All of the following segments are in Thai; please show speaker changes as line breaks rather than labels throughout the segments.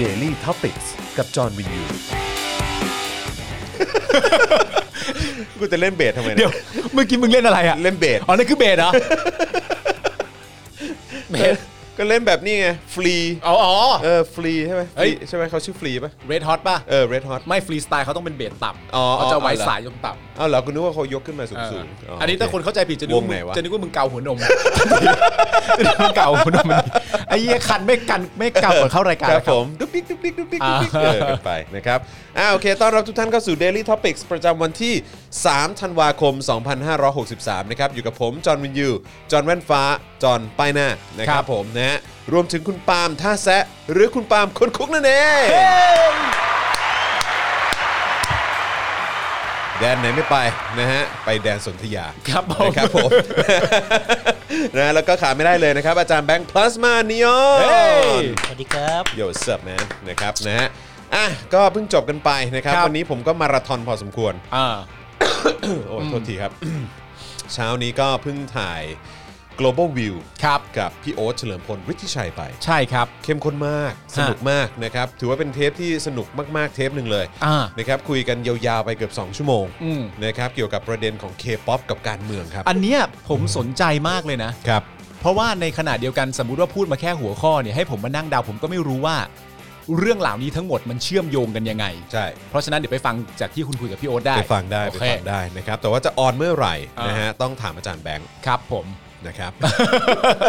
Daily t o p i c กกับจอห์นวินยู
กูจะเล่นเบสทำไม
เดี๋
เนี่ย
วยเมื่อกี้มึงเล่นอะไรอ่ะ
เล่นเบส
อ๋อนั่นคือเบสเหรอ
เออก็เล่นแบบนี้ไงฟรี
อ๋ออ๋อ
เออฟรีใช่ไหม
เอ้ย
ฟรีใช่ไหมเขาชื่อฟรีป่ะ
เรดฮอตป่ะ
เออเรดฮอต
ไม่ฟรีสไตล์เขาต้องเป็นเบสต่ำ
อ๋ออ๋อ
เขาจะไว้สายยกต่
อ้าวเหรอคุณนึกว่าเขายกขึ้นมาสู
ำเออง
ๆ
อันนี้ถ้า
โเ
คนเข้าใจผิดจะนึก
วง
ว่า
ไหน
มึง
วะ
จะนึกว่ามึงเกาหัวนม จะนึกว่ามึงเกาหัวนมมันดีไอ้เหี้ยคันไม่กันไม่เกาก่อนเข้ารายการ
ค
นะ
รับ บผมดุ๊กดิ๊กดุ๊กดิ๊กดุ๊กดิ๊กดุ๊กดิ๊ก
อ่า
เออกันไปนะครับอ่าโอเคต้อนรับทุกท่านเข้าสู่ Daily Topics ประจำวันที่ 3 ธันวาคม 2563 นะครับ อยู่กับผม จอห์นวินยู จอห์นแว่นฟ้า จอห์นป้ายหน้า นะครับผมนะฮะรวมถึงคุณปาล์มท่าแซะ หรือคุณปาล์มคนคุกนั่นเองแดนไหนไม่ไปนะฮะไปแดนสนธยา
ครับผม
นะครับผม นะแล้วก็ขาดไม่ได้เลยนะครับ อาจารย์แบงค์พลาสมานิยอ
เฮ้
น
ย
สวัสดีครับ
โยเสิร์ฟแมนนะครับนะฮะอ่ะก็เพิ่งจบกันไปนะครับ
ครับ
วันนี้ผมก็มาราธอนพอสมควร
อ่า
โอ้ยโทษทีครับ เช้านี้ก็เพิ่งถ่าย global view
ครับ
กับพี่โอ๊ตเฉลิมพลฤทธิชัยไป
ใช่ครับ
เข้มข้นมาก สนุกมากนะครับ ถือว่าเป็นเทปที่สนุกมาก ๆ เทปหนึ่งเลย
อ่า
นะครับคุยกันยาวๆไปเกือบ 2 ชั่วโมง
อืม
นะครับเกี่ยวกับประเด็นของ K-POP กับการเมืองครับ
อันเนี้ยผมสนใจมากเลยนะ
ครับ
เพราะว่าในขณะเดียวกันสมมุติว่าพูดมาแค่หัวข้อเนี่ยให้ผมมานั่งเดาผมก็ไม่รู้ว่า เรื่องเหล่านี้ทั้งหมดมันเชื่อมโยงกันยังไง
ใช่
เพราะฉะนั้นเดี๋ยวไปฟังจากที่คุณคุยกับพี่โอ๊ตได้
ไปฟังได้
โอ
ไป
เค
ฟังได้นะครับ แต่ว่าจะออนเมื่อไหร่
อ่าน
นะฮะต้องถามอาจารย์แบงค์
ครับผม
นะครับ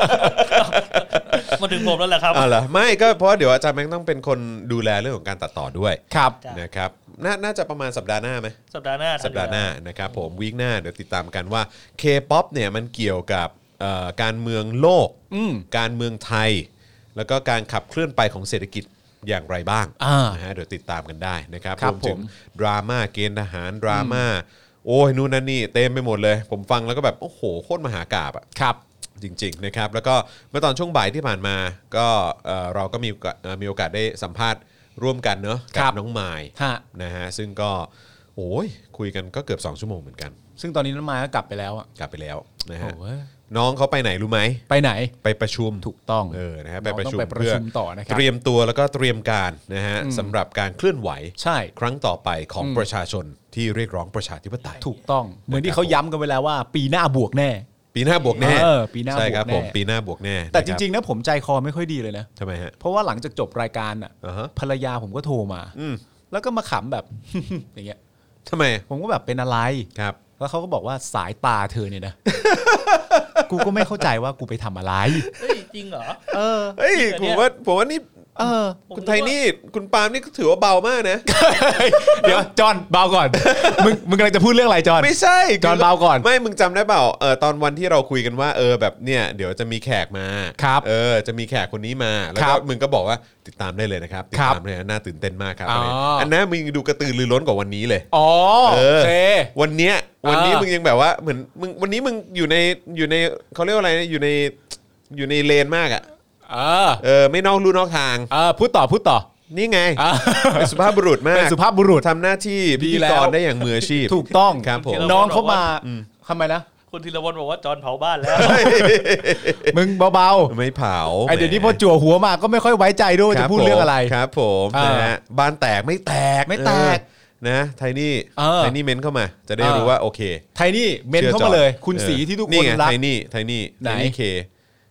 มาถึงผมแล้วแหละครับ
อ๋อเหรอไม่ก็เพราะว่าเดี๋ยวอาจารย์แบงค์ต้องเป็นคนดูแลเรื่องของการตัดต่อด้วย
ครับ
จ้ะ
นะครับนาน่าจะประมาณสัปดาห์หน้าไหม
สัปดาห์หน้า
สัปดาห์หน้านะครับผมวีคหน้าเดี๋ยวติดตามกันว่า K-POP เนี่ยมันเกี่ยวกับเอ่อการเมืองโลก
อืม
การเมืองไทย แล้วก็การขับเคลื่อนไปของเศรษฐกิจอย่างไรบ้าง
อ่า
นะฮะเดี๋ยวติดตามกันได้นะครับ
ครับ
วมถึ
ผ
ง
ม
ดราม่าเกณฑ์ทหารดราม่าโอ้ยนู่นนั่นนี่เต็มไปหมดเลย ผมฟังแล้วก็แบบโอ้โหโคตรมหากาบอะ
ครับ
จริงๆนะครับแล้วก็เมื่อตอนช่วงบ่ายที่ผ่านมาก็เอ่อเราก็มีโอกาสเอ่อมีโอกาสได้สัมภาษณ์ร่วมกันเนอะกั
ครับ
น้องไมาย
ฮะ
นะฮะซึ่งก็โอ้ยคุยกันก็เกือบ 2 ชั่วโมงเหมือนกัน
ซึ่งตอนนี้น้องมายก็กลับไปแล้วอะ
กลับไปแล้วนะฮะ
โอ้เว้ย
น้องเขาไปไหนรู้ไหม
ไปไหน
ไปประชุม
ถูกต้อง
เออนะฮะ
น้
ไป
อง
ประ
ต้อง
ชุม
ไปประ
เพื่อ
ชุมต่อนะครับ
เตรียมตัวแล้วก็เตรียมการนะฮะสำหรับการเคลื่อนไหว
ใช่
ครั้งต่อไปของประชาชนที่เรียกร้องประชาธิปไตย
ถูกต้อง เหมือนที่เขาย้ำกันไว้แล้วว่า ปีหน้าบวกแน่
ปีหน้าบวกแน่
เออปีหน้า
ใช่ครับ
บวกแน่
ผมปีหน้าบวกแน่
แต่จริงๆนะผมใจคอไม่ค่อยดีเลยนะ
ๆทำไมฮะ
เพราะว่าหลังจากจบรายการอ่ะ
อ่าฮะ
ภรรยาผมก็โทรมา
อืม
แล้วก็มาขำแบบ อย่างเงี้ย
ทำไม
ผมก็แบบเป็นอะไร
ครับ
แล้วเขาก็บอกว่าสายตาเธอเนี่ยนะ กูก็ไม่เข้าใจว่ากูไปทำอะไร
เฮ้ย จริงเหรอ
เออ
เฮ้ย
อัน
ผ
เนี้
ม
ย
ว่าผมว่านี่
เออ
ผม
คุณ
นึกว่า
ไทยนี่คุณปาล์มนี่ถือว่าเบามากนะ
เดี๋ยวจอนเบาก่อน มึงมึงกำลังจะพูดเรื่องอะไรจอน
ไม่ใช่
จอห์นเบาก่อน
ไม่มึงจำได้เปล่าเออตอนวันที่เราคุยกันว่าเออแบบเนี่ยเดี๋ยวจะมีแขกมา
ครับ
เออจะมีแขกคนนี้มาแล้ว
ค
ก็
รับ
มึงก็บอกว่าติดตามได้เลยนะครับติด
ครับ
ตามเลยนะน่าตื่นเต้นมากครับ
อ๋ออ
ไรอันนั้นมึงดูกระตือรือร้นกว่าวันนี้เลย
อ๋อ
เอ
โอ
อ
เค
วันเนี้ยวันนี้
อ่ามึ
มึงยังแบบว่าเหมือนมึงวันนี้มึงอยู่ในอยู่ในเขาเรียกว่าอะไรนะอยู่ในอยู่ในเลนมากอ่ะ
เออ
เออไม่นอกลู่นอกทาง
เออพูดต่อพูดต่อ
นี่ไง
อ่ะ
เป็นสุภาพบุรุษมาก
เป็นสุภาพบุรุษ
ทำหน้าที่พิธี
ดีแล้
กร
ว
ได้อย่างมืออาชีพ
ถูกต้อง
ครับผม
น้องเขามาทำไมนะ
คุณธีรวรรณบอกว่าจอนเผาบ้าน แล้ว
มึงเบา
ไม่เผา
ๆไอเดี๋ยวนี้
แห
พ
ม
อจั่วหัวมาก็ไม่ค่อยไว้ใจด้วยว่า
ค
จะ
บ
พูดเรื่องอะไร
ผมครับผม
อ่าน
นะฮะบ้านแตกไม่แตก
ไม่แตก
เออนะไทนี่
เออ
ไทนี่เม้นเข้ามาจะได้
เออ
รู้ว่าโอเค
ไทนี่เมนเข้า
ชื่อจ
มา
อ
เลย คุณ
เออ
สีที่ทุกค
นี่
น
ไง
รัก
ไทนี่ไทนี่
ไหน
ไทนี่เค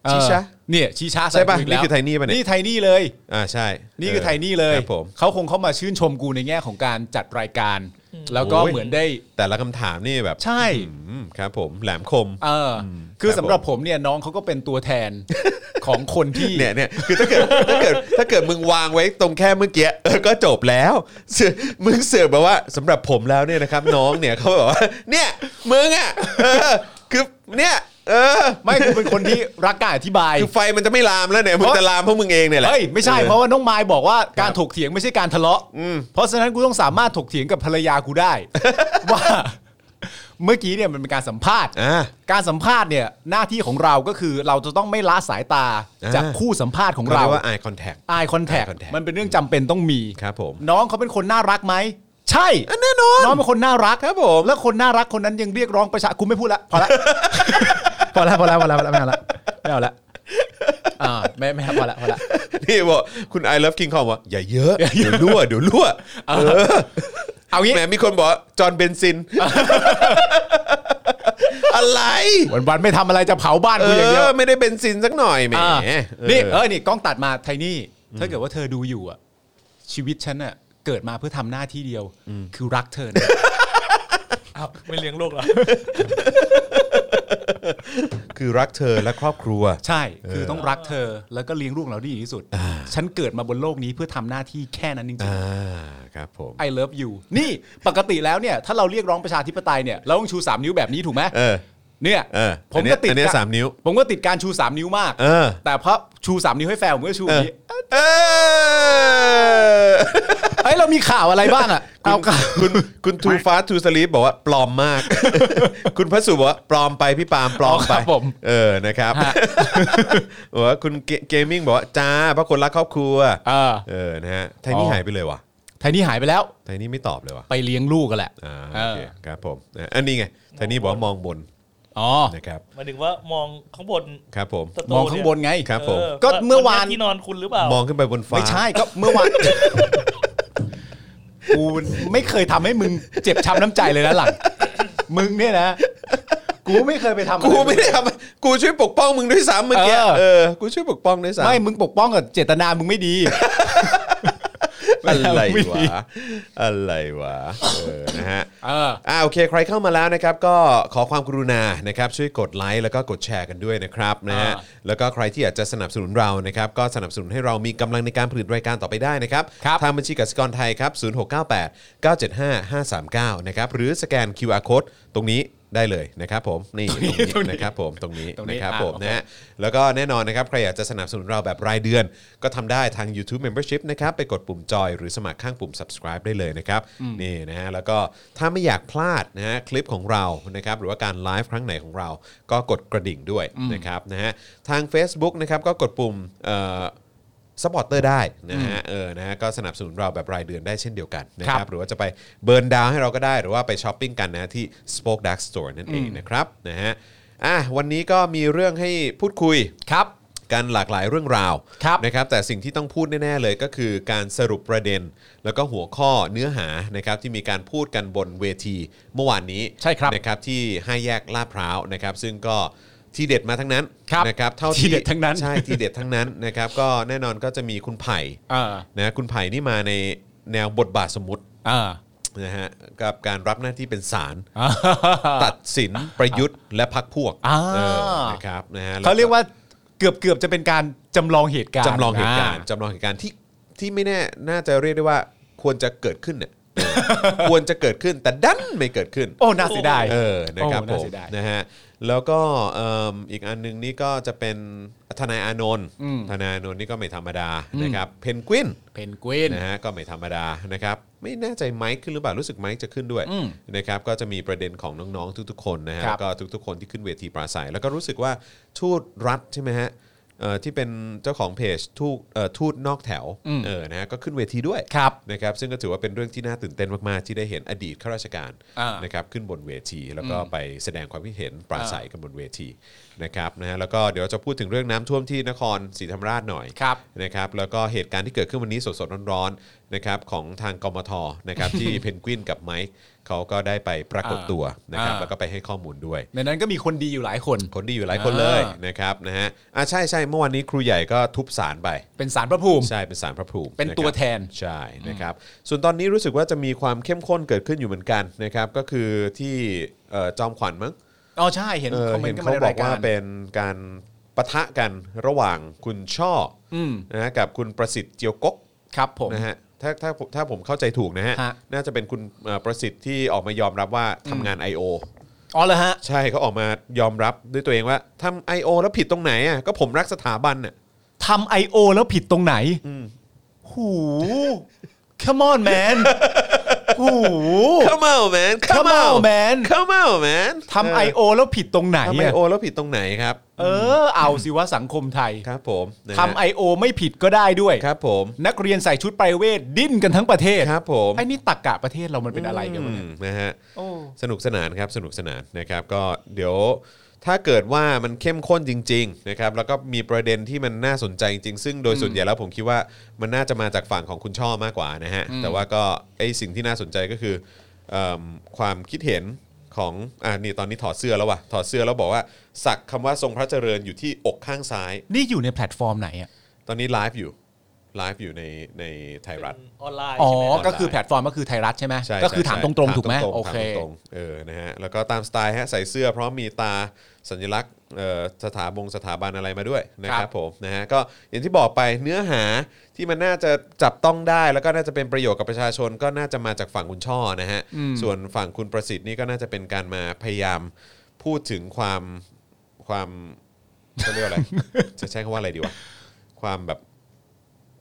เออ
ชิชะ
เนี่ยชี้ชา
ใช่ปะ
ส่กูกแล้ว
นี่คือไทนี่ปะเนี่ย
นี่ไทนี่เลย
อ่าใช่
นี่คือ
เ
ไทนี่เลย
ครับผม
เขาคงเข้ามาชื่นชมกูในแง่ของการจัดรายการ แล้วก็
โอ้ย
เหมือนได้
แต่ละคำถามนี่แบบ
ใช่
อืมครับผมแหลมคม
เอออคือสำหรับผมเนี่ยน้องเขาก็เป็นตัวแท น ของคนที่
เนี่ยเนี่ยคือถ้าเกิดถ้าเกิดถ้าเกิดมึงวางไว้ตรงแค่เมื่อกี้เออก็จบแล้วเสือกมึงเสือกแบบว่าสำหรับผมแล้วเนี่ยนะครับ น้องเนี่ยเขาแบบว่า เนี่ยมึงอ่ะเออคือเนี่ยเออ
ไม่คือเป็นคนที่รักการอธิบาย
คือไฟมันจะไม่ลามแล้วเนี่ยมึงจะลามเพราะมึงเองเนี่ยแหละ
เฮ้ยไม่ใช่
ออ
เพราะว่าน้องมายบอกว่าการถกเถียงไม่ใช่การทะเลาะ
อืม
เพราะฉะนั้นกูต้องสามารถถกเถียงกับภรรยากู ได้ ว่าเมื่อกี้เนี่ยมันเป็นการสัมภาษณ์
อ่า
การสัมภาษณ์เนี่ยหน้าที่ของเราก็คือเราจะต้องไม่ละสายตา
อ่า
จากคู่สัมภาษณ์ของ
เขา
เรา
เรียกว่า eye contact
อายคอนแทค
eye contact
มันเป็นเรื่องจำเป็นต้องมี
ครับผม
น้องเขาเป็นคนน่ารักไหม ใช่
แน่นอน
น้องเป็นคนน่ารัก
ครับผม
แล้วคนน่ารักคนนั้นยังเรียกร้องประชากูไม่พูดละพอละ พอละพอละพอละพอละไม่เอาละไม่เอาละอ่า อ่าไม่ไม่พอละพอละ
นี่บอกคุณ I love King Kong ว่าอย่าเยอะเดี๋ยวรั่วเดี๋ยวรั่วเออ
เอางี้
แหมมีคนบอกว่าจอห์นเบน ซิน อะไร
วันวันๆไม่ทำอะไรจะเผาบ้าน
เอ
กูอย่างเดียว
อไม่ได้เบนซินสักหน่อยแหม
อ่า
เออ
นี่เออนี่กล้องตัดมาไทนี่ ถ้าเกิดว่าเธอดูอยู่อะชีวิตฉันอะเกิดมาเพื่อทำหน้าที่เดียว คือรักเธอนะ
อ้าวไม่เลี้ยงลูกเหรอ
คือรักเธอและครอบครัว
ใช่ คือต้องรักเธอแล้วก็เลี้ยงลูกเราได้ดีที่สุด ฉันเกิดมาบนโลกนี้เพื่อทำหน้าที่แค่นั้นจริง
อ่าครับผม
ๆ I love you นี่ปกติแล้วเนี่ย ถ้าเราเรียกร้องประชาธิปไตยเนี่ยเราต้องชู 3 นิ้วแบบนี้ถูกไหม
เออ
เนี่ย
เออ
ผมก็ติด
อันเนี้ย
กร
สามนิ้ว
ผมก็ติดการชู 3 นิ้วมาก
เออ
แต่เพราะชูสามนิ้วให้แฟนผมก็ชูอย่างนี้
เออ
เอ้ยเรามีข่าวอะไรบ้างอะเอาข่าว
คุณคุณ ทูฟ้าทูสลีปบอกว่าปลอมมาก คุณพระสุบอกว่าปลอมไปพี่ปาล์มปลอม
อ๋อค
ไป
รับผม
เออนะครับ
ฮะ
บอกว่าคุณเกมมิ่งบอกว่าจ้าเพราะคนรักครอบครัว
เออ
เออนะฮะไทนี่
อ๋อ
หายไปเลยว่ะ
ไทนี่หายไปแล้ว
ไทนี่ไม่ตอบเลยว่ะ
ไปเลี้ยงลูกกันแหละ
อ่า
เอ
โอ
อ
เคครับผมอ่ะอันนี้ไงไทนี่บอกว่ามองบน
อ๋อ
นะครับ
หมายถึงว่ามองข้างบน
ครับผม
สตู
มองข้างบนไง
ครับ ผม
เออ
ก็เมื่อวาน
นที่นอนคุณหรือเปล่าม
องขึ้นไปบนฟ้า
ไม่ใช่ก็เมื่อวาน กูไม่เคยทำให้มึงเจ็บช้ำน้ำใจเลยนะหลัง มึงเนี่ยนะ กูไม่เคยไปทำอะร
กูไม่ได้ทำกูช่วยปกป้องมึงด้วยซ้ำเมื่อกี้
เออ
เออ กูช่วยปกป้องด้วยซ้ำ
ไม่มึงปกป้องกับเจตนามึงไม่ดี
อะไร
ไม่
วะ
ดี
อะไรวะเออนะฮะ
เออ
อ่าโอเคใครเข้ามาแล้วนะครับ ก็ขอความกรุณานะครับช่วยกดไลค์แล้วก็กดแชร์กันด้วยนะครับนะฮะ
อ่า
แล้วก็ใครที่อยากจะสนับสนุนเรานะครับ ก็สนับสนุนให้เรามีกำลังในการผลิตรายการต่อไปได้นะครับ
ครับ
ทางบัญชีกสิกรไทยครับ 0698 975 539 นะครับ หรือสแกน QR code ตรงนี้ได้เลยนะครับผม นี่ตรงนี้นะครับผม ตรงนี้
ตรงนี้
นะครับ
อ่ะ
ผม
โอเค
นะฮะ แล้วก็แน่นอนนะครับ ใครอยากจะสนับสนุนเราแบบรายเดือน ก็ทำได้ทาง YouTube Membership นะครับ ไปกดปุ่มจอยหรือสมัครข้างปุ่ม subscribe ได้เลยนะครับ นี่นะฮะ แล้วก็ถ้าไม่อยากพลาดนะฮะคลิปของเรา นะครับ หรือว่าการไลฟ์ครั้งไหนของเรา ก็กดกระดิ่งด้วยนะครับนะฮะ ทาง Facebook นะครับก็กดปุ่มเอ่อ สปอร์ตเตอร์ได้นะฮะเออนะฮะก็สนับสนุนเราแบบรายเดือนได้เช่นเดียวกันนะ
ค
ครั
รั
บบ หรือว่าจะไปเบิร์นดาวให้เราก็ได้หรือว่าไปช้อปปิ้งกันนะที่ Spoke Dark Store นั่นเองนะครับนะฮะอ่ะวันนี้ก็มีเรื่องให้พูดคุย
ครับ
กันหลากหลายเรื่องราว
ครับ
นะครับแต่สิ่งที่ต้องพูดแน่ๆเลยก็คือการสรุปประเด็น แล้วก็หัวข้อเนื้อหานะครับที่มีการพูดกันบนเวทีเมื่อวานนี้
ใช่ครับ
นะครับที่ห้าแยกลาดพร้าวนะครับซึ่งก็ที่เด็ดมาทั้งนั้น
ครับ
นะครับเท่า
ทีเด็ดทั้งนั้น
ใช่ ทีเด็ดทั้งนั้นนะครับ ก็แน่นอนก็จะมีคุณไผ่
เออ
นะคุณไผ่นี่มาในแนวบทบาทสมมติ
เออ
นะฮะกับการรับหน้าที่เป็นศาล
อ่า
ตัดสินประยุทธ์และพักพวก
อ่า
เออนะครับนะฮะ
เขาเรียกว่าเกือบเกือบจะเป็นการจำลองเหตุการณ์
จำลองเหตุการณ์
อ่
จำลองเหตุการณ์ที่ที่ไม่แน่น่าจะเรียกได้ว่าควรจะเกิดขึ้น เนี่ย ควรจะเกิดขึ้นแต่ดันไม่เกิดขึ้น
โอ้ น่าเสียดาย
เออ นะครับ
โอ้
ผ
น่าม เสียดาย
นะฮะ แล้วก็เอิ่มอีกอันหนึงนี่ก็จะเป็นทนายอานนท์
อืม
ทนายอานนท์นี่ก็ไม่ธรรมดานะครับ เพนกวิน
เพนกวิน
นะฮะ ก็ไม่ธรรมดานะครับ ไม่แน่ใจไมค์ขึ้นหรือเปล่า รู้สึกไมค์จะขึ้นด้วย
อืม
นะครับ ก็จะมีประเด็นของน้องๆทุกๆคนนะฮะ
ครับ
แล้วก็ทุกๆคนที่ขึ้นเวทีปราศัย แล้วก็รู้สึกว่าทูตรัฐใช่ไหมฮะเอ่อที่เป็นเจ้าของเพจทูตเอ่อทูตนอกแถว เออ นะฮะ ก็ขึ้นเวทีด้วย
ครับ
นะครับซึ่งก็ถือว่าเป็นเรื่องที่น่าตื่นเต้นมาก ๆ ที่ได้เห็นอดีตข้าราชการ
อ่า
นะครับขึ้นบนเวที แล้วก็ไปแสดงความคิดเห็นปราศัยกันบนเวทีนะครับนะฮะแล้วก็เดี๋ยวจะพูดถึงเรื่องน้ำท่วมที่นครศรีธรรมราชหน่อย
ครับ
นะครับแล้วก็เหตุการณ์ที่เกิดขึ้นวันนี้สด ๆ ร้อน ๆ นะครับของทางกมทนะครับ ที่เพนกวินกับไมค์เขาก็ได้ไปปรากฏตัวนะครับ
อ่า
แล้วก็ไปให้ข้อมูลด้วย
ในนั้นก็มีคนดีอยู่หลายคน
คนดีอยู่หลายคนเลย
อ่าน
นะครับนะฮะอ่าใช่ใช่เมื่อวานนี้ครูใหญ่ก็ทุบสารไป
เป็นสารพระภูมิ
ใช่ เป็นสารพระภูมิ
เป็น
นะครับ
ตัวแทน
ใช่นะครับส่วนตอนนี้รู้สึกว่าจะมีความเข้มข้นเกิดขึ้นอยู่เหมือนกันนะครับก็คือที่เอ่อจอมขวัญมั้ง
อ๋อใช่เห็น
เออ
คอมเม
เห็
น
น
ต์เข้ามาใน
เขาบอ
ราก ย
ว่า
การ
เป็นการปะทะกันระหว่างคุณช่ออ
อืม
นะกับคุณประสิทธิ์เจียวกก
ครับผม
นะฮะถ้าถ้าถ้าผมเข้าใจถูกนะฮะ
ฮะ
น่าจะเป็นคุณเอ่อประสิทธิ์ที่ออกมายอมรับว่าทำงาน I.O.
อ๋อเหรอฮะ
ใช่เขาออกมายอมรับด้วยตัวเองว่าทำ I.O. แล้วผิดตรงไหนอ่ะก็ผมรักสถาบันน่ะ
ทำ I.O. แล้วผิดตรงไหนหู come on man หู
Come on man
come on man
Come on man
ทำ I.O. แล้วผิดตรงไหน
ทำไม
อะ
โอแล้วผิดตรงไหนครับ
เออ เอาสิว่าสังคมไทย
ครับผมนะฮะ
ทำ I.O. ไม่ผิดก็ได้ด้วย
ครับผม
นักเรียนใส่ชุดไปรายเวทดิ้นกันทั้งประเทศ
ครับผม
ไอ้นี่ตักกะประเทศเรามันเป็นอะไรกันวะ
อื
เนี่ย
มนะฮะ
โอ้
สนุกสนานครับสนุกสนานนะครับ ก็เดี๋ยว ถ้าเกิดว่ามันเข้มข้นจริงๆนะครับแล้วก็มีประเด็นที่มันน่าสนใจจริงๆ ซึ่งโดยส่วนใหญ่แล้วผมคิดว่ามันน่าจะมาจากฝั่งของคุณช่อมากกว่านะฮะแต่ว่าก็ไอสิ่งที่น่าสนใจก็คือเอิ่มความคิดเห็นของอ่านี่ตอนนี้ถอดเสื้อแล้วว่ะถอดเสื้อแล้วบอกว่าสักคำว่าทรงพระเจริญอยู่ที่อกข้างซ้าย
นี่อยู่ในแพลตฟอร์มไหนอ่ะ
ตอนนี้ไลฟ์อยู่ไลฟ์อยู่ในในไทยรัฐ
ออนไลน์
อ๋อ
ใช่ไหมครับ
ก็คือแพลตฟอร์มก็คือไทยรัฐใช่ไหม
ใช่
ก็คือ
ใช่
ถาม
ใช่
ตรงๆถูกไหม
ถารงๆ
โอเค
ถามตรงๆเออนะฮะแล้วก็ตามสไตล์ฮะใส่เสื้อพร้อมมีตาสัญลักษณ์เอ่อสถาบงสถาบันอะไรมาด้วยนะค
ครั
รับบ ผมนะฮะก็อย่างที่บอกไปเนื้อหาที่มันน่าจะจับต้องได้แล้วก็น่าจะเป็นประโยชน์กับประชาชนก็น่าจะมาจากฝั่งคุณช่อนะฮะส่วนฝั่งคุณประสิทธิ์นี่ก็น่าจะเป็นการมาพยายามพูดถึงความความเขาเรียกว่าอะไร จะใช้คำว่าอะไรดีวะความแบบ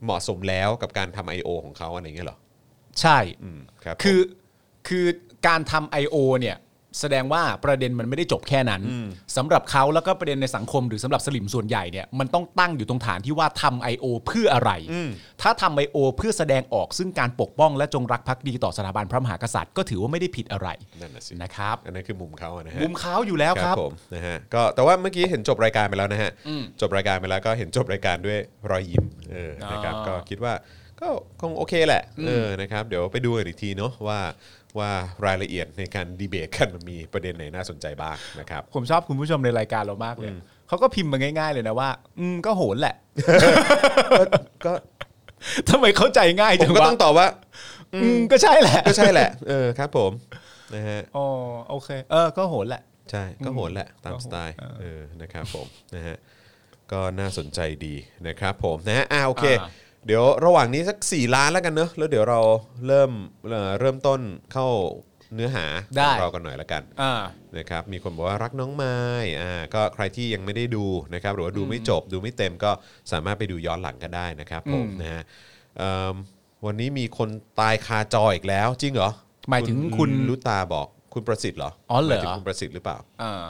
เหมาะสมแล้วกับการทำ I.O. ของเขาอะไรอย่างเงี้ยเหรอ
ใช่
อืมครับผม
คือคือการทำ I.O. เนี่ยแสดงว่าประเด็นมันไม่ได้จบแค่นั้นสำหรับเขาแล้วก็ประเด็นในสังคมหรือสำหรับสลิมส่วนใหญ่เนี่ยมันต้องตั้งอยู่ตรงฐานที่ว่าทำ I.O. เพื่ออะไร ถ้าทำ I.O. เพื่อแสดงออกซึ่งการปกป้องและจงรักภักดีต่อสถาบันพระมหากษัตริย์ก็ถือว่าไม่ได้ผิดอะไร
นั่นน่ะสิ
นะครับ
อันนั้นคือมุมเขาอะนะฮะ
มุมเขาอยู่แล้วครับ
ผมนะฮะก็แต่ว่าเมื่อกี้เห็นจบรายการไปแล้วนะฮะจบรายการไปแล้วก็เห็นจบรายการด้วยรอยยิ้มเอออ
อ
นะครับก็คิดว่าก็คงโอเคแหละเออนะครับเดี๋ยวไปดูกันอีกทีเนาะว่าว่ารายละเอียดในการดีเบตกันมันมีประเด็นไหนน่าสนใจบ้างนะครับ
ผมชอบคุณผู้ชมในรายการเรามากเลยเขาก็พิมพ์มาง่าย ๆ เลยนะว่า อืมก็โหนแหละ
ก็
ทำไมเข้าใจง่าย
ผ
จั
ม
ง
ก็
วะ
ต้องตอบว่า
อืมก็ใช่แหละ
ก็ใช่แหละ เออครับผมนะฮะ
อ๋อโอเค เออก็โหนแหละ
ใช่ก็โหนแหละตามสไตล์เออนะครับผมนะฮะก็น่าสนใจดีนะครับผมนะฮะอ่าโอเค
อ่า
เดี๋ยวระหว่างนี้สัก 4 ล้านแล้วกันเนอะแล้วเดี๋ยวเราเริ่มเอ่อเริ่มต้นเข้าเนื้อหา
ได้
ของเรากันหน่อยละกัน
อ่า
นะครับมีคนบอกว่ารักน้องไม้อ่าก็ใครที่ยังไม่ได้ดูนะครับหรือว่าดูไม่จบดูไม่เต็มก็สามารถไปดูย้อนหลังกันได้นะครับผม
อืม
นะฮะเอิ่มวันนี้มีคนตายคาจออีกแล้วจริงเหรอ
หมายถึงคุณ
ลุตาบอกคุณประสิทธิ์เหรอ
อ๋อเหรอ
หมายถึงคุณประสิทธิ์หรือเปล่า
อ่า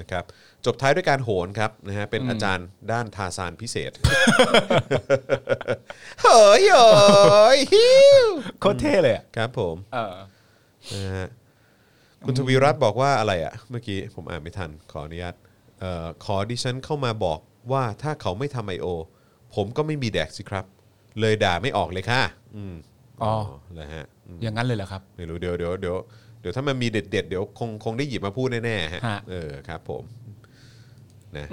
นะครับจบท้ายด้วยการโหนครับนะฮะเป็นอาจารย์ด้านทาซานพิเศษ เฮ้ยเฮ้ยฮิว
โคตรเท่เลยอะ
ครับผม
เออ
นะฮะคุณทวีรัตน์บอกว่าอะไรอะเมื่อกี้ผมอ่านไม่ทันขออนุญาตเอ่อขอดิฉันเข้ามาบอกว่าถ้าเขาไม่ทำไอโอผมก็ไม่มีแดกสิครับ เลยด่าไม่ออกเลยค่ะอืม
อ๋อ
เลยฮะอืม
อย่างนั้นเลยเหรอครับ
ไม่รู้เดี๋ยวเดี๋ยวเดี๋ยวเดี๋ยวถ้ามันมีเด็ดเด็ดๆเดี๋ยวคงคงได้หยิบมาพูดแน่ๆฮะ
ฮะ
เออครับผมนะ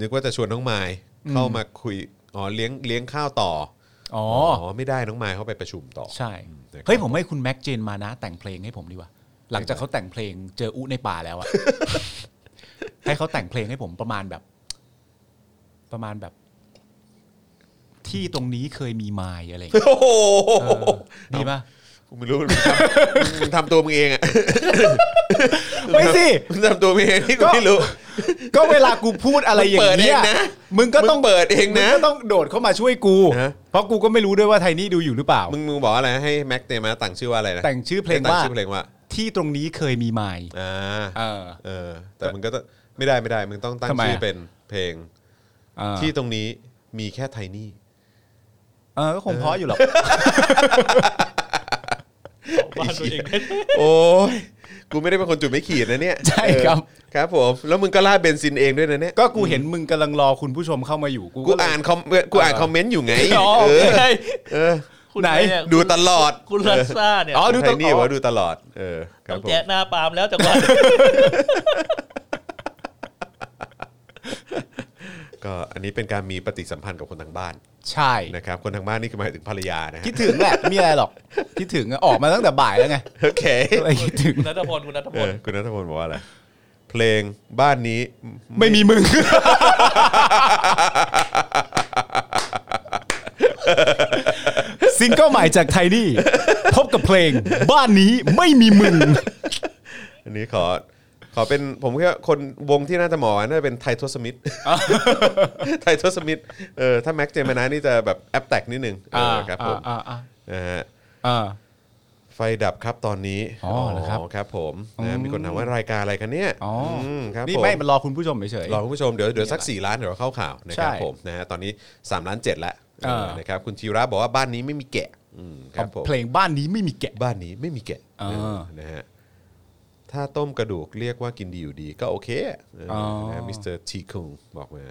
นึกว่าจะชวนน้องไมายเข้ามาคุยอ๋อเลี้ยงเลี้ยงข้าวต่อ
อ๋อ
อ๋อไม่ได้น้องไมายเขาไปประชุมต่อ
ใช่
นะครับ
เฮ้ย ผมให้คุณแม็กเจนมานะ แต่งเพลงให้ผมดีกว่า หลังจากเขาแต่งเพลงเจออุในป่าแล้วอะ ให้เขาแต่งเพลงให้ผมประมาณแบบ ประมาณแบบ ที่ตรงนี้เคยมีไมล์อะไรอย่างเงี้ย
โอ้โห
เออดีป่ะ
กูไม่รู้มึงทำมึงทำตัวมึงเองอะ
ไม่สิ
มึงทำตัวมึงเองที่กู
ก็
ไม่รู้
ก็เวลากูพูดอะไรอย่าง
มึงเปิดเอ
เงี้
ง
ย
นะ
มึงก็ต้อง
มึงเปิดเองนะ
มึก็ต้องโดดเข้ามาช่วยกู
ฮะ
เพราะกูก็ไม่รู้ด้วยว่าไทนี่ดูอยู่หรือเปล่า
มึงมึงบอกอะไรให้แม็กเตมาต่างชื่อว่าอะไรนะ
แต่งชื่อเพลง
ต่
ว่า
ชื่อเพลงว่า
ที่ตรงนี้เคยมีไมล์
อ่า
เออ
เออ แต่มึงก็ต้องไม่ได้ไม่ได้ มึงต้องตั้ง
ทำไม
ชื่อ
อะ
เป็นเพลง ที่
ที่
ตรงนี้มีแค่ไทนี่
เออก็คงเพราะอยู่หรอก
บ้านตัวเองได้
โอ้ยกูไม่ได้เป็นคนจุดไม่ขีดนะเนี่ย
ใช่ครับ
เออครับผมแล้วมึงก็ล่าดเบนซินเองด้วยนะเนี่ย
ก็กูเห็นมึงกำลังรอคุณผู้ชมเข้ามาอยู่
กู
เลย
อ่านคอมเอ่อกูอ่าน
เออ
คอมเมนต์อยู่ไง
อ๋อโอ
เออ
เค
เออ
คุณ
ไหน
เย
ดูตลอด
คุณลัสซ่าเนี่ย
อ๋อดูตลอด
ไทนี่บอกว่าดูตลอดเออครั
ต้
บ
อง
ผม
แจ๊ะหน้าปาล์มแล้วจังหวะ
ก็อันนี้เป็นการมีปฏิสัมพันธ์กับคนทางบ้าน
ใช่
นะครับคนทางบ้านนี่คือหมายถึงภรรยานะฮะ
คิดถึงแหละไม่มีอะไรหรอกคิดถึงอะออกมาตั้งแต่บ่ายแล้วไง
โอเค
ก็เลยคิดถึง
คุณนัทพลคุณนัทพ
เอ
ล
อคุณนัทพลบอกว่าอะไรเพลงบ้านนี้
ไม่มีมึง ซิงเกิลใหม่จากไทนี่ พบกับเพลง บ้านนี้ไม่มีมึง
อันนี้ขอขอเป็นผมคิดว่าคนวงที่น่าจะเหมาะน่าจะเป็นไททอสมิ ธไททอสมิธเออถ้าแม็กเจมานานี่จะแบบแอปแตกนิดนึงเออครับผม
อ่าอ่า
นะฮะ
อ่า
ไฟดับครับตอนนี้
อ๋อเหรอครับ
ครับผมนะฮะ
อืม
มีคนถามว่ารายการอะไรกันเนี่ย
อ๋ออื
มครับ
นี่
ผ
ไม่มันรอคุณผู้ชมเฉย
รอคุณผู้ชมเดี๋ยวเดี๋ยวสัก 4 ล้านเดี๋ยวเราเข้าข่าวนะครับ
ใช่
ผมนะฮะตอนนี้ 3 ล้าน7แล้ว
อ่า
เออนะครับคุณธีระบอกว่าบ้านนี้ไม่มีแกะอืมครับผม
เพลงบ้านนี้ไม่มีแกะ
บ้านนี้ไม่มีแกะ
อ่า
เออนะฮะไท ถ้าต้มกระดูกเรียกว่ากินดีอยู่ดีก็โอเคเอออ
อ
นะมิสเตอร์ทีคุงบอกมา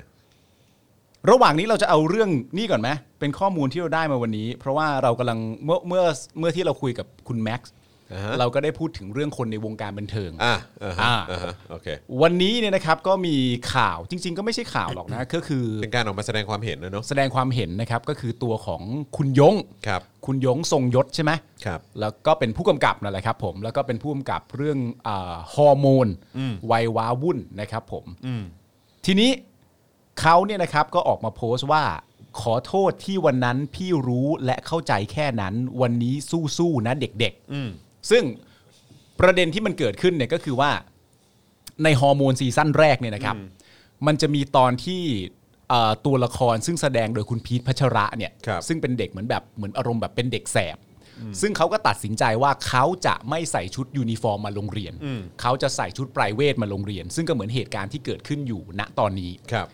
ระหว่างนี้เราจะเอาเรื่องนี่ก่อนไหมเป็นข้อมูลที่เราได้มาวันนี้ เพราะว่าเรากำลังเมื่อเมื่อเมื่อที่เราคุยกับคุณแม็กซ์
อ่าฮะ
เราก็ได้พูดถึงเรื่องคนในวงการบันเทิง
อ่ะอ่าฮะ
อ่า
อ่าฮะโอเค
วันนี้เนี่ยนะครับก็มีข่าวจริง ๆ ก็ไม่ใช่ข่าวหรอกนะ ก็คือ
เป็นการออกมาแสดงความเห็นนะเนาะ
แสดงความเห็นนะครับก็คือตัวของคุณยง
ครับ
คุณยงทรงยศใช่ไหม
ครับ
แล้วก็เป็นผู้กำกับนั่นแหละครับผมแล้วก็เป็นผู้กำกับเรื่องอาฮอร์โมนวัยว้าวุ่นนะครับผมทีนี้เขาเนี่ยนะครับก็ออกมาโพสต์ว่า ขอโทษที่วันนั้นพี่รู้และเข้าใจแค่นั้น วันนี้สู้ๆนะเด็กๆซึ่งประเด็นที่มันเกิดขึ้นเนี่ยก็คือว่า ในฮอร์โมนซีซั่นแรกเนี่ยนะครับ มันจะมีตอนที่เอ่อตัวละครซึ่งแสดงโดยคุณพีทพัชระเนี่ย
ครับ
ซึ่งเป็นเด็กเหมือนแบบเหมือนอารมณ์แบบเป็นเด็กแสบ ซึ่งเขาก็ตัดสินใจว่าเขาจะไม่ใส่ชุดยูนิฟอร์มมาโรงเรียน เขาจะใส่ชุดไพรเวทมาโรงเรียน ซึ่งก็เหมือนเหตุการณ์ที่เกิดขึ้นอยู่ณตอนนี้
ครับ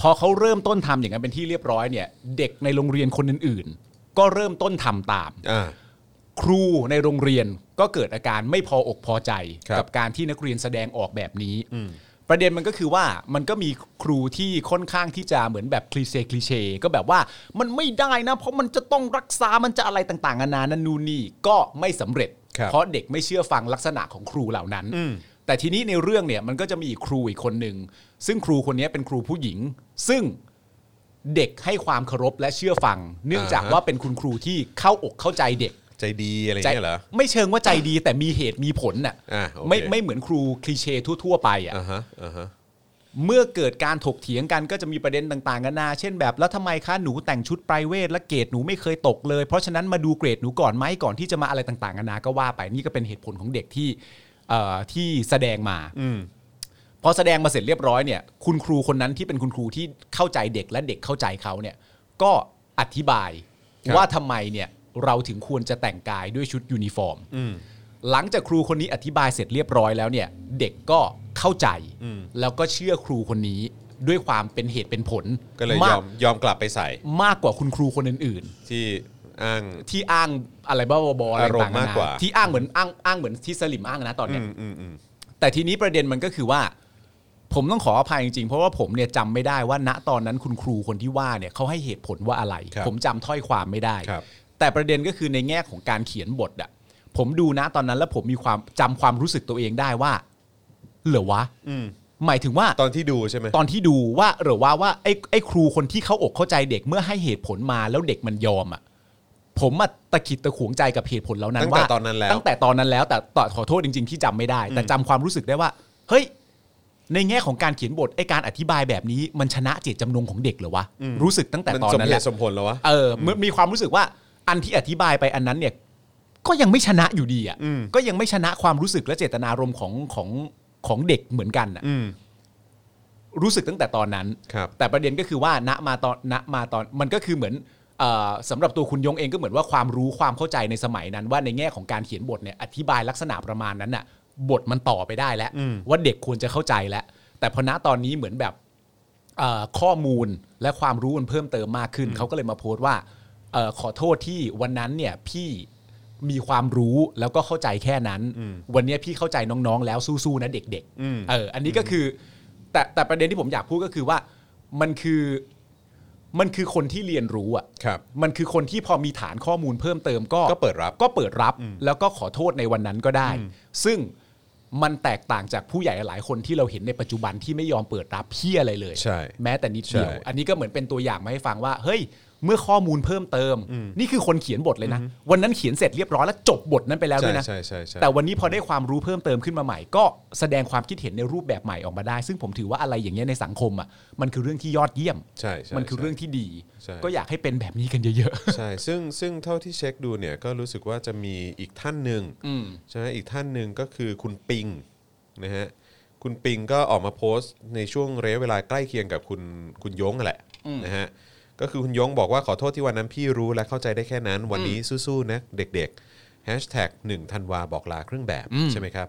พอเขาเริ่มต้นทำอย่างนั้นเป็นที่เรียบร้อยเนี่ย เด็กในโรงเรียนคนอื่นๆ ก็เริ่มต้นทำตาม
อ่า
ครูในโรงเรียนก็เกิดอาการไม่พออกพอใจ
ครับ
กัการที่นักเรียนแสดงออกแบบนี้ ประเด็นมันก็คือว่ามันก็มีครูที่ค่อนข้างที่จะเหมือนแบบคลีเช่คลีเช่ก็แบบว่ามันไม่ได้นะ เพราะมันจะต้องรักษามันจะอะไรต่างๆนานานั่นนู่นนี่ก็ไม่สำเร็จ
ครับ
เพราะเด็กไม่เชื่อฟังลักษณะของครูเหล่านั้น แต่ทีนี้ในเรื่องเนี่ยมันก็จะมีอีกครูอีกคนหนึ่งซึ่งครูคนนี้เป็นครูผู้หญิง ซึ่ง เด็กให้ความเคารพและเชื่อฟัง เนื่องจากว่าเป็นคุณครูที่เข้าอกเข้าใจเด็ก
ใจดีอะไร
ใจ
เงี้ยเหรอ
ไม่เชิงว่าใจดีแต่มีเหตุมีผลน่ะ
อ่าโอเค
ไม่ไม่เหมือนครูคลีเช่ทั่ว ๆ ไปอ่ะ
อ่าฮะอ่าฮะ
เมื่อเกิดการถกเถียงกันก็จะมีประเด็นต่างๆกันานาเช่นแบบแล้วทำไมคะหนูแต่งชุดไพรเวทและเกรดหนูไม่เคยตกเลย เพราะฉะนั้นมาดูเกรดหนูก่อนไหมก่อนที่จะมาอะไรต่างๆกันานาก็ว่าไปนี่ก็เป็นเหตุผลของเด็กที่เอ่อที่แสดงมาพอแสดงมาเสร็จเรียบร้อยเนี่ย คุณครูคนนั้นที่เป็นคุณครูที่เข้าใจเด็กและเด็กเข้าใจเขาเนี่ย ก็อธิบาย
ครับ
ว่าทำไมเนี่ยเราถึงควรจะแต่งกายด้วยชุดยูนิฟอร์ม หลังจากครูคนนี้อธิบายเสร็จเรียบร้อยแล้วเนี่ย เด็กก็เข้าใจ แล้วก็เชื่อครูคนนี้ด้วยความเป็นเหตุเป็นผล
ก็เลยย
มา
อมยอมกลับไปใส่
มากกว่าคุณครูคนอื่น
ที่อ้าง
ๆ ที่อ้างอะไรบ้าบอๆอะไรต่างๆ
อารมณ์
น
มากกว่า
ที่อ้างเหมือนอ้างอ้างเหมือนที่สลิมอ้างนะตอนเนี้ย
อืมอืมอืม
แต่ทีนี้ประเด็นมันก็คือว่า ผมต้องขออภัยจริงๆ เพราะว่าผมเนี่ยจำไม่ได้ว่าณตอนนั้นคุณครูคนที่ว่าเนี่ยเขาให้เหตุผลว่าอะไร
ครับ
ผมจำถ้อยความไม่ได้
ครับ
แต่ประเด็นก็คือในแง่ของการเขียนบทอะผมดูนะตอนนั้นแล้วผมมีความจำความรู้สึกตัวเองได้ว่า เหรอวะ
อืม
หมายถึงว่า
ตอนที่ดูใช่ไหม
ตอนที่ดูว่าหรือว่าว่าไอ้ไอ้ครูคนที่เขาอกเข้าใจเด็กเมื่อให้เหตุผลมาแล้วเด็กมันยอมอ่ะผมอะตะขิดตะขวงใจกับเหตุผลเหล่านั้น
ตั้งแต่
ว่า
ตอนนั้นแล้ว
ตั้งแต่ตอนนั้นแล้วแต่แต่ขอโทษจริง ๆ ที่จำไม่ได้ แต่จำความรู้สึกได้ว่า เฮ้ย ในแง่ของการเขียนบทไอ้การอธิบายแบบนี้ มันชนะเจตจำนงของเด็กเหรอวะรู้สึกตั้งแต่
มัน
ตอน
สม
นั้น
เห
แหละ
ตุสมผลแล้ววะ
เออมมีความรู้สึกว่าอันที่อธิบายไปอันนั้นเนี่ย ก็ยังไม่ชนะอยู่ดีอ่ะก็ยังไม่ชนะความรู้สึกและเจตนารมณ์ของของของเด็กเหมือนกันอ่ะรู้สึกตั้งแต่ตอนนั้น
ครับ
แต่ประเด็นก็คือว่าณมาตอนณมาตอนมันก็คือเหมือนเอ่อสำหรับตัวคุณยงเองก็เหมือนว่าความรู้ความเข้าใจในสมัยนั้น ว่าในแง่ของการเขียนบทเนี่ยอธิบายลักษณะประมาณนั้นน่ะ บทมันต่อไปได้แล้ว ว่าเด็กควรจะเข้าใจแล้ว แต่พอณตอนนี้เหมือนแบบ เอ่อข้อมูลและความรู้มันเพิ่มเติมมากขึ้น เขาก็เลยมาโพสต์ว่าเออขอโทษที่วันนั้นเนี่ยพี่มีความรู้แล้วก็เข้าใจแค่นั้น วันเนี้ยพี่เข้าใจน้องๆ แล้วสู้ๆนะเด็ก
อืม
ๆเอออันนี้ก็คือแต่แต่ประเด็นที่ผมอยากพูดก็คือว่ามันคือมันคือคนที่เรียนรู้อ่ะ
ครับ
มันคือคนที่พอมีฐานข้อมูลเพิ่มเติมก็
ก็เปิดรับ
ก็เปิดรับแล้วก็ขอโทษในวันนั้นก็ได้ ซึ่งมันแตกต่างจากผู้ใหญ่หลายคนที่เราเห็นในปัจจุบันที่ไม่ยอมเปิดรับเพี้ยอะไรเลย
ใช่
แม้แต่นิดเดียว
ใช่
อันนี้ก็เหมือนเป็นตัวอย่างมาให้ฟังว่า เฮ้ย เมื่อข้อมูลเพิ่มเติม นี่คือคนเขียนบทเลยนะ วันนั้นเขียนเสร็จเรียบร้อยแล้วจบบทนั้นไปแล้วด้
ใช่
วยนะ
ใช่ใช่ใช่
แต่วันนี้พอได้ความรู้เพิ่มเติมขึ้นมาใหม่ ก็แสดงความคิดเห็นในรูปแบบใหม่ออกมาได้ ซึ่งผมถือว่าอะไรอย่างเงี้ยในสังคมอ่ะมันคือเรื่องที่ยอดเยี่ยม
ใช่ใช่
มันคือเรื่องที่ดี
ใช่
ก็อยากให้เป็นแบบนี้กันเยอะ
ใช่ ซึ่งซึ่งเท่าที่เช็คดูเนี่ยก็รู้สึกว่าจะมีอีกท่านหนึ่ง
ๆ อืม
ใช่ไหมอีกท่านหนึ่งก็คือคุณปิงนะฮะคุณปิงก็ออกมาโพสต์ในช่วงระยะเวลาใกล้เคียงกับคุณคุณยงนั่นแหละนะฮะก็คือคุณยงบอกว่าขอโทษที่วันนั้นพี่รู้และเข้าใจได้แค่นั้น วันนี้สู้ๆนะเด็กๆ hashtag 1ธันวาบอกลาเครื่องแบบใช่ไหมครับ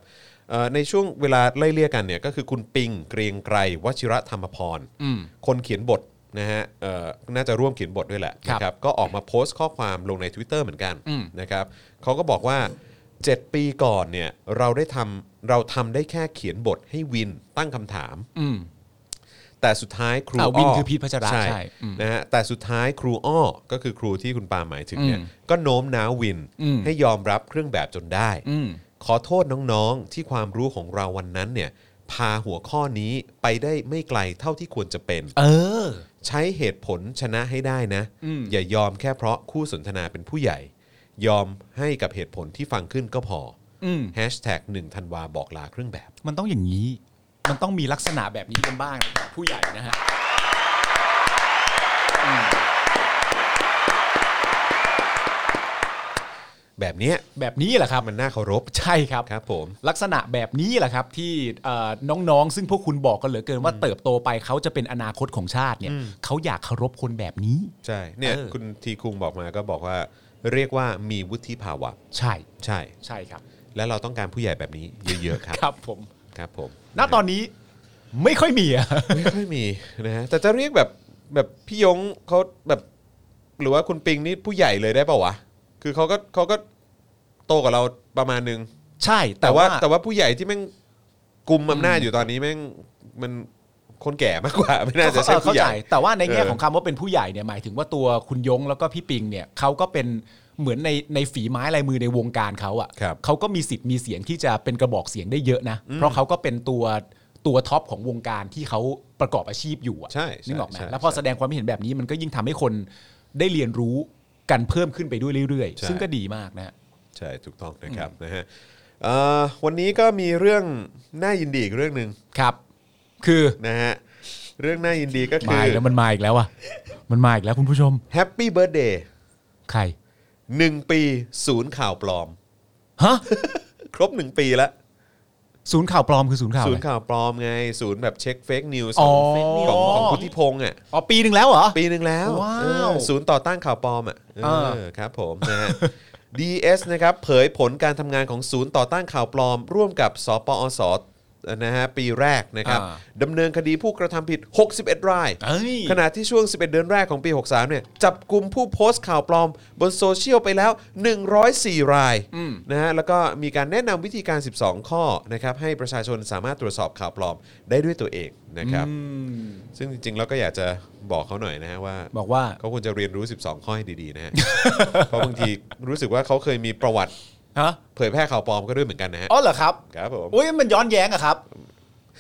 เอ่อในช่วงเวลาไล่เลี่ยกันเนี่ยก็คือคุณปิงเกรียงไกรวชิระธรรมพร
อืม
คนเขียนบทนะฮะเอ่อน่าจะร่วมเขียนบทด้วยแหละ
ครับ
นะครับ ก็ออกมาโพสต์ข้อความลงใน Twitter เหมือนกัน
อืม
นะครับเขาก็บอกว่า 7 ปีก่อนเนี่ยเราได้ทำเราทำได้แค่เขียนบทให้วินตั้งคำถาม
อืม
แต่สุดท้ายครู
อ่าวินคือพีทพัชระ
ใช่
ใช่อืม
นะฮะแต่สุดท้ายครูอ้อก็คือครูที่คุณปาหมายถึงเนี่ย
อืม
ก็โน้มน้าววิน
อืม
ให้ยอมรับเครื่องแบบจนได้
อืม
ขอโทษน้องๆ ที่ความรู้ของเราวันนั้นเนี่ยพาหัวข้อนี้ไปได้ไม่ไกลเท่าที่ควรจะเป็น
เออ
ใช้เหตุผลชนะให้ได้นะ
อืม
อย่ายอมแค่เพราะคู่สนทนาเป็นผู้ใหญ่ ยอมให้กับเหตุผลที่ฟังขึ้นก็พอ
อืม
แฮชแท็กหนึ่งธันวาบอกลาเครื่องแบบ
มันต้องอย่างนี้ มันต้องมีลักษณะแบบนี้กันบ้างนะครับผู้ใหญ่นะฮะ
แบบเนี้ย
แบบนี้แหละครับ
มันน่าเคารพ
ใช่ครับ
ครับผม
ลักษณะแบบนี้แหละครับที่เอ่อน้องๆ ซึ่งพวกคุณบอกกันเหลือเกินว่าเติบโตไปเขาจะเป็นอนาคตของชาติเนี่ยเขาอยากเคารพคนแบบนี้
ใช่เนี่ย
เออ
คุณทีคุงบอกมาก็บอกว่า เรียกว่ามีวุฒิภาวะ
ใช่
ใช่
ใช่ครับ
และเราต้องการผู้ใหญ่แบบนี้เยอะๆครับ
ครับผม
ครับผม
ณตอนนี้ไม่ค่อยมีอะ
ไม่ค่อยมีนะฮะแต่จะเรียกแบบแบบพี่ยงเขาแบบ หรือว่าคุณปิงนี่ผู้ใหญ่เลยได้ป่าวะ คือเขาก็เขาก็โตกว่าเราประมาณนึง
ใช่แต่
แต่ว่า
ว่า
แต่ว่าผู้ใหญ่ที่แม่งกุมอำนาจอยู่ตอนนี้แม่งมันคนแก่มากกว่า ไม่น่าจะใช่
เออ
ผู้
เข้า
ให
ใจ
ญ่
แต่ว่าในแง่
เออ
ของคำว่าเป็นผู้ใหญ่เนี่ยหมายถึงว่าตัวคุณยงแล้วก็พี่ปิงเนี่ยเขาก็เป็นเหมือนในในฝีไม้ลายมือในวงการเขา
ครั
อะ่ะ
บ
เขาก็มีสิทธิ์มีเสียงที่จะเป็นกระบอกเสียงได้เยอะนะ เพราะเขาก็เป็นตัวตัวท็อปของวงการที่เขาประกอบอาชีพอยู่อะ
ใช่ใช่
นึกออกไหม
ใช่
แล้วพอแสดงความเห็นแบบนี้มันก็ยิ่งทำให้คนได้เรียนรู้กันเพิ่มขึ้นไปด้วยเรื่อย
ใช่
ๆ ซึ่งก็ดีมากนะฮะ
ใช่ถูกต้องนะครับนะฮะเอ่อวันนี้ก็มีเรื่องน่ายินดีอีกเรื่องหนึ่ง
ครับ คือ
นะฮะเรื่องน่ายินดีก็คื
มา
อ
อีกแล้วมันมาอีกแล้วอ่ะมันมาอีกแล้วคุณผู้ชม
แฮปปี้เบิร์ดเดย์
ใคร
หนึ่งปีศูนย์ข่าวปลอม
ฮะ
ครบหนึ่งปีแล้ว
ศูนย์ข่าวปลอมคือศูนย์ข่าว
ศู
อะ
น
ไร
ย์ข่าวปลอมไง ศูนย์แบบเช็คเฟกนิวส์
อ๋
ข
อ
อง fake news ของของพุทธิพงษ์อ่ะ
อ๋อปีหนึ่งแล้วเหรอ
ปีหนึ่งแล้ว
ว้าว
เออศูนย์ต่อต้านข่าวปลอมอ่ะเออ
เออ
ครับผมนะฮะ DS นะครับเผยผลการทำงานของศูนย์ต่อต้านข่าวปลอม ร่วมกับสปอสนะฮะปีแรกนะครับดำเนินคดีผู้กระทำผิด 61 ราย
เอ้ย
ขณะที่ช่วง 11 เดือนแรกของปี 63 เนี่ย จับกลุ่มผู้โพสต์ข่าวปลอม บนโซเชียลไปแล้ว 104 ราย
อืม
นะฮะ แล้วก็มีการแนะนำวิธีการ 12 ข้อนะครับ ให้ประชาชนสามารถตรวจสอบข่าวปลอมได้ด้วยตัวเองนะครับ
อืม
ซึ่งจริงๆ เราก็อยากจะบอกเขาหน่อยนะฮะ ว่า
บอกว่า
เขาควรจะเรียนรู้ 12 ข้อให้ดีๆ นะฮะ เพราะบางทีรู้สึกว่าเขาเคยมีประวัติ
ฮะ
เผยแพร่ข่าวปลอมก็ด้วยเหมือนกันนะฮะ
อ๋อเหรอครับ
ครับผม
อุ้ยมันย้อนแย้งอะครับ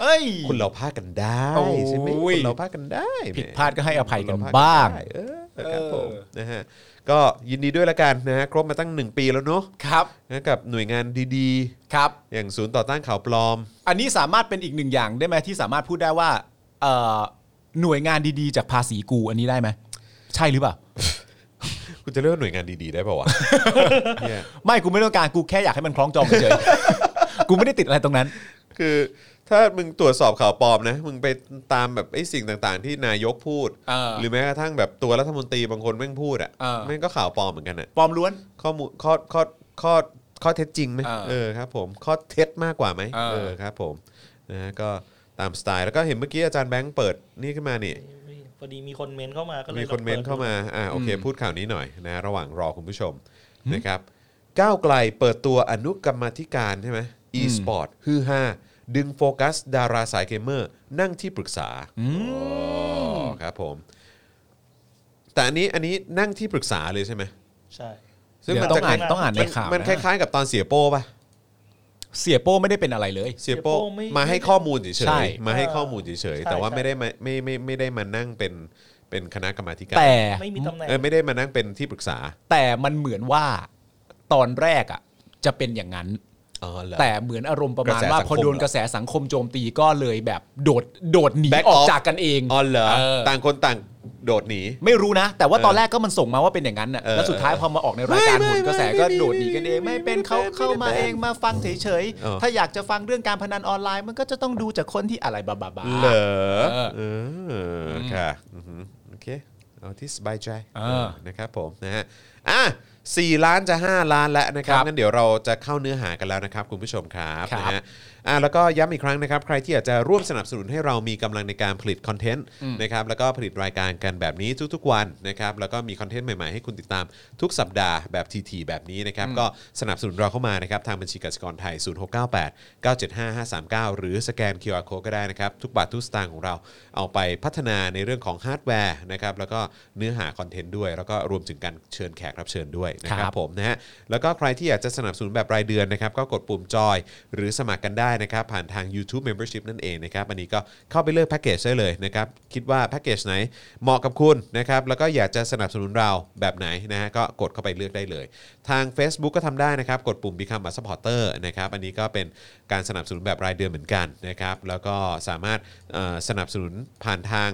เอ้ย
คุณเราพลาดกันได้ใช่ไหม
โอ้ย
คุณเราพลาดกันได้
ผิดพลาดก็ให้อภัยกัน
คุณเรพลด
บ้าง
ได้เออครับ
เออ
ผมนะฮะก็ยินดีด้วยละกันนะฮะครบมาตั้ง 1 ปีแล้วเนาะ
ครับ
นะกับหน่วยงานดี
ครับ
ๆ อย่างศูนย์ต่อต้านข่าวปลอม
อันนี้สามารถเป็นอีกหนึ่งอย่างได้ไหมที่สามารถพูดได้ว่าเอ่อหน่วยงานดีๆ จากภาษีกูอันนี้ได้ไหม ใช่หรือเปล่า
คุณจะเรียกว่าหน่วยงานดีๆ ได้ ป่าวะ เนี่ย
ไม่กูไม่ต้องการกูแค่อยากให้มันคล้องจองเฉย ๆ กูไม่ได้ติดอะไรตรงนั้น
คือถ้ามึงตรวจสอบข่าวปลอมนะ มึงไปตามแบบไอ้สิ่งต่างๆ ที่นายกพูด
เออ
หรือแม้กระทั่งแบบตัวรัฐมนตรีบางคนแม่งพูดอ่ะ
เออ
แม่งก็ข่าวปลอมเหมือนกันอ่ะ
ปลอมล้วน
ข้อมูลข้อข้อข้อข้อเท็จจริงไหม
เออ
เออครับผมข้อเท็จมากกว่าไหม
เออ
เออครับผมนะฮะก็ตามสไตล์แล้วก็เห็นเมื่อกี้อาจารย์แบงค์เปิดนี่ขึ้นมานี่
พอดีมีคนเมนเข้ามาก็เลย
มีคนเมนต์เข้ามาอ่าโอเค
อืม
พูดข่าวนี้หน่อยนะระหว่างรอคุณผู้ชมนะครับ ก้าวไกลเปิดตัวอนุกรรมาธิการใช่ไหม e-sport ฮือฮาดึงโฟกัส ดาราสายเกมเมอร์ นั่งที่ปรึกษาอ๋อครับผม แต่อันนี้อันนี้นั่งที่ปรึกษาเลยใช่ไหม
ใช่
ซึ่ง
เดี๋ย
มัน
วต้
จะ
องอ่านต้องอ่านใน
มัน
ข่าว
มัน
นะ
คล้าย ๆ กับตอนเสียโป้ป่ะ
เสียโป้ไม่ได้เป็นอะไรเลย
เสียโป้
เสียโป้ไม่
มาให้ข้อมูลเฉย
ใช่
ๆ มาให้ข้อมูลเฉยๆ
ใช่
แต่ว่า
ใช่
ไม่ได้มาไม่ไม่ไม่ได้มานั่งเป็นเป็นคณะกรรมาธิการ
แต่
ไม่มีตำแหน่ง
เออไม่ได้มานั่งเป็นที่ปรึกษา
แต่มันเหมือนว่าตอนแรกอ่ะจะเป็นอย่างนั้น
อ๋อเหรอ
แต่เหมือนอารมณ์ประมาณ
กระแส
ว่า
สังคม
พอโดน
เหรอก
ระแสสังคมโจมตีก็เลยแบบโดดโดดหนี
Back
ออก
off
จากกันเอง
อ๋อเหรอ
เ
ต่างคนต่างโดดหนี
ไม่รู้นะ แต่ว่า
เออ
ตอนแรกก็มันส่งมาว่าเป็นอย่างนั้นน่ะ
เออ
แล้วสุดท้ายพอมาออกในรายการ
ไม่
ห
ไม่
นกระแสก็
ไม่ไม่
โดดหนีกันเองไม่เป็นเขา
ไม่ไม่
เข้ามาเองมาฟังเฉย
เออ
ๆถ้าอยากจะฟังเรื่องการพนันออนไลน์ มันก็จะต้องดูจากคนที่อะไรบ้าๆ
เหรอ
เออ
เออค่ะอือหือโอเคเอาที่สบายใจ
เออ
นะครับผมนะฮะอ่ะสี่ล้านจะ 5 ล้านแล้วนะครั
ค
บ
รับ
งั้นเดี๋ยวเราจะเข้าเนื้อหากันแล้วนะครับ คุณผู้ชมครับ
ครับ
นะฮะ อ่าแล้วก็ย้ำอีกครั้งนะครับ ใครที่อยากจะร่วมสนับสนุนให้เรามีกำลังในการผลิตคอนเทนต์นะครับแล้วก็ผลิตรายการกันแบบนี้ทุกๆวันนะครับแล้วก็มีคอนเทนต์ใหม่ๆให้คุณติดตามทุกสัปดาห์แบบทีๆแบบนี้นะครับก็สนับสนุนเราเข้ามานะครับทางบัญชีกสิกรไทย 0698 975 539 หรือสแกน QR Code ก็ได้นะครับ ทุกบาททุกสตางค์ของเราเอาไปพัฒนาในเรื่องของฮาร์ดแวร์นะครับแล้วก็เนื้อหาคอนเทนต์ด้วย แล้วก็รวมถึงการเชิญแขกรับเชิญด้วยนะค
ค
รั
รั
บบ ผม ผมนะฮะแล้วก็ใครที่อยากจะสนับสนุนแบบรายเดือนนะครับ ก็กดปุ่มจอยหรือสมัครกันได้นะครับ ผ่านทาง YouTube Membership นั่นเองนะครับ อันนี้ก็เข้าไปเลือกแพ็กเกจได้เลยนะครับ คิดว่าแพ็กเกจไหนเหมาะกับคุณนะครับ แล้วก็อยากจะสนับสนุนเราแบบไหนนะฮะก็กดเข้าไปเลือกได้เลย ทาง Facebook ก็ทำได้นะครับ กดปุ่ม Become a supporter นะครับ อันนี้ก็เป็นการสนับสนุนแบบรายเดือนเหมือนกันนะครับ แล้วก็สามารถเอ่อสนับสนุนผ่านทาง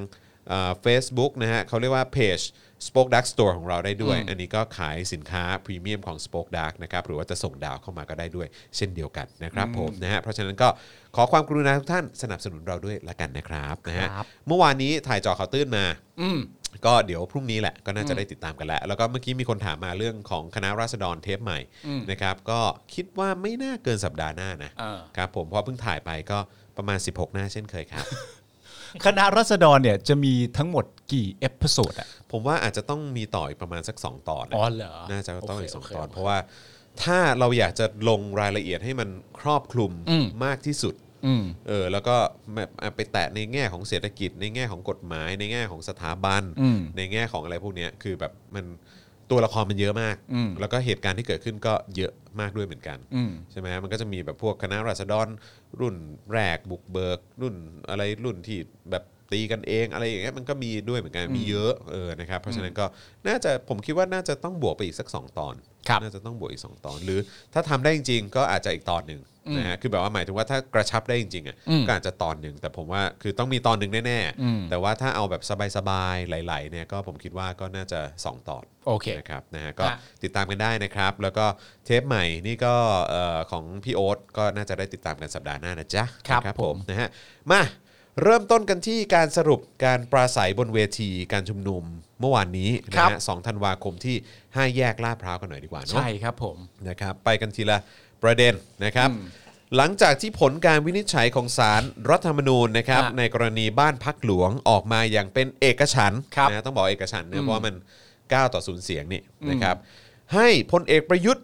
เฟซบุ๊กนะฮะเขาเรียกว่าเพจ Spoke Dark Store ของเราได้ด้วย อันนี้ก็ขายสินค้าพรีเมียมของ Spoke Dark นะครับหรือว่าจะส่งดาวเข้ามาก็ได้ด้วย เช่นเดียวกันนะครับผมนะฮะเพราะฉะนั้นก็ขอความกรุณาทุกท่านสนับสนุนเราด้วยละกันนะครับนะฮะ
ครับ
เมื่อวานนี้ถ่ายจอเขาวตื้นมา
อืม
ก็เดี๋ยวพรุ่งนี้แหละก็น่าจะได้ติดตามกันแล้ว แล้วก็เมื่อกี้มีคนถามมาเรื่องของคณะราษฎรเทปใหม่นะครับก็คิดว่าไม่น่าเกินสัปดาห์หน้านะ
อ่า
ครับผมเพราะเพิ่งถ่ายไปก็ประมาณ 16 หน้าเช่นเคย ครับ
คณะรัษฎรเนี่ยจะมีทั้งหมดกี่เอพิโซดอะ
ผมว่าอาจจะต้องมีต่ออีกประมาณสัก 2 ตอนนะ
อ๋อเหรอ
น่าจะต้องอีกสอง
โอเค
ตอน
โอเค
เพราะว่าถ้าเราอยากจะลงรายละเอียดให้มันครอบคลุม
อืม
มากที่สุด
อืม
เออแล้วก็แบบอ่ะไปแตะในแง่ของเศรษฐกิจ ในแง่ของกฎหมาย ในแง่ของสถาบัน
อืม
ในแง่ของอะไรพวกเนี้ยคือแบบมันตัวละครมันเยอะมาก
อืม
แล้วก็เหตุการณ์ที่เกิดขึ้นก็เยอะมากด้วยเหมือนกัน
อืม
ใช่ไหมฮะมันก็จะมีแบบพวกคณะราษฎรรุ่นแรกบุกเบิก รุ่นอะไรรุ่นที่แบบตีกันเองอะไรอย่างเงี้ยมันก็มีด้วยเหมือนกันมีเยอะเออนะครับเพราะฉะนั้นก็น่าจะผมคิดว่าน่าจะต้องบวกไปอีกสัก 2 ตอน
ครับ
น่าจะต้องบวกอีก 2 ตอน หรือถ้าทำได้จริง ๆ ก็อาจจะอีกตอนหนึ่งนะฮะคือแบบว่าหมายถึงว่าถ้ากระชับได้จริงๆอ่ะ
อืม
ก็อาจจะตอนหนึ่งแต่ผมว่าคือต้องมีตอนหนึ่งแน่
อืม
ๆ แต่ว่าถ้าเอาแบบสบายๆไหลๆเนี่ยก็ผมคิดว่าก็น่าจะ 2 ตอน
โอเค
นะครับนะฮะก็
ฮะ
ติดตามกันได้นะครับ แล้วก็เทปใหม่นี่ก็เอ่อของพี่โอ๊ตก็น่าจะได้ติดตามกันสัปดาห์หน้านะจ๊ะ
ครับ
นะ
ผม
นะฮะมาเริ่มต้นกันที่การสรุปการปราศัยบนเวทีการชุมนุมเมื่อวานนี้นะฮะสองธันวาคมที่ 5 แยกลาดพร้าวกันหน่อยดีกว่าเนาะ
ใช่ครับผม
นะครับไปกันทีละประเด็นนะครับ หลังจากที่ผลการวินิจฉัยของศาลรรัฐธรรมนูญนะครับ
ฮะ
ในกรณีบ้านพักหลวงออกมาอย่างเป็นเอกฉันท์
ครับ
นะต้องบอกเอกฉันท์เนะเพราะว่ามัน 9 ต่อ 0 เสียงนี่นะครับให้พลเอกประยุทธ์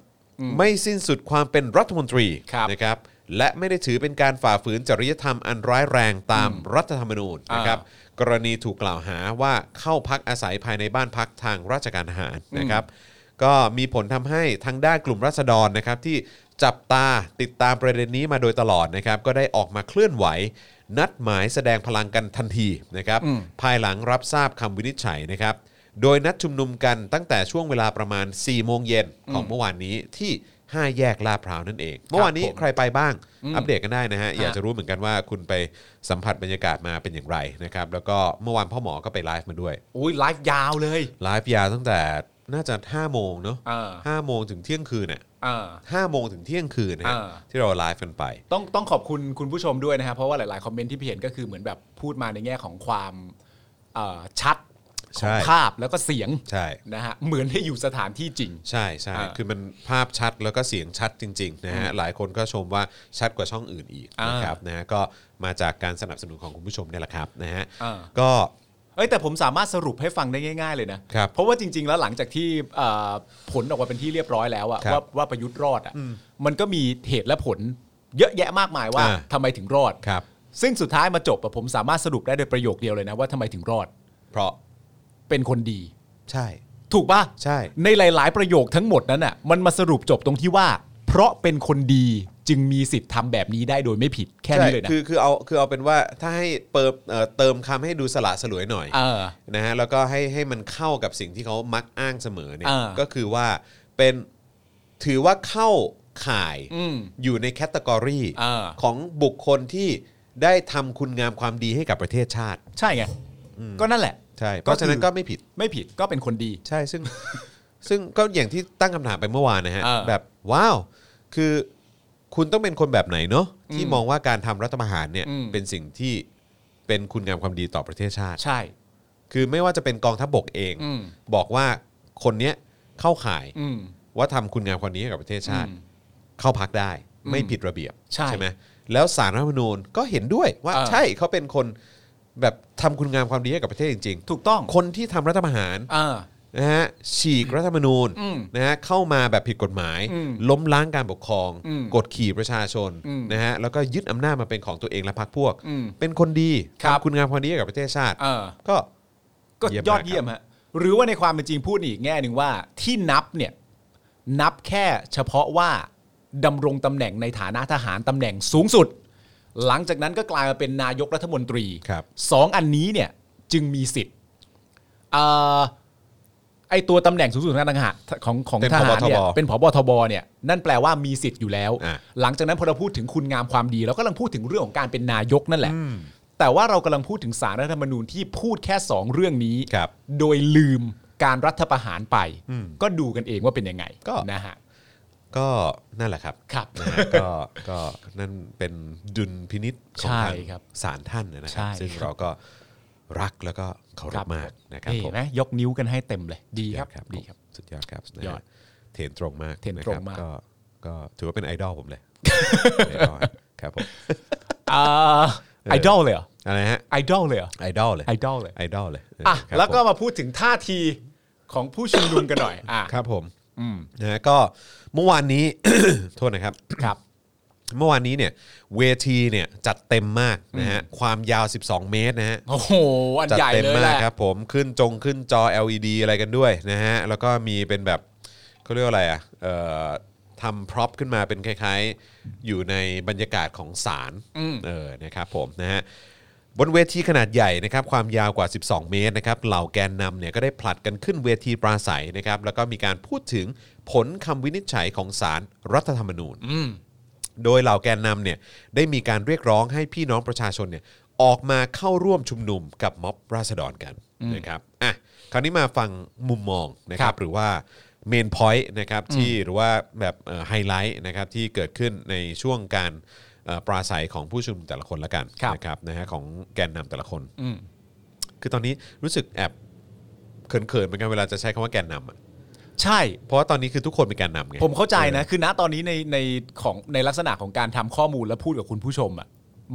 ไม่สิ้นสุดความเป็นรัฐมนตรี
ครับ
นะ นะครับและไม่ได้ถือเป็นการฝ่าฝืนจริยธรรมอันร้ายแรงตามรัฐธรรมนูญ
อ่าน
นะครับกรณีถูกกล่าวหาว่าเข้าพักอาศัยภายในบ้านพักทางราชการทหารนะครับ ก็มีผลทำให้ทางด้านกลุ่มราษฎรนะครับที่จับตาติดตามประเด็นนี้มาโดยตลอดนะครับก็ได้ออกมาเคลื่อนไหว นัดหมายแสดงพลังกันทันทีนะครับภายหลังรับทราบคำวินิจฉัยนะครับ โดยนัดชุมนุมกันตั้งแต่ช่วงเวลาประมาณ 4 โมงเย็นของเมื่อวานนี้ที่ 5 แยกลาดพร้าวนั่นเอง เมื่อวานนี้
ผม
ใครไปบ้าง อัปเดตกันได้นะฮะ อยากจะรู้เหมือนกันว่าคุณไปสัมผัสบรรยากาศมาเป็นอย่างไรนะครับ แล้วก็เมื่อวานพ่อหมอก็ไปไลฟ์มาด้วย
อุ้ยไลฟ์ยาวเลย
ไลฟ์ยาวตั้งแต่น่าจะ 5 โมงเนาะ
อ่า
ห้าโมงถึงเที่ยงคืนน่ะ
อ่า
ห้าโมงถึงเที่ยงคืนนะฮะ
อ่า
ที่เราไลฟ์กันไป
ต้องต้องขอบคุณคุณผู้ชมด้วยนะครับเพราะว่าหลาย ๆ คอมเมนต์ที่พี่เห็นก็คือเหมือนแบบพูดมาในแง่ของความเอ่อชัดข
ใช่
องภาพแล้วก็เสียง
ใช่
นะฮะเหมือนได้อยู่สถานที่จริง
ใช่ใช่
อ่า
คือมันภาพชัดแล้วก็เสียงชัดจริงๆนะฮะหลายคนก็ชมว่าชัดกว่าช่องอื่นอีก
อ่า
นะครับนะฮะก็มาจากการสนับสนุนของคุณผู้ชมเนี่ยแหละครับนะฮะ
อ่า
ก็
เอ้ยแต่ผมสามารถสรุปให้ฟังได้ง่าย ๆ เลยนะครับเพราะว่าจริง ๆ แล้วหลังจากที่เอ่อผลออกมาเป็นที่เรียบร้อยแล้วอะ
ครับ
ว่าว่าประยุทธ์รอดอะมันก็มีเหตุและผลเยอะแยะมากมายว่า
อ่า
ทำไมถึงรอด
ครับ
ซึ่งสุดท้ายมาจบอะผมสามารถสรุปได้โดยประโยคเดียวเลยนะว่าทำไมถึงรอด
เพราะ
เป็นคนดี
ใช่
ถูกปะ
ใช่
ในหลาย ๆ ประโยคทั้งหมดนั้นอ่ะมันมาสรุปจบตรงที่ว่า เพราะเป็นคนดีจึงมีสิทธิ์ทำแบบนี้ได้โดยไม่ผิดแค่นี้เลยนะ
ใช่คือคือเอาคือเอาเป็นว่าถ้าให้เปิมเอ่อเติมคำให้ดูสละสลวยหน่อย
เออ
นะฮะแล้วก็ให้ให้มันเข้ากับสิ่งที่เขามักอ้างเสมอเนี่ย
เออ
ก็คือว่าเป็นถือว่าเข้าข่าย
อืม
อยู่ในแคตตากรี
เออ
ของบุคคลที่ได้ทำคุณงามความดีให้กับประเทศชาติ
ใช่ไงก็นั่นแหละ
ใช่เพราะฉะนั้นก็ไม่ผิด
ไม่ผิดก็เป็นคนดี
ใช่ซึ่ง ซึ่งก็อย่างที่ตั้งคำถามไปเมื่อวานนะฮะ
เออ
แบบว้าว คือคุณต้องเป็นคนแบบไหนเนาะที่มองว่าการทำรัฐประหารเนี่ย
อืม
เป็นสิ่งที่เป็นคุณงามความดีต่อประเทศชาติ
ใช่
คือไม่ว่าจะเป็นกองทัพบกเอง
อืม
บอกว่าคนเนี้ยเข้าข่าย
อืม
ว่าทำคุณงามความดีให้กับประเทศชาติ
อืม
เข้าพักได้ไม่
อืม
ผิดระเบียบ
ใช่
ไหม แล้วสารรัฐธรรมนูญก็เห็นด้วยว่า
อ่า
ใช่เขาเป็นคนแบบทำคุณงามความดีให้กับประเทศจริง
ถูกต้อง
ๆ คนที่ทำรัฐประหาร
อ่า
นะฮะฉีกรัฐธรรมนูญ
อืม
นะฮะเข้ามาแบบผิดกฎหมาย
อืม
ล้มล้างการปกครอง
อืม
กดขี่ประชาชน
อืม
นะฮะแล้วก็ยึดอำนาจมาเป็นของตัวเองและพรรคพวก
อืม
เป็นคนดี
ครับ
ทำคุณงามความดีให้กับประเทศชาติ
เออ
ก็
ก็
เยี่ยมมาก
ยอดเยี่ยมฮะหรือว่าในความเป็นจริงพูดอีกแง่หนึ่งว่าที่นับเนี่ยนับแค่เฉพาะว่าดำรงตำแหน่งในฐานะทหารตำแหน่งสูงสุด หลังจากนั้นก็กลายมาเป็นนายกรัฐมนตรี
ครับ
สองอันนี้เนี่ยจึงมีสิทธิ์เอ่อไอตัวตำแหน่งสูงสุดของทหารของของ
เป็น
ทหารเนี่ย
ผบทบ
เป็นผบทบเนี่ยนั่นแปลว่ามีสิทธิ์อยู่แล้ว
อ่ะ
หลังจากนั้นพอเราพูดถึงคุณงามความดีเรากำลังพูดถึงเรื่องของการเป็นนายกนั่นแหละ แต่ว่าเรากำลังพูดถึงสารรัฐธรรมนูญที่พูดแค่ 2 เรื่องนี้
ครับ
โดยลืมการรัฐประหารไป ก็ดูกันเองว่าเป็นยังไง
ก็
นะฮะ
ก็นั่นแหละครับ
ครับ
นะฮะก็ก็นั่นเป็นดุลพินิษของทาง
ใช่ครับ
ศาลท่านนะค
ใช่
รับ ซึ่ง
ครับ
เราก็รักแล้วก็เคารพมากนะครับ
นี่
ผ
เห็
ม
นไหมยกนิ้วกันให้เต็มเลยดีครับ
ยอ
ดีครับ
ผมสุดยอดครับนะ
ยอ
ฮะ
ด
เทรนตรงมาก
เทรนตรงมาก
ะคบก็ก็ถือว่าเป็นไอดอล ผมเลยไอดอลครับผม
อ่าไอดอลเลยเหรอ
อะไรฮะ
ไอดอลเลยเหรอ
ไอดอลเลย
ไอดอลเลย
ไอดอลเลยเ
อ่ะ
ครับ
แล้วก็
ผม
มาพูดถึงท่าทีของผู้ชุมนุมกันหน่อยอ่ะ
ครับผมนะฮะก็เมื่อวานนี้ โทษนะครับ
ครับ
เมื่อวานนี้เนี่ยเวทีเนี่ยจัดเต็มมากนะฮะความยาว 12 เมตรนะฮะ
โอ้โห อัน
จัด
ใหญ่
เต็ม
เลย
มา
แห
ก
ละ
ครับผมขึ้นจงขึ้นจอ LED อะไรกันด้วยนะฮะแล้วก็มีเป็นแบบเขาเรียกว่าอะไรอ่ะเอ่อทำพร็อพขึ้นมาเป็นคล้ายๆ อยู่ในบรรยากาศของศาลเออนะครับผมนะฮะ บนเวทีขนาดใหญ่นะครับความยาวกว่า 12 เมตรนะครับเหล่าแกนนำเนี่ยก็ได้ผลัดกันขึ้นเวทีปราศัยนะครับแล้วก็มีการพูดถึงผลคำวินิจฉัยของสารรัฐธรรมนูญ โดยเหล่าแกนนำเนี่ยได้มีการเรียกร้องให้พี่น้องประชาชนเนี่ยออกมาเข้าร่วมชุมนุมกับม็อบราษฎรกันนะครับอ่ะคราวนี้มาฟังมุมมองนะค
ค
รั
รั
บบ หรือว่าเมนพอยต์นะครับที่หรือว่าแบบไฮไลท์นะครับที่เกิดขึ้นในช่วงการเอ่อปราศัยของผู้ชุมนุมแต่ละคนละกัน
ครับ
นะครับนะฮะของแกนนำแต่ละคน คือตอนนี้รู้สึกแอบเขินๆเหมือนกันเวลาจะใช้คำว่าแกนนำอะ
ใช่
เพราะว่าตอนนี้คือทุกคนเป็นแกนนำไง
ผมเข้าใจนะ คือณตอนนี้ในในของในลักษณะของการทำข้อมูลและพูดกับคุณผู้ชมอ่ะ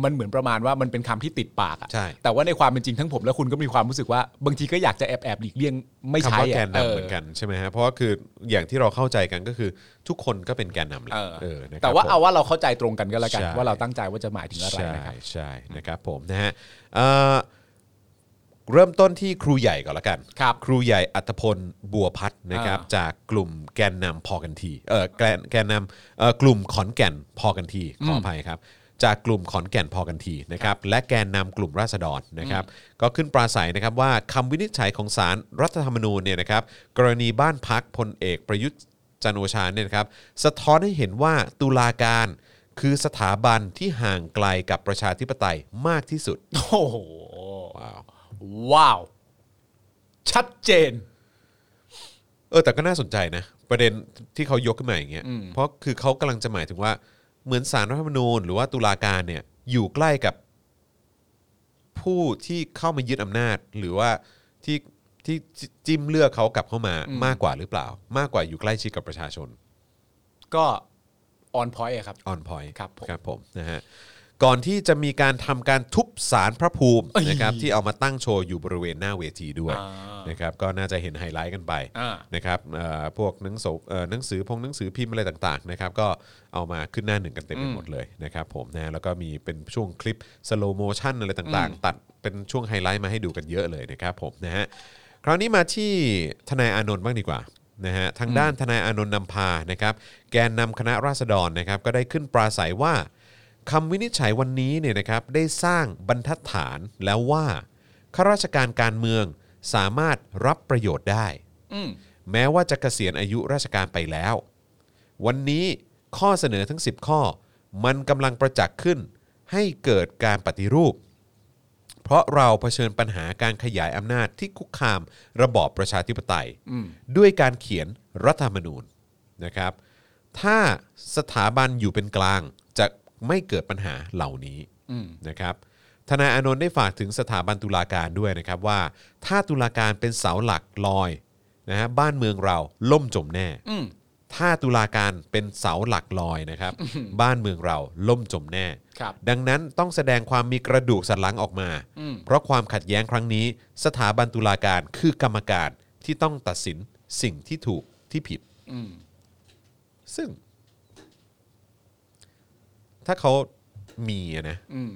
มันเหมือนประมาณว่ามันเป็นคำที่ติดปากอ่ะ
ใช่
แต่ว่าในความเป็นจริงทั้งผมและคุณก็มีความรู้สึกว่า บางทีก็อยากจะแอบแอบหลีกเลี่ยงไม่ใช้
คำว่า
อะ
แก
เอนอ
นำเหมือนกันใช่ไหมฮะเพราะว่าคืออย่างที่เราเข้าใจกันก็คือทุกคนก็เป็นแกนนำแหละ
เออ
เออนะครับ
แต่ว่า
ผม
เอาว่าเราเข้าใจตรงกันก็แล้วกัน
ใช่
ว่าเราตั้งใจว่าจะหมายถึงอะไรนะครับ
ใช่ใช่นะครับผมนะฮะเอ่อเริ่มต้นที่ครูใหญ่ก่อนละกัน
ครับ
ครูใหญ่อัตพลบัวพัฒน์นะครับ
อ่า
จากกลุ่มแกนนำพอกันทีเออแกนแกนนำเอ่อกลุ่มขอนแก่นพอกันทีขออภัยครับ จากกลุ่มขอนแก่นพอกันทีนะครับและแกนนำกลุ่มราษฎรนะครับ ก็ขึ้นปราศัยนะครับว่าคำวินิจฉัยของศาลรัฐธรรมนูญเนี่ยนะครับ กรณีบ้านพักพลเอกประยุทธ์จันทร์โอชาเนี่ยนะครับ สะท้อนให้เห็นว่าตุลาการ คือสถาบันที่ห่างไกลกับประชาธิปไตยมากที่สุด
โอ้โหว้าว ชัดเจน
เออแต่ก็น่าสนใจนะ ประเด็นที่เขายกขึ้นมาอย่างเงี้ยเพราะคือเขากำลังจะหมายถึงว่า เหมือนสารรัฐธรรมนูญหรือว่าตุลาการเนี่ยอยู่ใกล้กับผู้ที่เข้ามายึดอำนาจ หรือว่าที่ที่ที่จิ้มเลือกเขากลับเข้ามามากกว่าหรือเปล่า มากกว่าอยู่ใกล้ชิดกับประชาชน
ก็ออนพอยต์ครับ
ออนพอย
ครับผม
ครับผมนะฮะก่อนที่จะมีการทำการทุบสารพระภูมิ
เอ้ย
นะครับที่เอามาตั้งโชว์อยู่บริเวณหน้าเวทีด้วย
อ่าน
นะครับก็น่าจะเห็นไฮไลท์กันไป
อ่า
นะครับเอ่อพวกหนังสือเอ่อหนังสือพงหนังสือพิมพ์อะไรต่างๆนะครับก็เอามาขึ้นหน้าหนึ่งกันเต็มไปหมดเลยนะครับผมนะแล้วก็มีเป็นช่วงคลิปสโลโมชันอะไรต่างๆ ตัดเป็นช่วงไฮไลท์มาให้ดูกันเยอะเลยนะครับผมนะฮะคราวนี้มาที่ทนายอานนท์บ้างดีกว่า นะฮะทางด้านทนายอานนท์นำพานะครับแกนนำคณะราษฎรนะครับก็ได้ขึ้นปราศัยว่าคำวินิจฉัยวันนี้เนี่ยนะครับได้สร้างบรรทัดฐานแล้วว่าข้าราชการการเมืองสามารถรับประโยชน์ได้
อืม
แม้ว่าจะเกษียณอายุราชการไปแล้ว วันนี้ข้อเสนอทั้ง 10 ข้อ มันกำลังประจักษ์ขึ้นให้เกิดการปฏิรูป เพราะเราเผชิญปัญหาการขยายอำนาจที่คุกคามระบอบประชาธิปไตย ด้วยการเขียนรัฐธรรมนูญนะครับ ถ้าสถาบันอยู่เป็นกลางจะไม่เกิดปัญหาเหล่านี้นะครับทนายอานนท์ได้ฝากถึงสถาบันตุลาการด้วยนะครับว่า ถ้าตุลาการเป็นเสาหลักลอยนะฮะบ้านเมืองเราล่มจมแน่ ถ้าตุลาการเป็นเสาหลักลอยนะครับ บ้านเมืองเราล่มจมแน่
ครับ
ดังนั้นต้องแสดงความมีกระดูกสันหลังออกมา
อืม
เพราะความขัดแย้งครั้งนี้ สถาบันตุลาการคือกรรมการที่ต้องตัดสินสิ่งที่ถูกที่ผิด
อืม
ซึ่ง ถ้าเขามีอะนะ
อืม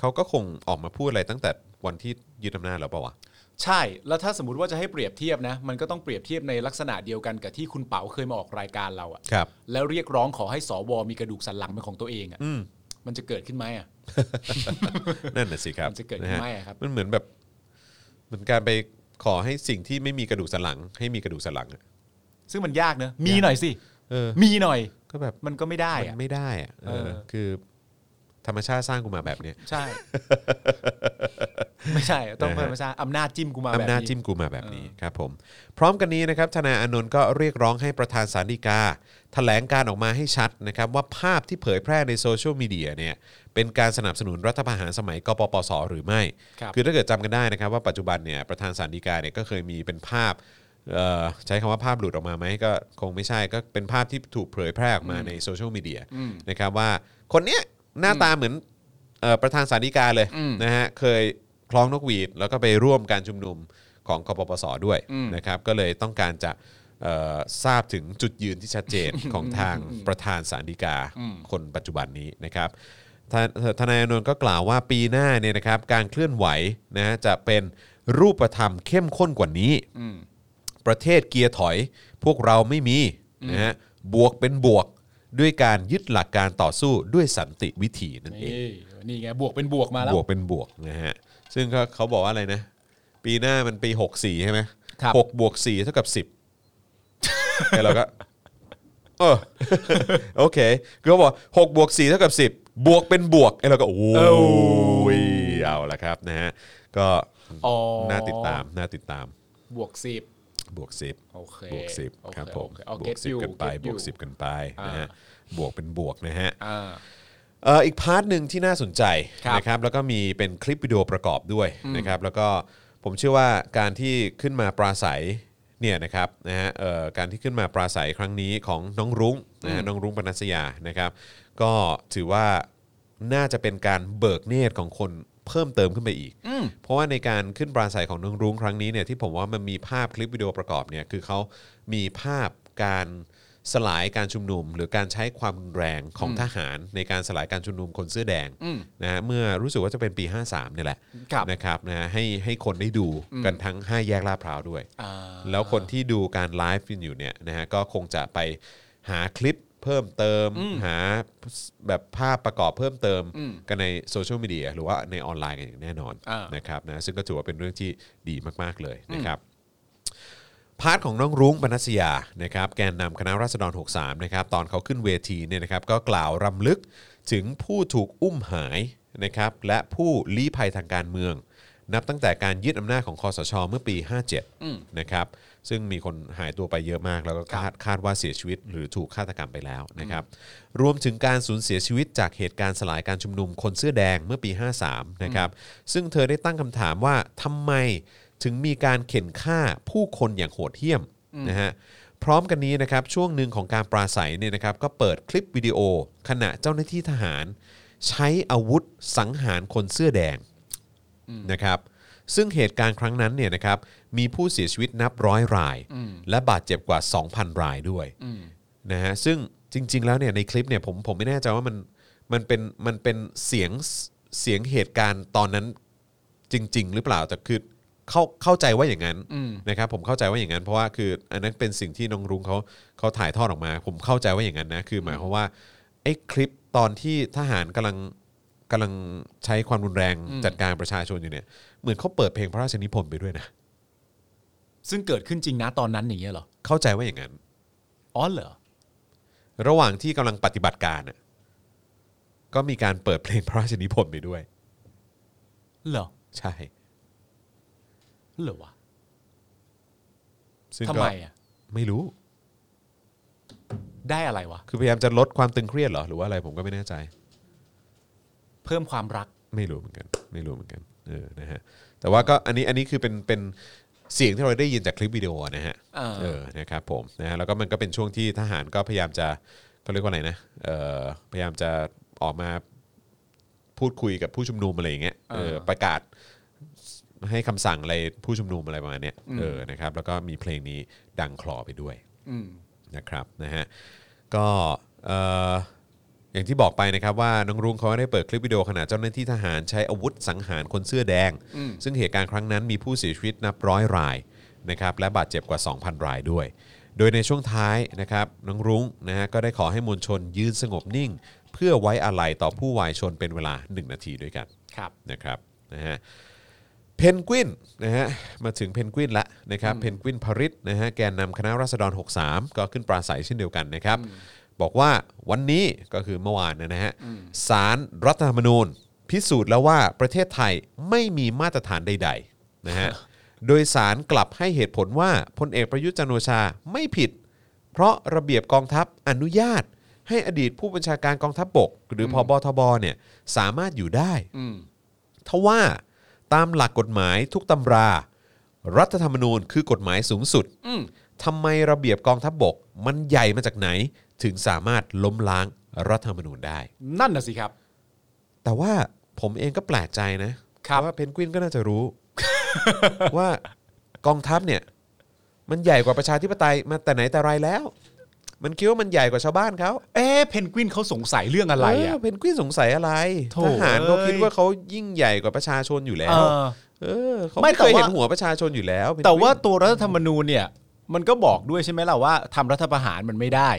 เขาก็คงออกมาพูดอะไรตั้งแต่วันที่ยึดอำนาจแล้วเปล่าวะ
ใช่ แล้วถ้าสมมติว่าจะให้เปรียบเทียบนะ มันก็ต้องเปรียบเทียบในลักษณะเดียวกันกับที่คุณเป๋าเคยมาออกรายการเราอะ
ครับ
แล้วเรียกร้องขอให้สวมีกระดูกสันหลังเป็นของตัวเองอะ
อืม
มันจะเกิดขึ้นไหมอะ
นั่นน่ะสิครับ
มันจะเกิดขึ้น
นฮ
ไหมอะครับ
มันเหมือนแบบเหมือนการไปขอให้สิ่งที่ไม่มีกระดูกสันหลัง ให้มีกระดูกสันหลังอะ
ซึ่งมันยากเนอะมีหน่อยสิ
เออ
มีหน่อย
ก็แบบ
มันก็ไม่ได้
มั
อะ
นไม่ได้อะเออ
เออ
คือ ธรรมชาติสร้างกูมาแบบเนี้ย
ใช่ ไม่ใช่ต้อง
นะฮะ
เป็นประชาอำนาจจิ้มกูมาแบบ
อำนาจ
นี้
จิ้มกูมาแบบนี้ครับผม พร้อมกันนี้นะครับธนาอานนท์ก็เรียกร้องให้ประธานสาริกา แถลงการออกมาให้ชัดนะครับ ว่าภาพที่เผยแพร่ในโซเชียลมีเดียเนี่ยเป็นการสนับสนุนรัฐประหารสมัยกปปสหรือไม่
ครับ
คือถ้าเกิดจำกันได้นะครับ ว่าปัจจุบันเนี่ยประธานสาริกาเนี่ยก็เคยมีเป็นภาพเอ่อใช้คำว่าภาพหลุดออกมาไหมก็คงไม่ใช่ก็เป็นภาพที่ถูกเผยแพร่ออกมาในโซเชียลมีเดียนะครับว่าคนเนี้ยหน้าตาเหมือนเอ่อประธานสาริกาเลยนะฮะเคยคล้องนกหวีดแล้วก็ไปร่วมการชุมนุมของกปปสด้วยนะครับก็เลยต้องการจะเอ่อทราบถึงจุดยืนที่ชัดเจนของทางประธานสาริกาคนปัจจุบันนี้นะครับ ทนทนายอานนท์ก็กล่าวว่าปีหน้าเนี่ยนะครับการเคลื่อนไหวนะจะเป็นรูปธรรมเข้มข้นกว่านี้ ประเทศเกียร์ถอย พวกเราไม่มีนะฮะบวกเป็นบวกด้วยการยึดหลักการต่อสู้ด้วยสันติวิธีนั่นเอง
นี่นี่ไงบวกเป็นบวกมาแล้ว
บวกเป็นบวกนะฮะซึ่งก็เขาบอกว่าอะไรนะ ปีหน้ามันปี 64 ใช่ไหม
ครับ
หกบวก4เท่ากับ 10แล้วเราก็เออ โอเคคือเขาบอก6บวก4เท่ากับ 10 บวกเป็นบวกไอ้เราก็โอ้ยเอาละครับนะฮะก็
อ๋อ
น่าติดตามน่าติดตาม
บวกสิบ
บวกสิบ
โอเค
บวกสิบ
โอเค
ครับผม
โอเคเอา
บวก
get
สิบ
you
กันไป
get
บว
you
กสิบกันไปนะฮะ
อ่า
บวกเป็นบวกนะฮะ
อ่า
เอ่ออีกพาร์ทหนึ่งที่น่าสนใจ
ครับ
นะครับแล้วก็มีเป็นคลิปวิดีโอประกอบด้วยนะครับแล้วก็ผมเชื่อว่าการที่ขึ้นมาปราศัยเนี่ยนะครับนะฮะเอ่อการที่ขึ้นมาปราศัยครั้งนี้ของน้องรุ้งนะฮะน้องรุ้งปนัสยานะครับ ก็ถือว่าน่าจะเป็นการเบิกเนตรของคนเพิ่มเติมขึ้นไปอีก เพราะว่าในการขึ้นปราศัยของน้องรุ้งครั้งนี้เนี่ยที่ผมว่ามันมีภาพคลิปวิดีโอประกอบเนี่ยคือเขามีภาพการ สลายการชุมนุมหรือการใช้ความรุนแรงของทหารในการสลายการชุมนุมคนเสื้อแดง
อืม
นะฮะเมื่อรู้สึกว่าจะเป็นปี 53เนี่ยแหละ
ครับ
นะครับนะฮะให้ให้คนได้ดูกันทั้ง 5 แยกลาดพร้าวด้วย
อ่า
แล้วคนที่ดูการไลฟ์กันอยู่เนี่ยนะฮะก็คงจะไปหาคลิปเพิ่มเติม หาแบบภาพประกอบเพิ่มเติมกันในโซเชียลมีเดียหรือว่าในออนไลน์กันอย่างแน่นอน
อ่าน
นะครับนะซึ่งก็ถือว่าเป็นเรื่องที่ดีมากๆเลยนะครับ พาร์ทของน้องรุ้งปนัสยานะครับแกนนำคณะราษฎร 63นะครับตอนเขาขึ้นเวทีเนี่ยนะครับก็กล่าวรำลึกถึงผู้ถูกอุ้มหายนะครับและผู้ลี้ภัยทางการเมือง นับตั้งแต่การยึดอำนาจของคอสชเมื่อปี 57นะครับซึ่งมีคนหายตัวไปเยอะมาก แล้วก็คาดคาดว่าเสียชีวิต หรือถูกฆาตกรรมไปแล้วนะครับรวมถึงการสูญเสียชีวิตจากเหตุการณ์สลายการชุมนุมคนเสื้อแดงเมื่อปี 53นะครับซึ่งเธอได้ตั้งคำถามว่าทำไม ถึงมีการเข็นฆ่าผู้คนอย่างโหดเหี้ยมนะฮะพร้อมกันนี้นะครับช่วงหนึ่งของการปราศัยเนี่ยนะครับก็เปิดคลิปวิดีโอ ขณะเจ้าหน้าที่ทหาร ใช้อาวุธสังหารคนเสื้อแดงนะครับซึ่งเหตุการณ์ครั้งนั้นเนี่ยนะครับมีผู้เสียชีวิตนับร้อยราย และบาดเจ็บกว่า 2,000 รายด้วยนะฮะซึ่งจริง ๆ แล้วเนี่ยในคลิปเนี่ยผมผมไม่แน่ใจว่ามันมันเป็นมันเป็นเสียงเสียงเหตุการณ์ตอนนั้น จริง ๆ หรือเปล่าแต่คือเข้าเข้าใจว่าอย่างนั้นนะครับผมเข้าใจว่าอย่างนั้น เพราะว่าคืออันนั้นเป็นสิ่งที่น้องรุ้งเขาเขาถ่ายทอดออกมา ผมเข้าใจว่าอย่างนั้นนะคือหมายความว่าไอ้คลิปตอนที่ทหารกำลังกำลังใช้ความรุนแรงจัดการประชาชนอยู่เนี่ยเหมือนเขาเปิดเพลงพระราชนิพนธ์ไปด้วยนะ
ซึ่งเกิดขึ้นจริงนะตอนนั้นอย่างเงี้ยเหรอ
เข้าใจว่าอย่างนั้น
อ๋อเหรอ
ระหว่างที่กำลังปฏิบัติการน่ะก็มีการเปิดเพลงพระราชนิพนธ์ไปด้วย
เหรอ
ใช่
เหรอวะ
ซึ่ง
ทำ
ก็
ไมอ่ะ
ไม่รู้
ได้อะไรวะ
คือพยายามจะลดความตึงเครียดเหรอหรือว่าอะไรผมก็ไม่แน่ใจ
เพิ่มความรัก
ไม่รู้เหมือนกันไม่รู้เหมือนกันเออนะฮะแต่ว่าก็อันนี้อันนี้คือเป็นเป็น เสียงที่เราได้ยินจากคลิปวิดีโอนะฮะ
อ่า
เออนะครับผมนะฮะแล้วก็มันก็เป็นช่วงที่ทหารก็พยายามจะเขาเรียกว่าอะไรนะเออพยายามจะออกมาพูดคุยกับผู้ชุมนุมอะไรอย่างเงี้ยเออประกาศ ให้คำสั่งอะไรผู้ชุมนุมอะไรประมาณเนี้ยเออนะครับแล้วก็มีเพลงนี้ดังคลอไปด้วยนะครับนะฮะก็เอ่ออย่างที่บอกไปนะครับว่าน้องรุ้งเขาได้เปิดคลิปวิดีโอขณะเจ้าหน้าที่ทหารใช้อาวุธสังหารคนเสื้อแดง ซึ่งเหตุการณ์ครั้งนั้นมีผู้เสียชีวิตนับร้อยรายนะครับและบาดเจ็บกว่า 2,000 รายด้วย โดยในช่วงท้ายนะครับน้องรุ้งนะฮะก็ได้ขอให้มวลชนยืนสงบนิ่ง เพื่อไว้อาลัยต่อผู้วายชนเป็นเวลา 1 นาทีด้วยกัน
ครับ
นะครับนะฮะ เพนกวินนะฮะมาถึงเพนกวินละนะครับเพนกวินพริตนะฮะแกนนำคณะราษฎร 63 ก็ขึ้นปราศัยเช่นเดียวกันนะครับ บอกว่าวันนี้ก็คือเมื่อวานนะฮะสารรัฐธรรมนูญ พิสูจน์แล้วว่าประเทศไทยไม่มีมาตรฐานใดๆ นะฮะ โดยสารกลับให้เหตุผลว่าพลเอกประยุทธ์จันทร์โอชาไม่ผิด เพราะระเบียบกองทัพอนุญาต ให้อดีตผู้บัญชาการกองทัพบก หรือพอบทบเนี่ยสามารถอยู่ได้
อืม
ทว่าตามหลักกฎหมายทุกตำรา รัฐธรรมนูญคือกฎหมายสูงสุด
อืม
ทำไมระเบียบกองทัพบบก มันใหญ่มาจากไหน ถึงสามารถล้มล้างรัฐธรรมนูญได้
นั่นน่ะสิครับ
แต่ว่าผมเองก็แปลกใจนะครับ ว่าเพนกวินก็น่าจะ รู้ ว่ากองทัพเนี่ย มันใหญ่กว่าประชาธิปไตยมาแต่ไหนแต่ไรแล้ว มันคิดว่ามันใหญ่กว่าชาวบ้านเขา
เอ๊ะเพนกวินเขาสงสัยเรื่องอะไรอ่ะ
เเพนกวินสงสัยอะไร
โถ่
ทหารเขาคิด
เอ้ย
ว่าเขายิ่งใหญ่กว่าประชาชนอยู่แล้
เอ
ว
อ
เออเขา
ไม่
ไม่
แต่
เคยเห็น
ว่า
หัวประชาชนอยู่แล้วเป็น
แต่ว่า
ผู้หญิ
ตัวรัฐธรรมนูญเนี่ย มันก็บอกด้วยใช่ไหมล่ะว่าทำรัฐประหารมันไม่ได้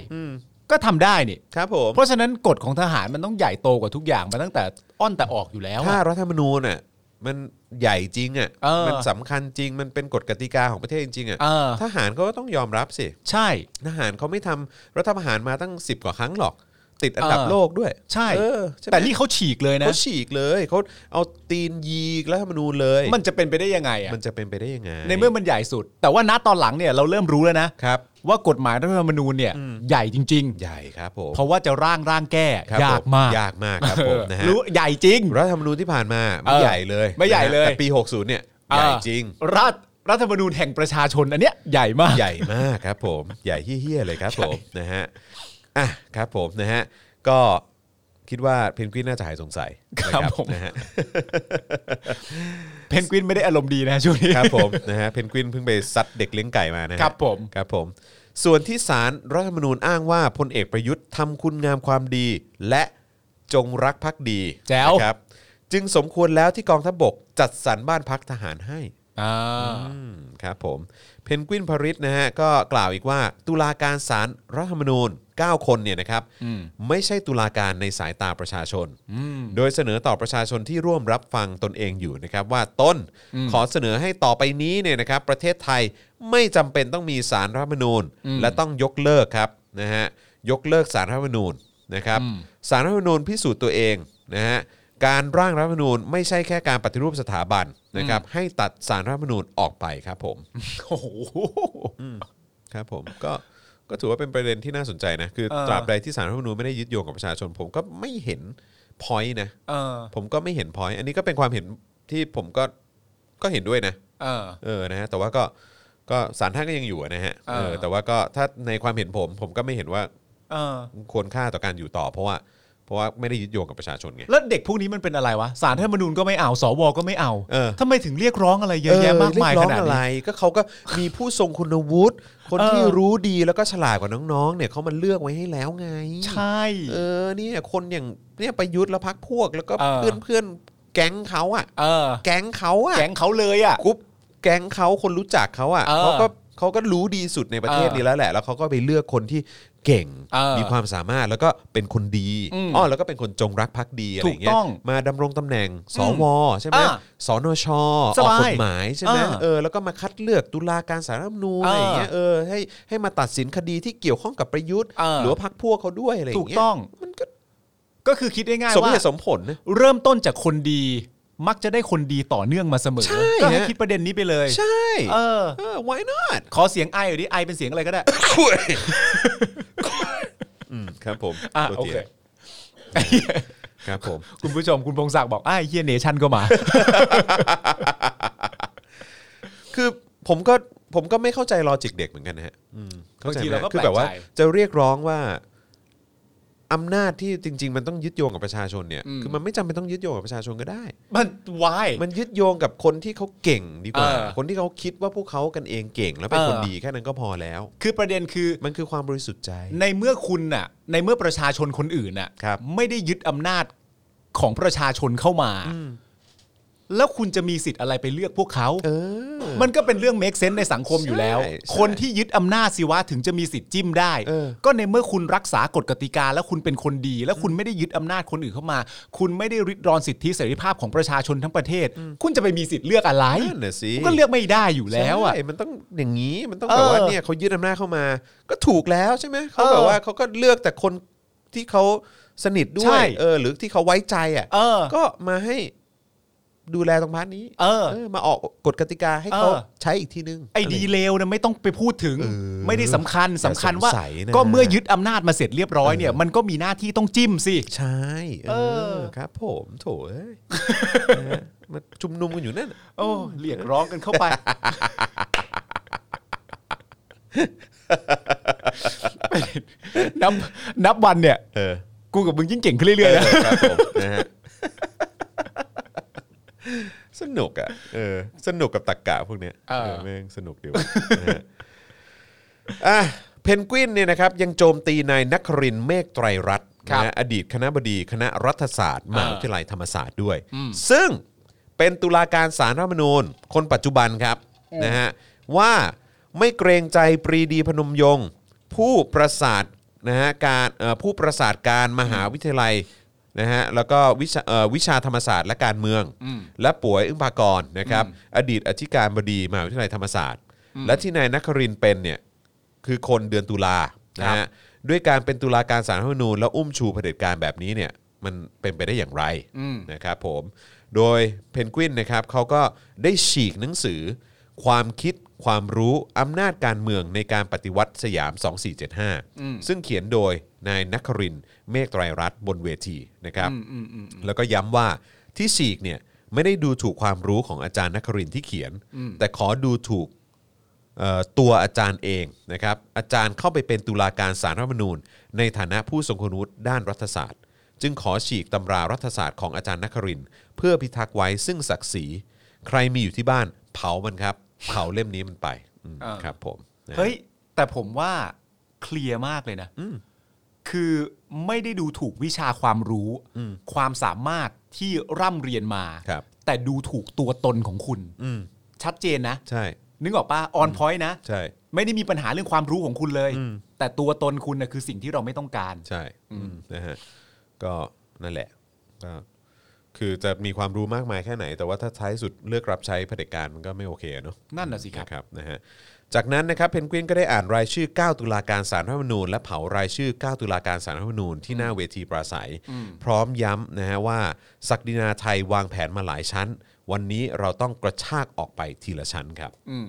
ก็ทำได้นี่
งครับผม
เพราะฉะนั้นกฎของทหารมันต้องใหญ่โตกว่าทุกอย่างมาตั้งแต่อ้อนแต่ออกอยู่แล้ว
ถ้า
อะ
รัฐธรรมนูญอ่ะมันใหญ่จริงอ่ะ
เออ
มันสำคัญจริงมันเป็นกฎกติกาของประเทศจริงๆอ่ะ
เออ
ทหารเขาก็ต้องยอมรับสิ
ใช่
ทหารเขาไม่ทำรัฐประหารมาตั้ง 10 กว่าครั้งหรอก ติดอันดับ
เออ
โลกด้วย
ใช่
เออใช่ไหม
แต่นี่เขาฉีกเลยนะ
เขาฉีกเลยเขาเอาตีนยีรัฐธรรมนูญเลย
มันจะเป็นไปได้ยังไงอ่ะ
มันจะเป็นไปได้ยังไง
ในเมื่อมันใหญ่สุด แต่ว่าณตอนหลังเนี่ยเราเริ่มรู้แล้วนะครับ ว่ากฎหมายรัฐธรรมนูญเนี่ย ใหญ่จริง
ใหญ่ครับผม
ๆ เพราะว่าจะร่างร่างแก้
ครับ
ยา
ผ
กมาก
ยากมากครับผมนะฮะ
รู้ใหญ่จริง
รัฐธรรมนูญที่ผ่านมา
เอ
ไม่
อ
ใหญ่เลย
ไม่ใหญ่เลย
นะฮะแต่ปี 60 เนี่ยใหญ่จริง
เออรัฐรัฐธรรมนูญแห่งประชาชนอันเนี้ยใหญ่มาก
ใหญ่มากครับผม ใหญ่เฮี้ยๆเลยครับ ผมนะฮะอ่ะครับผมนะฮะก็คิดว่าเพนกวินน่าจะหายสงสัยนะครับ
ผม
นะฮะ
เพนกวินไม่ได้อารมณ์ดีนะช่วงนี้
ครับผม นะฮะเพนกวินเพิ่งไปซัดเด็กเลี้ยงไก่มานะฮะ
ครับผม
ครับผม ส่วนที่สารรัฐธรรมนูญอ้างว่าพลเอกประยุทธ์ทำคุณงามความดี และจงรักภักดี
แจ๋ว
นะครับจึงสมควรแล้วที่กองทัพบกจัดสรรบ้านพักทหารให้
อ่า
อืมครับผมเพนกวินพริตนะฮะก็กล่าวอีกว่า ตุลาการศาลรัฐธรรมนูญ 9 คนเนี่ยนะครับไม่ใช่ตุลาการในสายตาประชาชน โดยเสนอต่อประชาชนที่ร่วมรับฟังตนเองอยู่นะครับว่าตนขอเสนอให้ต่อไปนี้เนี่ยนะครับประเทศไทยไม่จำเป็นต้องมีสารรัฐธรรมนูญ และต้องยกเลิกครับนะฮะยกเลิกสารรัฐธรรมนูญนะครับสารรัฐธรรมนูญพิสูจน์ตัวเองนะฮะ การร่างรัฐธรรมนูญไม่ใช่แค่การปฏิรูปสถาบันนะครับ ให้ตัดสารรัฐธรรมนูญออกไปครับผม
โอ้โห
ครับผมก็ก็ถือว่าเป็นประเด็นที่น่าสนใจนะ คือ
เออ
ตราบใดที่สารรัฐธรรมนูญไม่ได้ยึดโยงกับประชาชน ผมก็ไม่เห็นพอยต์นะ
เออ
ผมก็ไม่เห็นพอยต์อันนี้ก็เป็นความเห็นที่ผมก็ก็เห็นด้วยนะ
เออ
เออนะฮะแต่ว่าก็ก็สารท่านก็ยังอยู่อะนะฮะ
เออ
เออแต่ว่าก็ถ้าในความเห็นผม ผมก็ไม่เห็นว่า
เออ
ควรค่าต่อการอยู่ต่อ เพราะว่าเพราะว่าไม่ได้ยึดโยงกับประชาชนไง
แล้วเด็กพวกนี้มันเป็นอะไรวะสารรัฐธรรมนูญก็ไม่เอาสวก็ไม่เอา
เออ
ทำไมถึงเรียกร้องอะไรเยอะแยะมากมาย
เออ
ข
เรียร้อง
นาด
อะไร
นี้
ก็เขาก็มีผู้ทรงคุณวุฒิคน
เออ
ที่รู้ดีแล้วก็ฉลาดกว่าน้องๆ เนี่ยเขามันเลือกไว้ให้แล้วไง
ใช่
เออเนี่ยคนอย่างเนี่ยประยุทธ์แล้วพักพวกแล้วก็
เออ
เพื่อนเพื่อนๆแก๊งเขาอ่ะ
เออ
แก๊งเขาอ่ะ
แก๊งเขาเลยอ่ะ
กรุ๊ปแก๊งเขาคนรู้จักเขาอ่ะ
เออ
เขาก็เขาก็รู้ดีสุดในประเทศ
เออ
นี้แล้วแหละ แล้วเขาก็ไปเลือกคนที่เก่ง
เออ
มีความสามารถแล้วก็เป็นคนดี
อืม
อ๋อแล้วก็เป็นคนจงรักภักดีอะไรอย่างเงี้
ถูกต้
ย
อง
มาดำรงตำแหน่งส
อืม
วใช่ไหม
อ่ะ
สนช
ส
ออ
บาย
กกฎหมายใช่ไหม
เออ
เออแล้วก็มาคัดเลือกตุลาการสารรัฐธรรมนูญ
เอออ
อะไรอย่างเงี้ยเออให้ให้มาตัดสินคดีที่เกี่ยวข้องกับประยุทธ์
เออ
หรือว่าพรรคพวกเขาด้วยอะไรอ
ถู
ย่าก งเงี้ย
ต้อง
มันก็
ก็คือคิดง่าย
ส
ๆ
ม
ว่า
เหตุสมผลนะ
เริ่มต้นจากคนดี มักจะได้คนดีต่อเนื่องมาเสมอ
ใช่
ก็ให้
ฮะ
คิดประเด็นนี้ไปเลย
ใช่
เออ
เออ why not
ขอเสียงไอหน่อยู่ดิไอเป็นเสียงอะไรก็ได้
ครับผม
อ่ะ
โทษ
โอ
ที
เค
ครับผม
คุณผู้ชมคุณพงศักดิ์บอกไอเฮียเนชั่นก็มา
คือ ผมก็ผมก็ไม่เข้าใจลอจิกเด็กเหมือนกันนะฮะอืมเข้าใจ
บางที
ไหม
เราก็
คือแบบว่า
แปลกใจ
จะเรียกร้องว่าอำนาจที่จริง ๆ มันต้องยึดโยงกับประชาชนเนี่ย
อืม
คือมันไม่จำเป็นต้องยึดโยงกับประชาชนก็ได้
มันวาย
มันยึดโยงกับคนที่เขาเก่งดีกว่า
เออ
คนที่เขาคิดว่าพวกเขากันเองเก่ง แล้วเป็น
เออ
คนดีแค่นั้นก็พอแล้ว
คือประเด็นคือ
มันคือความบริสุทธิ์ใจ
ในเมื่อคุณน่ะ ในเมื่อประชาชนคนอื่นน่ะ
ครับ
ไม่ได้ยึดอำนาจของประชาชนเข้ามา แล้วคุณจะมีสิทธิ์อะไรไปเลือกพวกเขา
เออ
มันก็เป็นเรื่องเมคเซนส์ในสังคมอยู่แล้ว
ใช่ใช่
คนที่ยึดอำนาจสิวะถึงจะมีสิทธิ์จิ้มได้
เออ
ก็ในเมื่อคุณรักษากฎกติกา แล้วคุณเป็นคนดี แล้วคุณไม่ได้ยึดอำนาจคนอื่นเข้ามา คุณไม่ได้ริดรอนสิทธิเสรีภาพของประชาชนทั้งประเทศ คุณจะไปมีสิทธิ์เลือกอะไร
นั่นน่ะสิ
คุณก็เลือกไม่ได้อยู่แล้วอ่ะ
ใช่มันต้องอย่างนี้มันต้อง
เออ
แบบว่าเนี่ยเขายึดอำนาจเข้ามา ก็ถูกแล้วใช่ไหมเขา
เออ
แบบว่าเขาก็เลือกแต่คนที่เขาสนิทด้
ใช่
วยเออหรือที่เขาไว้ใจอ่ะ
เออ
ก็มาให้ดูแลตรงพาร์ทนี้
เออ
เออมาออกกฎกติกาให้เขา
เออ
ใช้อีกทีนึง
ไอ้ดีเลวนะไม่ต้องไปพูดถึง
เออ
ไม่ได้สำคัญสำคัญว่า
แต่สงสัยนะ
ก็เมื่อยึดอำนาจมาเสร็จเรียบร้อยเนี่ย มันก็มีหน้าที่ต้องจิ้มสิ
ใช่เอ
เอ
อ
อ
ครับ ผมโถเอ้ยนะฮะมาชุมนุมกันอยู่นั่นน่ะ
โอ้เรียกร้องกันเข้า ไป นับนับวันเนี่ย
เออ
กูกับมึงยิ่งเก่งขึ้นเรื่อยๆนะครับ
ผม นะฮะสนุกอ่ะเออสนุกกับตักกะพวกเนี้ยเออแม่งสนุกดี ว่ะนะฮะอ่ะเพนกวินเนี่ยนะครับยังโจมตีนายนักรินทร์เมฆไตรรัตน์นะฮะอดีตคณะบดีคณะรัฐศาสตร์มหาวิทยาลัยธรรมศาสตร์ด้วย ซึ่งเป็นตุลาการสารรัฐธรรมนูญคนปัจจุบันครับนะฮะว่าไม่เกรงใจปรีดีพนมยงค์ผู้ประสาทนะฮะการเอ่อผู้ประสาทการมหาวิทยาลัยนะฮะแล้วก็วิชาเอ่อวิชาธรรมศาสตร์และการเมือง และป่วยอึ้งภากรนะครับอดีตอธิการบดีมหาวิทยาลัยธรรมศาสตร์ และที่นายนครินทร์เป็นเนี่ย คือคนเดือนตุลานะฮะด้วยการเป็นตุลาการสารรัฐธรรมนูญแล้วอุ้มชูเผด็จการแบบนี้เนี่ยมันเป็นไปได้อย่างไรนะครับผมโดยเพนกวินนะครับเขาก็ได้ฉีกหนังสือ ความคิดความรู้อำนาจการเมืองในการปฏิวัติสยาม 2475 ซึ่งเขียนโดยนายนักรินทร์เมฆไตรรัตน์บนเวทีนะครับแล้วก็ย้ำว่าที่ฉีกเนี่ยไม่ได้ดูถูกความรู้ของอาจารย์นักรินทร์ที่เขียน แต่ขอดูถูก เอ่อตัวอาจารย์เองนะครับอาจารย์เข้าไปเป็นตุลาการสารรัฐธรรมนูญ ในฐานะผู้ทรงคุณวุฒิด้านรัฐศาสตร์ จึงขอฉีกตำรารัฐศาสตร์ของอาจารย์นครินทร์เพื่อพิทักษ์ไว้ซึ่งศักดิ์ศรีใครมีอยู่ที่บ้านเผามันครับ เผาเล่มนี้มันไปอืมครับผมนะ
เฮ้ย แต่ผมว่าเคลียร์มากเลยนะคือไม่ได้ดูถูกวิชาความรู้ ความสามารถที่ร่ำเรียนมา
ครับ
แต่ดูถูกตัวตนของคุณ
อืม
ชัดเจนนะ
ใช่
นึกออกป่ะออนพอยต์นะ
ใช่
ไม่ได้มีปัญหาเรื่องความรู้ของคุณเลย แต่ตัวตนคุณนะคือสิ่งที่เราไม่ต้องการ
ใช่อืมนะฮะก็นั่นแหละก็คือจะมีความรู้มากมายแค่ไหน แต่ว่าถ้าท้ายสุดเลือกรับใช้เผด็จการมันก็ไม่โอเคเนอะ
นั่นน่ะสิครับ
นะครับนะฮะจากนั้นนะครับเพนกวินก็ได้อ่านรายชื่อ 9 ตุลาการสารรัฐธรรมนูญและเผารายชื่อ 9 ตุลาการสารรัฐธรรมนูญที่หน้าเวทีปราศัย พร้อมย้ำนะฮะว่าศักดินาไทยวางแผนมาหลายชั้น วันนี้เราต้องกระชากออกไปทีละชั้นครับอืม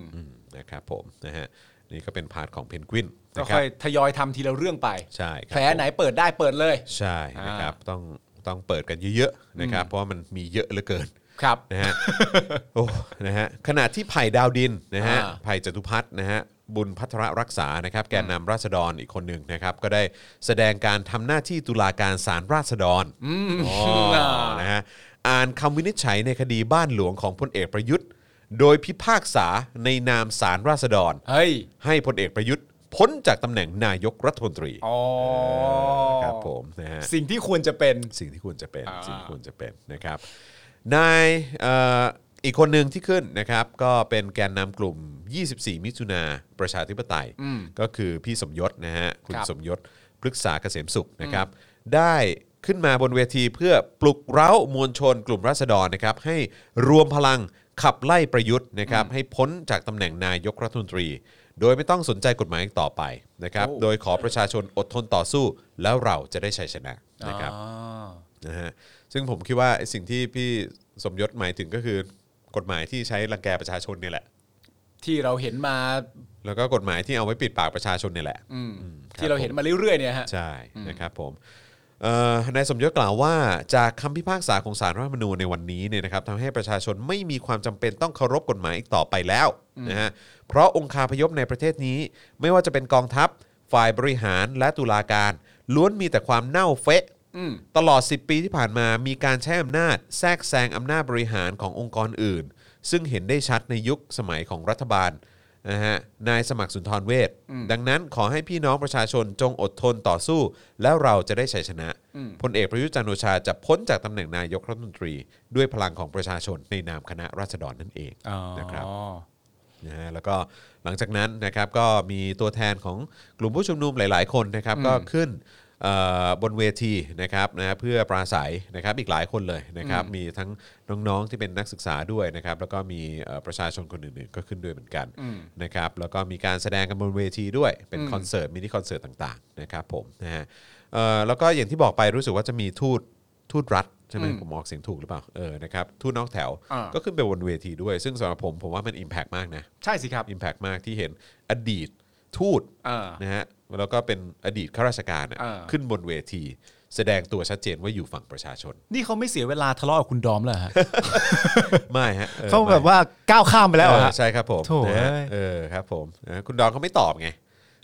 นะครับผมนะฮะนี่ก็เป็นพาร์ทของเพนกวิน
ก็
นะครั
ค่
บ
อยทยอยทำทีละเรื่องไป
ใช่ครับ
แผลไหนเปิดได้เปิดเลย
ใช่นะครับต้องต้องเปิดกันเยอะๆนะครับเพราะว่ามันมีเยอะเหลือเกิน
ครับ
นะฮะ โอ้ นะฮะ ขณะที่ไผ่ดาวดินนะฮะ
อ่า
ไผ่จตุพัฒน์นะฮะ บุญพัทรรักษา นะครับ แกนนำราษฎรอีกคนหนึ่งนะครับ ก็ได้แสดงการทำหน้าที่ตุลาการศาลราษฎรอ๋อ
อ่า
นะฮะ อ่านคำวินิจฉัยในคดีบ้านหลวงของพลเอกประยุทธ์ โดยพิพากษาในนามศาลราษฎร
เฮ้ย
ให้พลเอกประยุทธ์พ้นจากตำแหน่งนายกรัฐมนตรี
อ๋อ
ครับผมนะฮะ
สิ่งที่ควรจะเป็น
สิ่งที่ควรจะเป็น
อ่า
สิ่งที่ควรจะเป็นนะครับนายเอ่ออีกคนหนึ่งที่ขึ้นนะครับ ก็เป็นแกนนำกลุ่ม 24 มิถุนาประชาธิปไตย ก็คือพี่สมยศนะฮะคุณ
ครับ
สมยศพฤกษาเกษมสุขนะครับ ได้ขึ้นมาบนเวทีเพื่อปลุกเร้ามวลชนกลุ่มราษฎรนะครับ ให้รวมพลังขับไล่ประยุทธ์นะครับ ให้พ้นจากตำแหน่งนายกรัฐมนตรี โดยไม่ต้องสนใจกฎหมายอีกต่อไปนะครับ โดยขอประชาชนอดทนต่อสู้ แล้วเราจะได้ชัยชนะนะครับ
อ๋อ
นะฮะซึ่งผมคิดว่าไอ้สิ่งที่พี่สมยศหมายถึงก็คือกฎหมายที่ใช้รังแกประชาชนเนี่ยแหละ
ที่เราเห็นมา
แล้วก็กฎหมายที่เอาไว้ปิดปากประชาชนเนี่ยแหละ
อืมที่เราเห็นมาเรื่อยๆเนี่ยฮะ
ใช่นะครับผม เอ่อนายสมยศกล่าวว่า จากคำพิพากษาของสารรัฐธรรมนูญในวันนี้เนี่ยนะครับทำให้ประชาชนไม่มีความจำเป็นต้องเคารพกฎหมายอีกต่อไปแล้วนะฮะเพราะองค์คาพยพในประเทศนี้ ไม่ว่าจะเป็นกองทัพ ฝ่ายบริหารและตุลาการ ล้วนมีแต่ความเน่าเฟะ
อืม
ตลอด 10 ปีที่ผ่านมามีการใช้อำนาจแทรกแซงอำนาจบริหารขององค์กรอื่น ซึ่งเห็นได้ชัดในยุคสมัยของรัฐบาลนะฮะนายสมัครสุนทรเวชดังนั้นขอให้พี่น้องประชาชนจงอดทนต่อสู้ แล้วเราจะได้ชัยชนะพลเอกประยุทธ์จันทร์โอชาจะพ้นจากตำแหน่งนายกรัฐมนตรี ด้วยพลังของประชาชนในนามคณะราษฎรนั่นเองนะครับ นะฮะแล้วก็หลังจากนั้นนะครับก็มีตัวแทนของกลุ่มผู้ชุมนุมหลาย ๆ คนนะครับก็ขึ้นเอ่อบนเวทีนะครับนะฮะเพื่อปราศัยนะครับอีกหลายคนเลยนะครับมีทั้งน้อง ๆ ที่เป็นนักศึกษาด้วยนะครับแล้วก็มีเอ่อประชาชนคนอื่น ๆ ก็ขึ้นด้วยเหมือนกันนะครับแล้วก็มีการแสดงกันบนเวทีด้วยเป็นคอนเสิร์ตมินิคอนเสิร์ตต่าง ๆ นะครับผมนะฮะเอ่อแล้วก็อย่างที่บอกไปรู้สึกว่าจะมีทูตทูตรัฐใช่ไหมผมออกเสียงถูกหรือเปล่าเออนะครับทูตนอกแถว
อ่า
ก็ขึ้นไปบนเวทีด้วย ซึ่งสำหรับผมผมว่ามันอิมแพกมากนะ
ใช่สิครับ
อิมแพกมากที่เห็นอดีตทูต
เออ
นะฮะแล้วก็เป็นอดีตข้าราชการอะ
เออ
ขึ้นบนเวที แสดงตัวชัดเจนว่าอยู่ฝั่งประชาช น
นี่เขาไม่เสียเวลาทะเลาะกับคุณดอมเลยฮะ
ไม่ฮะออ
เขาแบบ
ไม่
ว่าก้าวข้ามไปแล้ว
เอ
เหรอ
อ
ฮะ
ใช่ครับผม
โถ่
นะฮะ
เอ้ย
เออครับผมนะฮะคุณดอนเขาไม่ตอบไง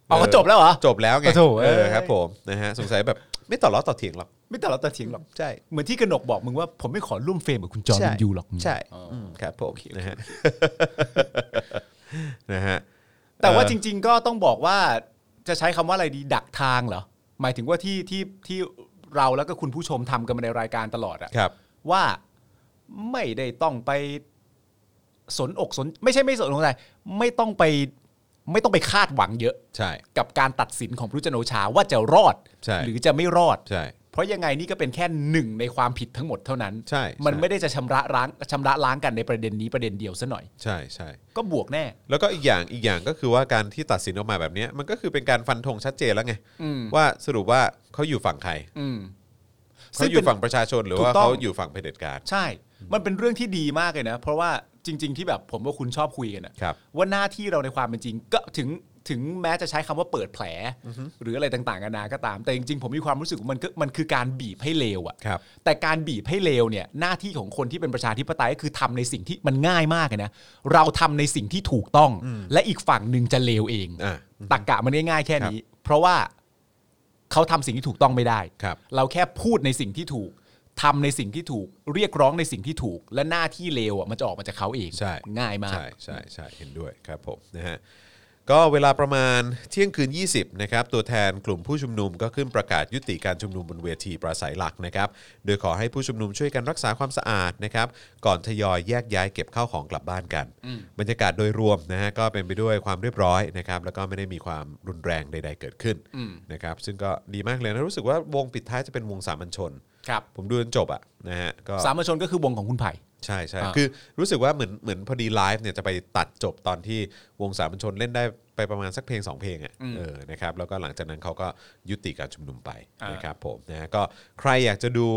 เอาก็จบแล้วเหรอ
จบแล้วไง
โอ้โถ่
เอ
เอ้
อย ครับผมนะฮะสงสัยแบบไม่ต่อล้อต่อเถียงหรอก
ไม่แต่เราตัดเถียงหรอก
ใช่
เหมือนที่กนกบอกมึงว่าผมไม่ขอร่วมเฟรมกับคุณจอห์นวินยูหรอกมึง
ใช่มครับผมนะฮ ะนะฮะ
แต่ว่า
เออ
จริง ๆ ก็ต้องบอกว่าจะใช้คำว่าอะไรดีดักทางเหรอ หมายถึงว่าที่ที่ที่เราแล้วก็คุณผู้ชมทำกันมาในรายการตลอดอะ
ครับ
ว่าไม่ได้ต้องไปสนอกสนไม่ใช่ไม่สนอกสนใจไม่ต้องไปไม่ต้องไปคาดหวังเยอะ
ใช่
กับการตัดสินของพรุทธจันทร์โอชาว่าจะรอด
ใช่
หรือจะไม่รอด
ใช่
เพราะยังไงนี่ก็เป็นแค่หนึ่งในความผิดทั้งหมดเท่านั้น
ใช่ใช่
มันไม่ได้จะชำระล้างชำระล้างกันในประเด็นนี้ประเด็นเดียวซะหน่อย
ใช่ใช่
ก็บวกแน่
แล้วก็อีกอย่างอีกอย่างก็คือว่าการที่ตัดสินออกมาแบบเนี้ยมันก็คือเป็นการฟันธงชัดเจนแล้วไง
อืม
ว่าสรุปว่าเขาอยู่ฝั่งใคร
อืม
เขาอยู่ฝั่งประชาชนหรือ
ถู
ว่าก
ต้อง
เขาอยู่ฝั่งเผด็จการ
ใช่ มันเป็นเรื่องที่ดีมากเลยนะ เพราะว่าจริง ๆ ที่แบบผมว่าคุณชอบคุยกันนะครับ ว่าหน้าที่เราในความเป็นจริง ก็ถึงถึงแม้จะใช้คำว่าเปิดแผล หรืออะไรต่างๆกันานาก็ตาม แต่จริง ๆ ผมมีความรู้สึกว่ามันก็มันคือการบีบให้เลวอะ
ครับ
แต่การบีบให้เลวเนี่ยหน้าที่ของคนที่เป็นประชาธิปไตยก็คือทำในสิ่งที่มันง่ายมากเลยนะเราทำในสิ่งที่ถูกต้อง และอีกฝั่งหนึ่งจะเลวเอง
อ่า
ตักกะมันง่ายๆแค่นี้ เพราะว่าเขาทำสิ่งที่ถูกต้องไม่ได้
ครับ
เราแค่พูดในสิ่งที่ถูกทำในสิ่งที่ถูก เรียกร้องในสิ่งที่ถูก และหน้าที่เลวอ่ะมันจะออกมาจากเขาเอง
ใช่
ง่ายมาก
ใช่ใช่ใช่เห็นด้วยครับผมนะฮะก็เวลาประมาณเที่ยงคืน 20นะครับตัวแทนกลุ่มผู้ชุมนุมก็ขึ้นประกาศยุติการชุมนุมบนเวทีปราศัยหลักนะครับโดยขอให้ผู้ชุมนุมช่วยกันรักษาความสะอาดนะครับก่อนทยอยแยกย้ายเก็บข้าวของกลับบ้านกัน บรรยากาศโดยรวมนะฮะก็เป็นไปด้วยความเรียบร้อยนะครับแล้วก็ไม่ได้มีความรุนแรงใด ๆ เกิดขึ้นนะครับซึ่งก็ดีมากเลยนะรู้สึกว่าวงปิดท้ายจะเป็นวงสามัญชน
ครับ
ผมดูจนจบอ่ะนะฮะก็
สามัญชนก็คือวงของคุณไผ่
ใช่ใช่
อ่า
คือรู้สึกว่าเหมือนเหมือนพอดีไลฟ์เนี่ยจะไปตัดจบตอนที่วงสามัญชนเล่นได้ไปประมาณสักเพลง 2 เพลงอ่ะเออนะครับแล้วก็หลังจากนั้นเขาก็ยุติการชุมนุมไป
อ่าน
นะครับผมนะก็ใครอยากจะดู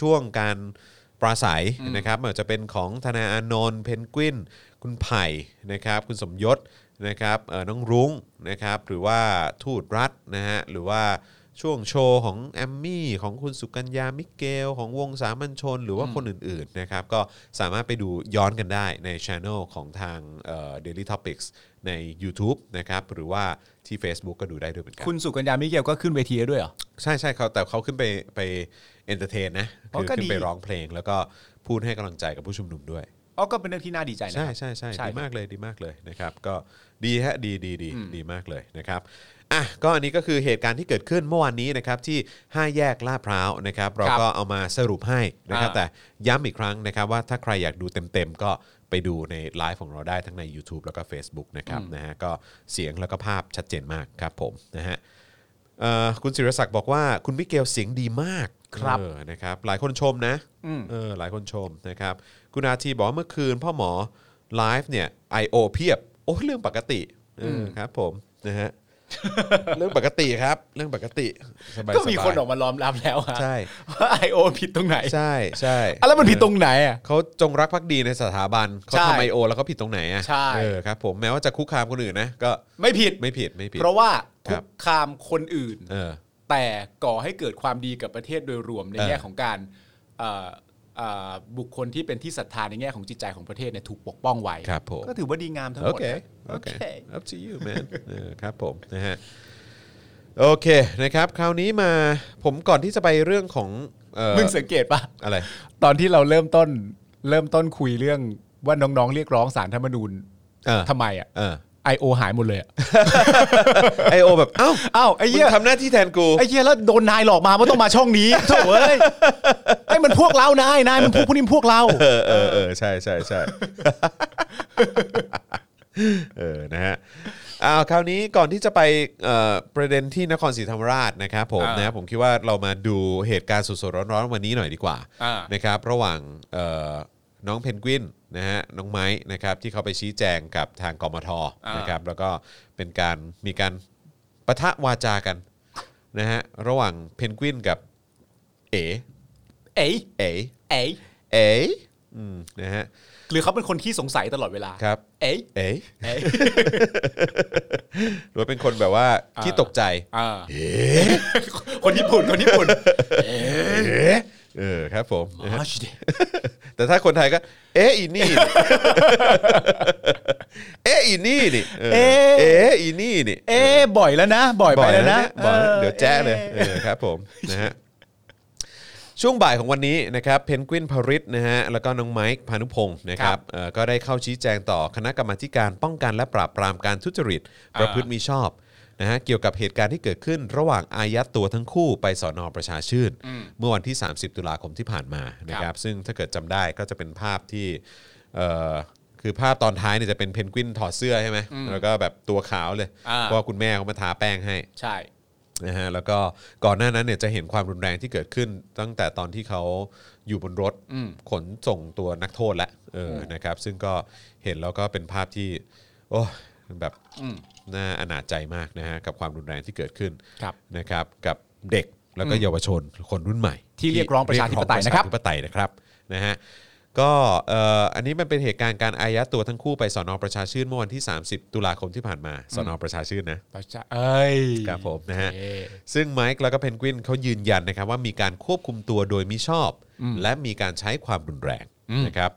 ช่วงการปราศัยนะครับไม่ว่าจะเป็นของธนาอานนท์เพนกวิน คุณไผ่นะครับ คุณสมยศนะครับเอ่อน้องรุ้งนะครับหรือว่าทูตรัฐนะฮะหรือว่าช่วงโชว์ของแอมมี่ของคุณสุกัญญามิเกล ของวงสามัญชน หรือว่าคนอื่นๆนะครับก็สามารถไปดูย้อนกันได้ในช anel ของทางเอ่อ Daily Topics ใน YouTube นะครับหรือว่าที่ Facebook ก็ดูได้ด้วยเหมือนกัน
คุณสุกัญญามิเกลก็ขึ้นเวทีแล้วด้วยเหรอ
ใช่ใช่เขาแต่เขาขึ้นไปไปเอนเตอร์เทนนะ
อ๋อ
คือ
ก็
ขึ้นไป
ดี
ร้องเพลง แล้วก็พูดให้กำลังใจกับผู้ชุมนุมด้วย
อ๋อก็เป็นเรื่องที่น่าดีใจนะ
ใช่ใช่ใช่
ใช่
ดีมากเลยดีมากเลยนะครับก็ดีฮะดีดีดีดีมากเลยนะครับอ่ะก็อันนี้ก็คือเหตุการณ์ที่เกิดขึ้นเมื่อวานนี้นะครับที่ 5 แยกลาดพร้าวนะครับเราก็เอามาสรุปให้นะครับ
อ่า
แต่ย้ำอีกครั้งนะครับว่าถ้าใครอยากดูเต็มๆ ก็ไปดูในไลฟ์ของเราได้ทั้งใน YouTube แล้วก็ Facebook นะครับนะฮะก็เสียงแล้วก็ภาพชัดเจนมากครับผมนะฮะเอ่อคุณศิรศักดิ์บอกว่าคุณมิเกลเสียงดีมาก
ครับ
เออนะครับหลายคนชมนะ เออหลายคนชมนะครับ คุณอาทีบอกว่าเมื่อคืนพ่อหมอไลฟ์เนี่ย I.O. เพียบ โอ้เรื่องปกติเออครับผมนะ ฮะ เรื่องปกติครับ เรื่องปกติสบายๆ
ก็มีคนออกมาล้อมรับแล้วฮะ
ใช่
ว่าไอโอผิดตรงไหน
ใช่ใช่
อ่ะแล้วมันผิดตรงไหนอ่ะ
เขาจงรักภักดีในสถาบันเขา
ใช่
ทำไอโอแล้วเขาผิดตรงไหนอ่ะ
ใช่
เออครับผมแม้ว่าจะคุกคามคนอื่นนะก็
ไม่ผิด
ไม่ผิดไม่ผิด
เพราะว่า
ครั
คุ
บ
กคามคนอื่น
เออ
แต่ก่อให้เกิดความดีกับประเทศโดยรวมในแง่ของการเอ่อเอ่อบุคคลที่เป็นที่ศรัทธาในแง่ของจิตใจของประเทศเนี่ยถูกปกป้องไว้
ครับผม
ก็ถือว่าดีงามทั้งห
โอ
มด
เค
นะ
โอเค up to you man เออครับผมนะฮะ โอเคนะครับ คราวนี้มาผมก่อนที่จะไปเรื่องของเอ่อ
มึงสังเกตปะ
อะไร
ตอนที่เราเริ่มต้นเริ่มต้นคุยเรื่องว่าน้องๆเรียกร้องสารธรรมนูญ
เออ
ทำไมอ่ะ
เออ
ไอโอหายหมดเลยอะ
ไอโอแบบ เอ้า
อ้าวไอ้
มึ
เหี้ย
งทำหน้าที่แทนกู
ไอ้เหี้ยแล้วโดนนายหลอกมาว่าต้องมาช่อง นี้โถ่เอ้ยไอ้มันพวกเรานายนายมันพวกพวกนี้มันพวกเรา
เออเออเออใช่ใช่ใช่ เออนะฮะอ้าวคราวนี้ก่อนที่จะไปเอ่อประเด็นที่นครศรีธรรมราชนะครับผม
อ่าน
นะผมคิดว่าเรามาดูเหตุการณ์สดๆร้อนๆวันนี้หน่อยดีกว่า
อ่าน
นะครับ ระหว่างเอ่อน้องเพนกวินนะฮะน้องไม้นะครับที่เขาไปชี้แจงกับทางกมทนะครับแล้วก็เป็นการมีการปะทะวาจากันนะฮะระหว่างเพนกวินกับเอ๋
เอ๋ย
เอ๋
เอ๋ย
เอ๋อืมนะฮะ
หรือเขาเป็นคนที่สงสัยตลอดเวลา
ครับ
เอ๋ย
เอ๊ะ
เอ๋ย
หรือว่าเป็นคนแบบว่าขี้ตกใจ
อ่าคนญี่ปุ่นคนญี่ปุ่น
เออครับผมนะฮะ
มาชิเดะ
แต่ถ้าคนไทยก็ เอ๊ะอีนี่ เอ๊ะอีนี่นี่เออเอ๊ะอีนี่นี่
เอ๊ะบ่อยแล้วนะ บ่อยไปแล้วนะ
บ่อยแล้วเดี๋ยวแจ้เลย
ออ
เออครับผมนะฮะช่วงบ่ายของวันนี้นะครับเพนกวินพริตนะฮะแล้วก็น้องไมค์พานุพงศ์นะครับเอ่อก็ได้เข้าชี้แจงต่อคณะกรรมาธิการป้องกันและปราบปรามการทุจริต ประพฤติมิชอบนะฮะเกี่ยวกับเหตุการณ์ที่เกิดขึ้น ระหว่างอายัดตัวทั้งคู่ไปสอนอประชาชื่น เมื่อวันที่ 30 ตุลาคมที่ผ่านมานะค
ครั
รับบ ซึ่งถ้าเกิดจำได้ก็จะเป็นภาพที่เอ่อคือภาพตอนท้ายเนี่ยจะเป็นเพนกวินถอดเสื้อใช่ไหมแล้วก็แบบตัวขาวเลย
อ่า
เพราะว่าคุณแม่เขามาทาแป้งให้
ใช่
นะฮะแล้วก็ก่อนหน้านั้นเนี่ยจะเห็นความรุนแรงที่เกิดขึ้น ตั้งแต่ตอนที่เขาอยู่บนรถขนส่งตัวนักโทษและเอออนะครับ ซึ่งก็เห็นแล้วก็เป็นภาพที่ โอ้แบบน่าอนาจใจมากนะฮะกับความรุนแรงที่เกิดขึ้น
ครับ
นะครับ กับเด็กแล้วก็เยาวชนคนรุ่นใหม่
ที่เรียกร้องประชาธิปไตยนะครับ
เกองปชาธิปไตยนะครับนะฮะก็เอ่ออันนี้มันเป็นเหตุการณ์การอายัดตัวทั้งคู่ไปสอนอประชาชื่นเมื่อวันที่ 30 ตุลาคมที่ผ่านมาสอนอประชาชื่นนะ
ประชาเอ้ย
ครับผมนะฮะ
เย้
ซึ่งไมค์แล้วก็เพนกวินเขายืนยันนะครับว่ามีการควบคุมตัวโดยมิชอบ และมีการใช้ความรุนแรงนะครับ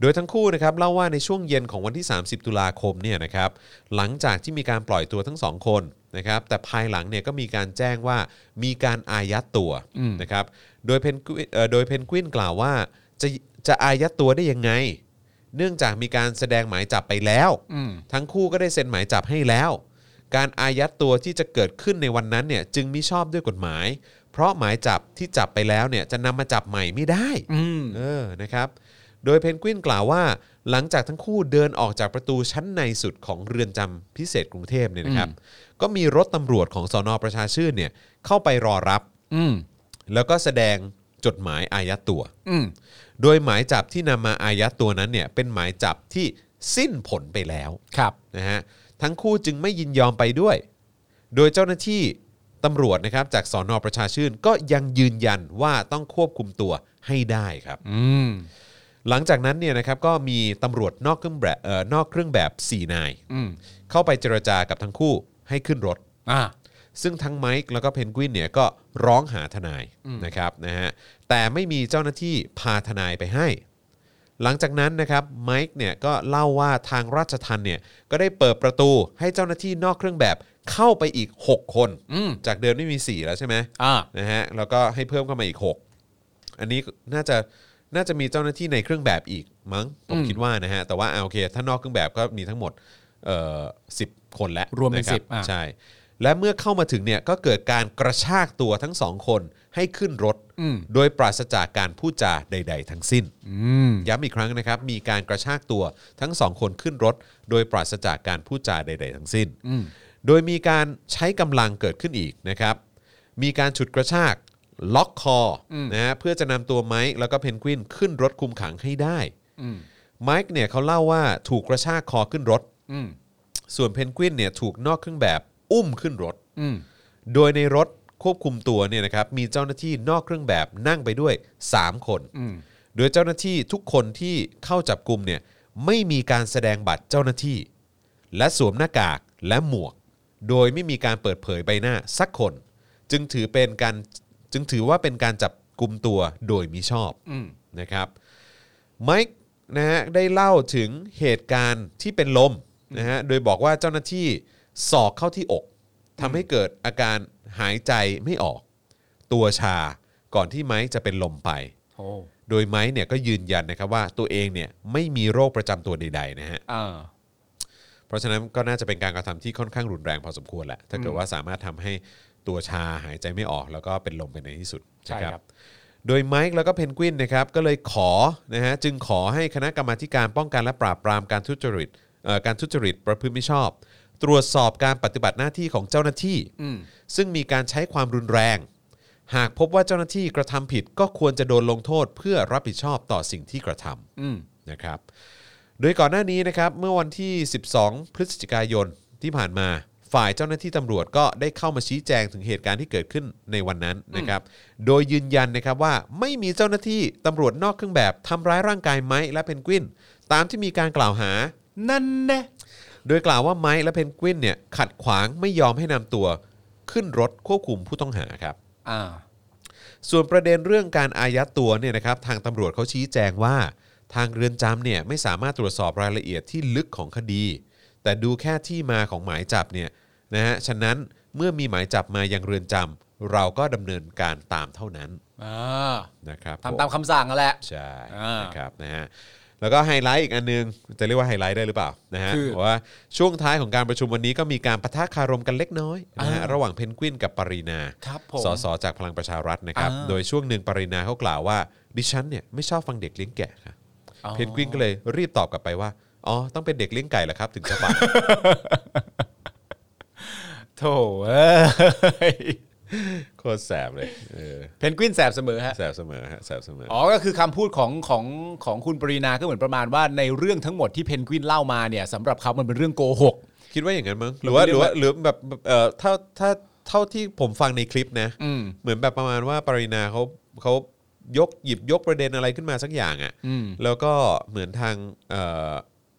โดยทั้งคู่นะครับเล่าว่าในช่วงเย็นของวันที่ 30 ตุลาคมเนี่ยนะครับหลังจากที่มีการปล่อยตัวทั้งสองคนนะครับแต่ภายหลังเนี่ยก็มีการแจ้งว่ามีการอายัดตัวนะครับโดยเพนกวินเอ่อโดยเพนกวินกล่าวว่าจะจะอายัดตัวได้ยังไง เนื่องจากมีการแสดงหมายจับไปแล้ว ทั้งคู่ก็ได้เซ็นหมายจับให้แล้ว การอายัดตัวที่จะเกิดขึ้นในวันนั้นเนี่ยจึงมิชอบด้วยกฎหมาย เพราะหมายจับที่จับไปแล้วเนี่ยจะนำมาจับใหม่ไม่ได้เออนะครับ โดยเพนกวินกล่าวว่า หลังจากทั้งคู่เดินออกจากประตูชั้นในสุดของเรือนจำพิเศษกรุงเทพเนี่ยนะครับ ก็มีรถตำรวจของสอนอประชาชื่นเนี่ยเข้าไปรอรับ
อืม
แล้วก็แสดงจดหมายอายัดตัว
อืม
โดยหมายจับที่นำมาอายัดตัวนั้นเนี่ยเป็นหมายจับที่สิ้นผลไปแล้ว
ครับ
นะฮะทั้งคู่จึงไม่ยินยอมไปด้วย โดยเจ้าหน้าที่ตำรวจนะครับจากสอนอประชาชื่นก็ยังยืนยันว่าต้องควบคุมตัวให้ได้ครับ
อืม
หลังจากนั้นเนี่ยนะครับก็มีตำรวจนอกเครื่องแบบเอ่อนอกเครื่องแบบ 4 นาย
อืม
เข้าไปเจรจากับทั้งคู่ให้ขึ้นรถ
อ่า
ซึ่งทั้งไมค์แล้วก็เพนกวินเนี่ยก็ร้องหาทนายนะครับนะฮะแต่ไม่มีเจ้าหน้าที่พาทนายไปให้ หลังจากนั้นนะครับไมค์เนี่ยก็เล่าว่าทางราชทันเนี่ยก็ได้เปิดประตูให้เจ้าหน้าที่นอกเครื่องแบบเข้าไปอีก 6 คน
อืม
จากเดิมไม่มี 4 แล้วใช่ไหม
อ่า
นะฮะแล้วก็ให้เพิ่มเข้ามาอีก 6 อันนี้น่าจะน่าจะมีเจ้าหน้าที่ในเครื่องแบบอีกมั้งผมคิดว่านะฮะแต่ว่าเอาโอเค ถ้านอกเครื่องแบบก็มีทั้งหมดเอ่อสิคนแล้ว
รวมเป็นะ
คบ
10อ่ะ
ใช่ และเมื่อเข้ามาถึงเนี่ยก็เกิดการกระชากตัวทั้งสองคนให้ขึ้นรถ โดยปราศจากการพูดจาใด ๆ ทั้งสิ้น
อืม
ย้ำอีกครั้งนะครับ มีการกระชากตัวทั้งสองคนขึ้นรถ โดยปราศจากการพูดจาใด ๆ ทั้งสิ้น โดยมีการใช้กำลังเกิดขึ้นอีกนะครับ มีการฉุดกระชากล็อกคออนะฮะเพื่อจะนำตัวไมค์แล้วก็เพนกวินขึ้นรถคุมขังให้ได้ไมค์เนี่ยเขาเล่าว่าถูกกระชากคอขึ้นรถ
อืม
ส่วนเพนกวินเนี่ยถูกนอกเครื่องแบบอุ้มขึ้นรถ
อืม
โดยในรถควบคุมตัวเนี่ยนะครับมีเจ้าหน้าที่นอกเครื่องแบบนั่งไปด้วย 3 คน โดยเจ้าหน้าที่ทุกคนที่เข้าจับกลุ่มเนี่ยไม่มีการแสดงบัตรเจ้าหน้าที่ และสวมหน้ากากและหมวก โดยไม่มีการเปิดเผยใบหน้าสักคน จึงถือเป็นการจึงถือว่าเป็นการจับกลุ่มตัวโดยมิชอบ
อืม
นะครับไมค์นะฮะได้เล่าถึงเหตุการณ์ที่เป็นลมนะฮะโดยบอกว่าเจ้าหน้าที่สอกเข้าที่อกทำให้เกิดอาการหายใจไม่ออก ตัวชาก่อนที่ไมค์จะเป็นลมไป
โอ้
โดยไมค์เนี่ยก็ยืนยันนะครับว่าตัวเองเนี่ยไม่มีโรคประจำตัวใดๆนะฮะ
อ่า
เพราะฉะนั้นก็น่าจะเป็นการกระทำที่ค่อนข้างรุนแรงพอสมควรแหละถ้าเกิดว่าสามารถทำให้ตัวชาหายใจไม่ออก แล้วก็เป็นลมไปในที่สุด
ใช่
นะครับ โดยไมค์แล้วก็เพนกวินนะครับก็เลยขอนะฮะจึงขอให้คณะกรรมาธิการป้องกันและปราบปรามการทุจริตเอ่อการทุจริตประพฤติมิชอบ ตรวจสอบการปฏิบัติหน้าที่ของเจ้าหน้าที่
อืม
ซึ่งมีการใช้ความรุนแรง หากพบว่าเจ้าหน้าที่กระทำผิดก็ควรจะโดนลงโทษเพื่อรับผิดชอบต่อสิ่งที่กระทำ
อืม
นะครับ โดยก่อนหน้านี้นะครับเมื่อวันที่ 12 พฤศจิกายนที่ผ่านมา ฝ่ายเจ้าหน้าที่ตำรวจก็ได้เข้ามาชี้แจงถึงเหตุการณ์ที่เกิดขึ้นในวันนั้นนะครับ โดยยืนยันนะครับว่าไม่มีเจ้าหน้าที่ตำรวจนอกเครื่องแบบทำร้ายร่างกายไม้และเพนกวิน ตามที่มีการกล่าวหา
นั่นแน่
โดยกล่าวว่าไม้และเพนกวินเนี่ยขัดขวางไม่ยอมให้นำตัวขึ้นรถควบคุมผู้ต้องหาครับ
อ่า
ส่วนประเด็นเรื่องการอายัดตัวเนี่ยนะครับทางตำรวจเขาชี้แจงว่า ทางเรือนจำเนี่ยไม่สามารถตรวจสอบรายละเอียดที่ลึกของคดี แต่ดูแค่ที่มาของหมายจับเนี่ยนะฮะฉะนั้นเมื่อมีหมายจับมายังเรือนจำเราก็ดำเนินการตามเท่านั้น
อ่า
นะครับ
ทำตามคำสั่งนั่นแหละ
ใช่
อ่าน
นะครับนะฮะแล้วก็ไฮไลท์อีกอันนึง จะเรียกว่าไฮไลท์ได้หรือเปล่านะฮะ
คือ
เพราะว่าช่วงท้ายของการประชุมวันนี้ก็มีการปะทะคารมกันเล็กน้อยนะฮะ
อ่า
ระหว่างเพนกวินกับปรินา
ครับผม
สสจากพลังประชารัฐนะครับ
อ่า
โดยช่วงหนึ่งปรินาเขากล่าวว่า ดิฉันเนี่ยไม่ชอบฟังเด็กเลี้ยงแกะค่ะ
อ๋อ
เพนกวินก็เลยรีบตอบกลับไปว่า อ๋อ ต้องเป็นเด็กเลี้ยงไก่เหรอครับ ถึงจะ ฟัง
โถเอ้ย
โคตรแสบเลยเออ
เพนกวินแสบเสมอฮะ
แสบเสมอฮะแสบเสมออ
อ๋อ ก็คือคำพูดของของของคุณปรีนาก็เหมือนประมาณว่าในเรื่องทั้งหมดที่เพนกวินเล่ามาเนี่ยสำหรับเขามันเป็นเรื่องโกหก
คิดว่าอย่างนั้นมั้งหรือว่าหรือว่าหรือแบบเอ่อถ้าถ้าเท่าที่ผมฟังในคลิปนะ
อืม
เหมือนแบบประมาณว่าปรินาเขาเขายกหยิบยกประเด็นอะไรขึ้นมาสักอย่างอ่ะ
อืม
แล้วก็เหมือนทางเอ่อ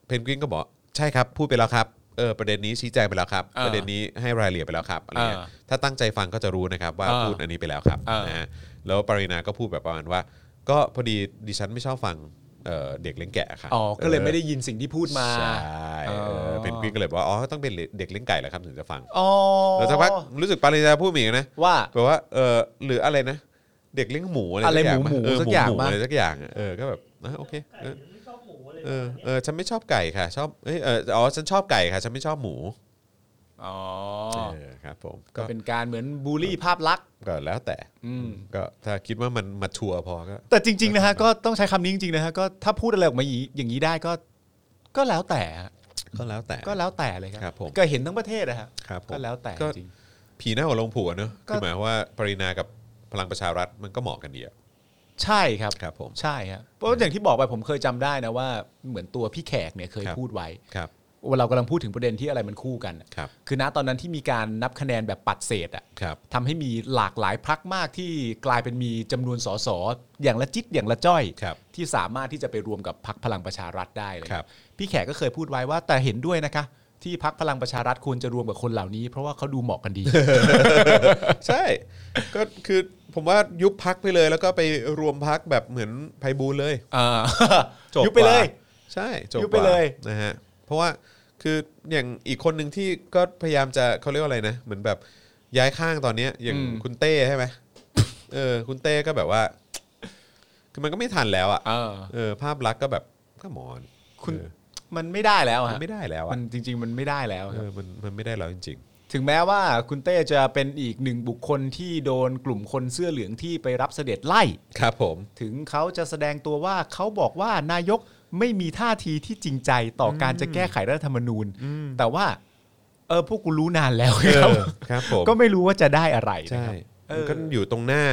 เพนกวินก็บอกใช่ครับ พูดไปแล้วครับเออประเด็นนี้ชี้แจงไปแล้วครับ
อ่า
ประเด็นนี้ให้รายละเอียดไปแล้วครับอะไรเงี้ย
อ่า
ถ้าตั้งใจฟังก็จะรู้นะครับว่า
อ่า
พูดอันนี้ไปแล้วครับ
อ่าน
นะฮะแล้วปรินาก็พูดแบบประมาณว่า ก็พอดีดิฉันไม่ชอบฟังเอ่อเด็กเลี้ยงแกะครับ
อ๋อ ก็เลย
ออ
ไม่ได้ยินสิ่งที่พูดมา
ใช่เอออ
อ
เพนกวินก็เลยบอกว่าอ๋อต้องเป็นเด็กเลี้ยงไก่เหรอครับถึงจะฟัง
อ๋อ
แล้วสักพักรู้สึกปรินาพูดมาอีกนะ
ว่า
แปลว่าเออหรืออะไรนะ เด็กเลี้ยงหมูอะไร
อะไร
สักย่าง
หมู
ปะ
หมู
เออ
สักอย่าง
หมูหมู
ปะ
อะไรสักอย่างอะเออก็แบบอ่ะโอเคเออ
ไม่ชอบหมูอะไร
เออเออฉันไม่ชอบไก่ค่ะ ชอบเอยเอออ๋อฉันชอบไก่ค่ะ ฉันไม่ชอบหมู
อ๋อ
เออครับผม
ก็
ก็
เป็นการเหมือนบูลลี่ภาพลักษณ์
ก็แล้วแต่
อืม
ก็ถ้าคิดว่ามันมาทัวร์พอก็
แต่จริง ๆ นะฮะ ก็ต้องใช้คำนี้จริง ๆ นะฮะ ก็ถ้าพูดอะไรออกมาอย่างนี้ได้ก็ ก็แล้วแต่ฮะ
ก็แล้วแต่
ก็แล้วแต่เลยค
ครั
รับ
ผม
ก็เห็นทั้งประเทศนะฮะ
ครับผม
ก็แล้วแต่
ก็
จริง
ผีหน้าหัวลงผัวเนอะ
ก็
คือหมายความว่าปรินากับพลังประชารัฐมันก็เหมาะกันดีอะ
ใช่ครับ
ครับผม
ใช่ฮะเพราะอย่างที่บอกไปผมเคยจำได้นะว่าเหมือนตัวพี่แขกเนี่ยเคย
ครับ
พูดไว้
ครับ
ว่าเรากำลังพูดถึงประเด็นที่อะไรมันคู่กันน่ะ
ครับ
คือณตอนนั้นที่มีการนับคะแนนแบบปัดเศษอะ
ครับ
ทำให้มีหลากหลายพักมากที่กลายเป็นมีจำนวนสสอย่างละจิตอย่างละจ้อย
ครับ
ที่สามารถที่จะไปรวมกับพักพลังประชารัฐได้เลย
ครับ
พี่แขกก็เคยพูดไว้ว่าแต่เห็นด้วยนะคะ ที่พักพลังประชารัฐควรจะรวมกับคนเหล่านี้ เพราะว่าเขาดูเหมาะกันดี
ใช่ ก็คือผมว่ายุบพักไปเลย แล้วก็ไปรวมพักแบบเหมือนไพบูลย์เลย
อ่า
จบ
ยุบไปเลย
กว่าใช่จบ
ยุบไปเลย
กว่านะฮะเพราะว่าคืออย่างอีกคนหนึ่งที่ก็พยายามจะเขาเรียกว่าอะไรนะ เหมือนแบบย้ายข้างตอนเนี้ยอย่างคุณเต้ใช่ไหมเออ คุณเต้ก็แบบว่า คือมันก็ไม่ทันแล้วอ่ะ
เออ
เออ ภาพลักษณ์ก็แบบก็มอน
คุณ
เออ
มันไม่ได้แล้ว
มัน
ฮะ
ไม่ได้แล้ว
มั
อ่ะ
นจริง ๆ มันไม่ได้แล้วครับ
เออมันมันไม่ได้แล้วจริง
ถึงแม้ว่าคุณเต้จะเป็นอีกหนึ่งบุคคลที่โดนกลุ่มคนเสื้อเหลืองที่ไปรับเสด็จไล่
ๆ ครับ ผม
ถึงเขาจะแสดงตัวว่าเขาบอกว่านายกไม่มีท่าทีที่จริงใจต่ออการจะแก้ไขรัฐธรรมนูญ แต่ว่า เออพวกกูรู้นานแล้ว
เอ
ครับ
อครับผม
ก็ไม่รู้ว่าจะได้อะไรนะค
ใช่
รับ เออ
มันก็อยู่ตรงหน้า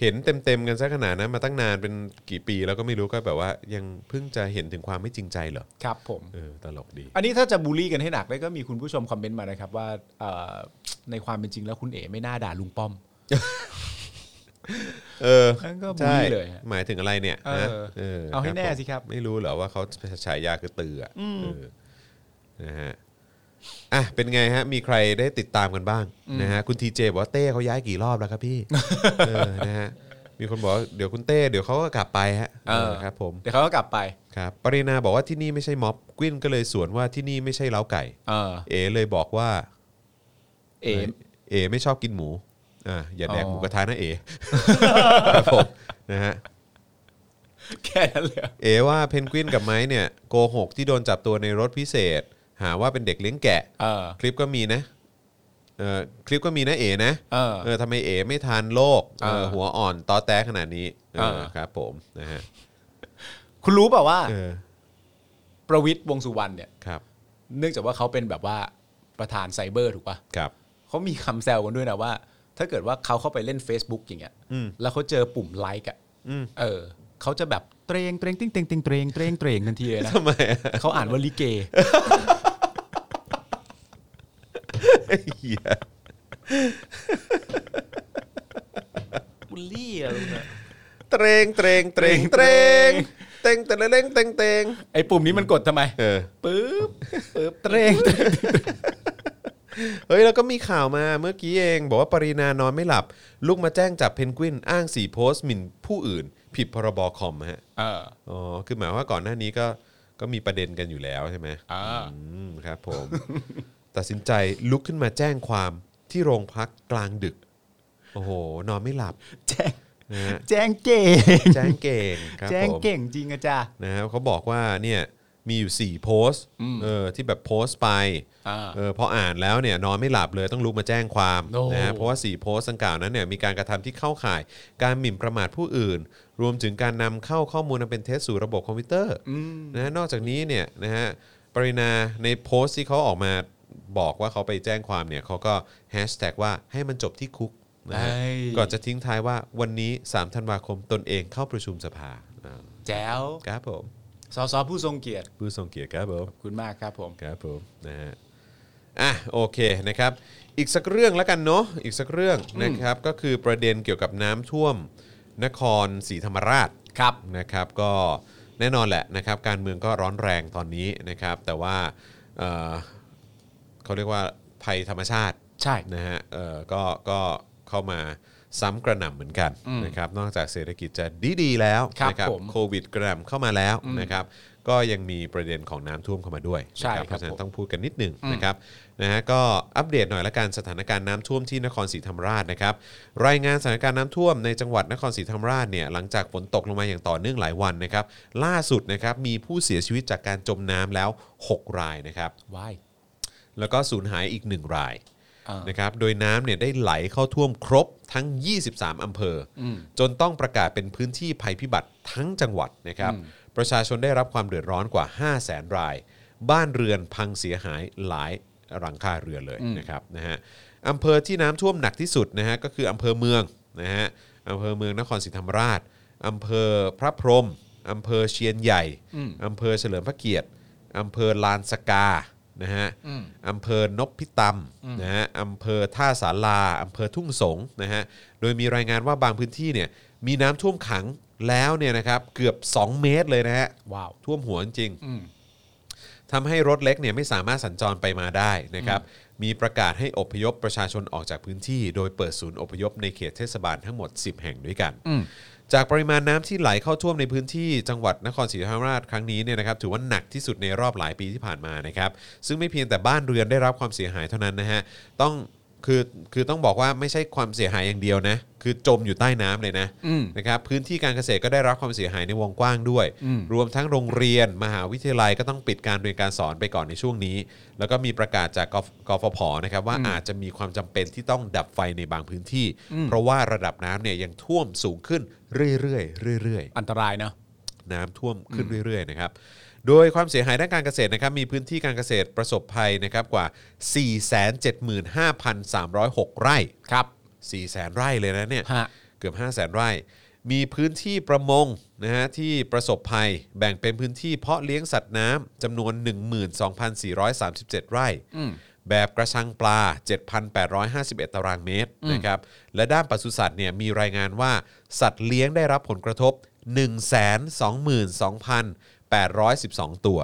เห็นเต็มๆกันซะขนาดนั้นมาตั้งนานเป็นกี่ปี แล้วก็ไม่รู้ก็แบบว่ายังเพิ่งจะเห็นถึงความไม่จริงใจเหรอ
ครับผม
เออตลกดี
อันนี้ถ้าจะบูลลี่กันให้หนักเลยก็มีคุณผู้ชมคอมเมนต์มานะครับ ว่าเอ่อในความเป็นจริงแล้วคุณเอ๋ไม่น่าด่าลุงป้อม
เออ
งั้นก็บูล
ใช่
ลี่เลยฮะ
หมายถึงอะไรเนี่ย
เออ
นะ
เอาให้
ผม
แน่สิครับ
ไม่รู้เหรอว่าเขาฉายาคือตืออ่ะเออนะฮะ อ่ะเป็นไงฮะ มีใครได้ติดตามกันบ้างนะฮะคุณทีเจบอกว่าเต้เขาย้ายกี่รอบแล้วครับพี่ เออนะฮะมีคนบอกว่าเดี๋ยวคุณเต้เดี๋ยวเขาก็กลับไปฮะ
เออ
เออครับผม
เดี๋ยวเขาก็กลับไป
ครับปรินาบอกว่าที่นี่ไม่ใช่ม็อบกวินก็เลยสวนว่าที่นี่ไม่ใช่เล้าไก่
เออ
เอเลยบอกว่า
เอ
เอไม่ชอบกินหมูอ่าอย่าแดก
อ๋อ
หมูกระทะ นะเอ ครับผมนะฮะ
แค่นั้นเลย
เอว่าเพนกวินกับไม้เนี่ยโกหกที่โดนจับตัวในรถพิเศษ หาว่าเป็นเด็กเลี้ยงแกะ
เออ
คลิปก็มีนะเออคลิปก็มีนะเอนะ
เออ
เออทำไมเอไม่ทานโลกเอ
เอ
อ
อ
หัวอ่อนตอแต้ขนาดนี้เออ
เออ
ครับผมนะฮะ
คุณรู้เปล่าว่า
เออ
ประวิทย์วงษ์สุวรรณเนี่ย
ครับ
เนื่องจากว่าเขาเป็นแบบว่าประธานไซเบอร์ถูกปะ
ครับ
เขามีคำแซวกันด้วยนะว่า ถ้าเกิดว่าเขาเข้าไปเล่น Facebook อย่างเงี้ย
อืม
แล้วเขาเจอปุ่มไลค์อ่ะ
อืม
เออ เขาจะแบบเตรงเตรงติ้งเตรงติงเตรงเตรงเตรงทันทีเลยนะ
ทำไมอะ
เขาอ่านว่าลิเก
ไอ้เหี้ย
บุลลี่อะลุงอะ
เตรงเตรงเตรงเตรงเตงเตรงเตรงเตงเตง
ไอ้ปุ่มนี้มันกดทำไม
เออ
ปึ๊บปึ๊บเตรงเตรง
เฮ้ยแล้วก็มีข่าวมาเมื่อกี้เองบอกว่าปรินานอนไม่หลับ ลูกมาแจ้งจับเพนกวินอ้างสี่โพสต์หมิ่นผู้อื่น ผิดพรบคอมฮะ
เออ
อ๋อคือหมายว่าก่อนหน้านี้ก็ก็มีประเด็นกันอยู่แล้วใช่ไหม
อ่า
อืมครับผม ตัดสินใจลุกขึ้นมาแจ้งความที่โรงพักกลางดึก โอ้โห นอนไม่หลับ
แจ้ง
นะฮะ
แจ้งเก่ง
แจ้งเก่งครับ
แจ้ง
ผม
เก่งจริงอะจ้า
นะฮะเขาบอกว่าเนี่ยมีอยู่ 4 โพสต์
อืม
เออที่แบบโพสต์ไป
อ่า
เออพออ่านแล้วเนี่ยนอนไม่หลับเลยต้องลุกมาแจ้งความ
โอ้
นะฮะเพราะว่า 4 โพสต์ดังกล่าวนั้นเนี่ยมีการกระทำที่เข้าข่าย การหมิ่นประมาทผู้อื่น รวมถึงการนำเข้าข้อมูลอันเป็นเท็จสู่ระบบคอมพิวเตอร์
อืม
นะฮะนอกจากนี้เนี่ยนะฮะปรินาในโพสต์ที่เขาออกมาบอกว่าเขาไปแจ้งความเนี่ยเขาก็แฮชแท็กว่าให้มันจบที่คุกนะฮะ
เอ้ย
ก่อนจะทิ้งท้ายว่าวันนี้ 3 ธันวาคมตนเองเข้าประชุมสภาอ่า
แจ๋ว
ครับผม
สอสอผู้ทรงเกียรติ
ผู้ทรงเกียรติครับผม
ขอบคุณมากครับผม
ครับผมนะฮะอ่ะโอเคนะครับ อีกสักเรื่องแล้วกันเนาะอีกสักเรื่องนะครับก็คือประเด็นเกี่ยวกับน้ำท่วมนครศรีธรรมราช
ครับ
นะครับ ก็แน่นอนแหละนะครับ การเมืองก็ร้อนแรงตอนนี้นะครับ แต่ว่าเอ่อเขาเรียกว่าภัยธรรมชาติ
ใช่
นะฮะเอ่อก็ก็เข้ามาซ้ำกระหน่ำเหมือนกัน
อืม
นะครับ นอกจากเศรษฐกิจจะดีดีๆแล้ว
ครับ
นะ
ผม
โควิดกระหน่ำเข้ามาแล้วนะครับ ก็ยังมีประเด็นของน้ำท่วมเข้ามาด้วย
ใช่
นะครับ เพราะฉะนั้
ผ
น
ม
ต้องพูดกันนิดหนึ่งนะครับนะฮะก็อัปเดตหน่อยละกันสถานการณ์น้ำท่วมที่นครศรีธรรมราชนะครับ รายงานสถานการณ์น้ำท่วมในจังหวัดนครศรีธรรมราชเนี่ยหลังจากฝนตกลงมาอย่างต่อเนื่องหลายวันนะครับ ล่าสุดนะครับมีผู้เสียชีวิตจากการจมน้ำแล้ว 6 รายนะครับ
วาย
แล้วก็สูญหายอีก 1 ราย
อ่า
นะครับโดยน้ำเนี่ยได้ไหลเข้าท่วมครบทั้ง 23 อำเภออ
ม
จนต้องประกาศเป็นพื้นที่ภัยพิบัติทั้งจังหวัดนะครับ
อืม
ประชาชนได้รับความเดือดร้อนกว่า 5 0 0แสนราย บ้านเรือนพังเสียหายหลายหลังคาเรือนเลยนะครับนะฮะอำเภอที่น้ำท่วมหนักที่สุดนะฮะก็คืออำเภอเมืองนะฮะอำเภอเมืองนครศรีธรรมราชอำเภอพระพรหมอำเภอเชียนใหญ่อำเภอเฉลิมพระเกียรติอำเภอลานสกานะฮะ
อืม
อำเภอนพิตำนะฮะอำเภอท่าสาราอำเภอทุ่งสงศ์นะฮะ โดยมีรายงานว่าบางพื้นที่เนี่ยมีน้ำท่วมขังแล้วเนี่ยนะครับเกือบ 2 เมตรเลยนะฮะ
ว้าว
ท่วมหัวจริง
อืม
ๆทำให้รถเล็กเนี่ยไม่สามารถสัญจรไปมาได้นะครับ มีประกาศให้อพยพประชาชนออกจากพื้นที่ โดยเปิดศูนย์อพยพในเขตเทศบาลทั้งหมด 10 แห่งด้วยกัน
อืม
จากปริมาณน้ำที่ไหลเข้าท่วมในพื้นที่จังหวัดนครศรีธรรมราชครั้งนี้เนี่ยนะครับถือว่าหนักที่สุดในรอบหลายปีที่ผ่านมานะครับซึ่งไม่เพียงแต่บ้านเรือนได้รับความเสียหายเท่านั้นนะฮะต้องคือคือต้องบอกว่าไม่ใช่ความเสียหายอย่างเดียวนะคือจมอยู่ใต้น้ำเลยนะ
อืม
นะครับพื้นที่การเกษตรก็ได้รับความเสียหายในวงกว้างด้วย
อืม
รวมทั้งโรงเรียน มหาวิทยาลัยก็ต้องปิดการเรียนการสอนไปก่อนในช่วงนี้ แล้วก็มีประกาศจากกฟกฟผนะครับว่าอาจจะมีความจำเป็นที่ต้องดับไฟในบางพื้นที่ เพราะว่าระดับน้ำเนี่ยยังท่วมสูงขึ้นเรื่อยๆเรื่อยๆ
อันตรายเนอะ
น้ำท่วมขึ้นเรื่อยๆนะครับ โดยความเสียหายด้านการเกษตรนะครับ มีพื้นที่การเกษตรประสบภัยนะครับกว่า 475,306 ไร่
ครับ
4แสนไร่เลยนะเนี่ย
ฮะ
เกือบ 5 0 0แสนไร่ มีพื้นที่ประมงนะฮะที่ประสบภัยแบ่งเป็นพื้นที่เพาะเลี้ยงสัตว์น้ำจำนวน 12,437 ไร่ แบบกระชังปลา 7,851 ตารางเมตรนะครับ และด้านปศุสัตว์เนี่ยมีรายงานว่าสัตว์เลี้ยงได้รับผลกระทบ 122,812 ตัว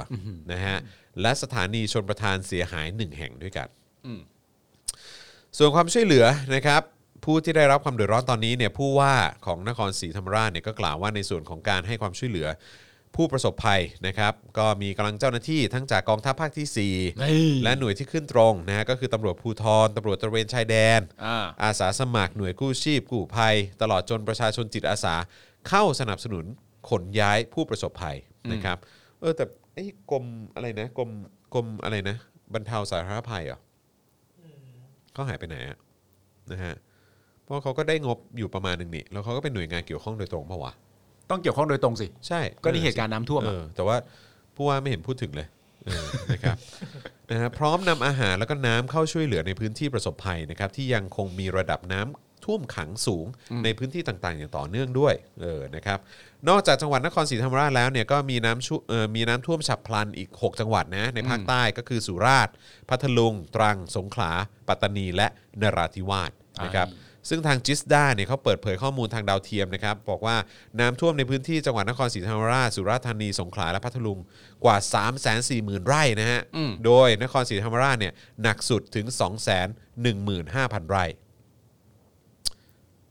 นะฮะ และสถานีชนประทานเสียหาย 1 แห่งด้วยกัน ส่วนความช่วยเหลือนะครับ ผู้ที่ได้รับความเดือดร้อนตอนนี้เนี่ยผู้ว่าของนครศรีธรรมราชเนี่ยก็กล่าวว่าในส่วนของการให้ความช่วยเหลือ ผู้ประสบภัยนะครับ ก็มีกำลังเจ้าหน้าที่ทั้งจากกองทัพภาคที่สี่
นี่
และหน่วยที่ขึ้นตรงนะฮะก็คือตำรวจภูธรตำรวจตระเวนชายแดน
อ่า
อาสาสมัครหน่วยกู้ชีพกู้ภัย ตลอดจนประชาชนจิตอาสาเข้าสนับสนุนขนย้ายผู้ประสบภัยนะครับ เออแต่ไอ้กรมอะไรนะกรมกรมอะไรนะ บรรเทาสาธารณภัยเหรอเขาหายไปไหนอะนะฮะเพราะเขาก็ได้งบอยู่ประมาณหนึ่งนี่แล้วเขาก็เป็นหน่วยงานเกี่ยวข้องโดยตรงปะวะ
ต้องเกี่ยวข้องโดยตรงสิ
ใช่
ก็นี่เหตุการณ์น้ำท่วม
เอ
อะ
อแต่ว่าผู้ว่าไม่เห็นพูดถึงเลยเออนะครับ นะฮะพร้อมนำอาหารแล้วก็น้ำเข้าช่วยเหลือในพื้นที่ประสบภัยนะครับที่ยังคงมีระดับน้ำท่วมขังสูงในพื้นที่ต่างๆ อย่างต่อเนื่องด้วยเออนะครับนอกจากจังหวัดนครศรีธรรมราชแล้วเนี่ยก็มีน้ำชุเอ่อมีน้ำท่วมฉับพลันอีก 6 จังหวัดนะในภาคใต้ก็คือสุราษฎร์พัทลุง ตรัง สงขลา ปัตตานี และนราธิวาสนะครับซึ่งทางจิสดาเนี่ยเขาเปิดเผยข้อมูลทางดาวเทียมนะครับบอกว่าน้ำท่วมในพื้นที่จังหวัดนครศรีธรรมราชสุราษฎร์ธานีสงขลาและพัทลุงกว่า 3 4 0 0 0 0 ไร่นะฮะ
อืม
โดยนครศรีธรรมราชเนี่ยหนักสุดถึง 2 1 5 0 0 0 ไร่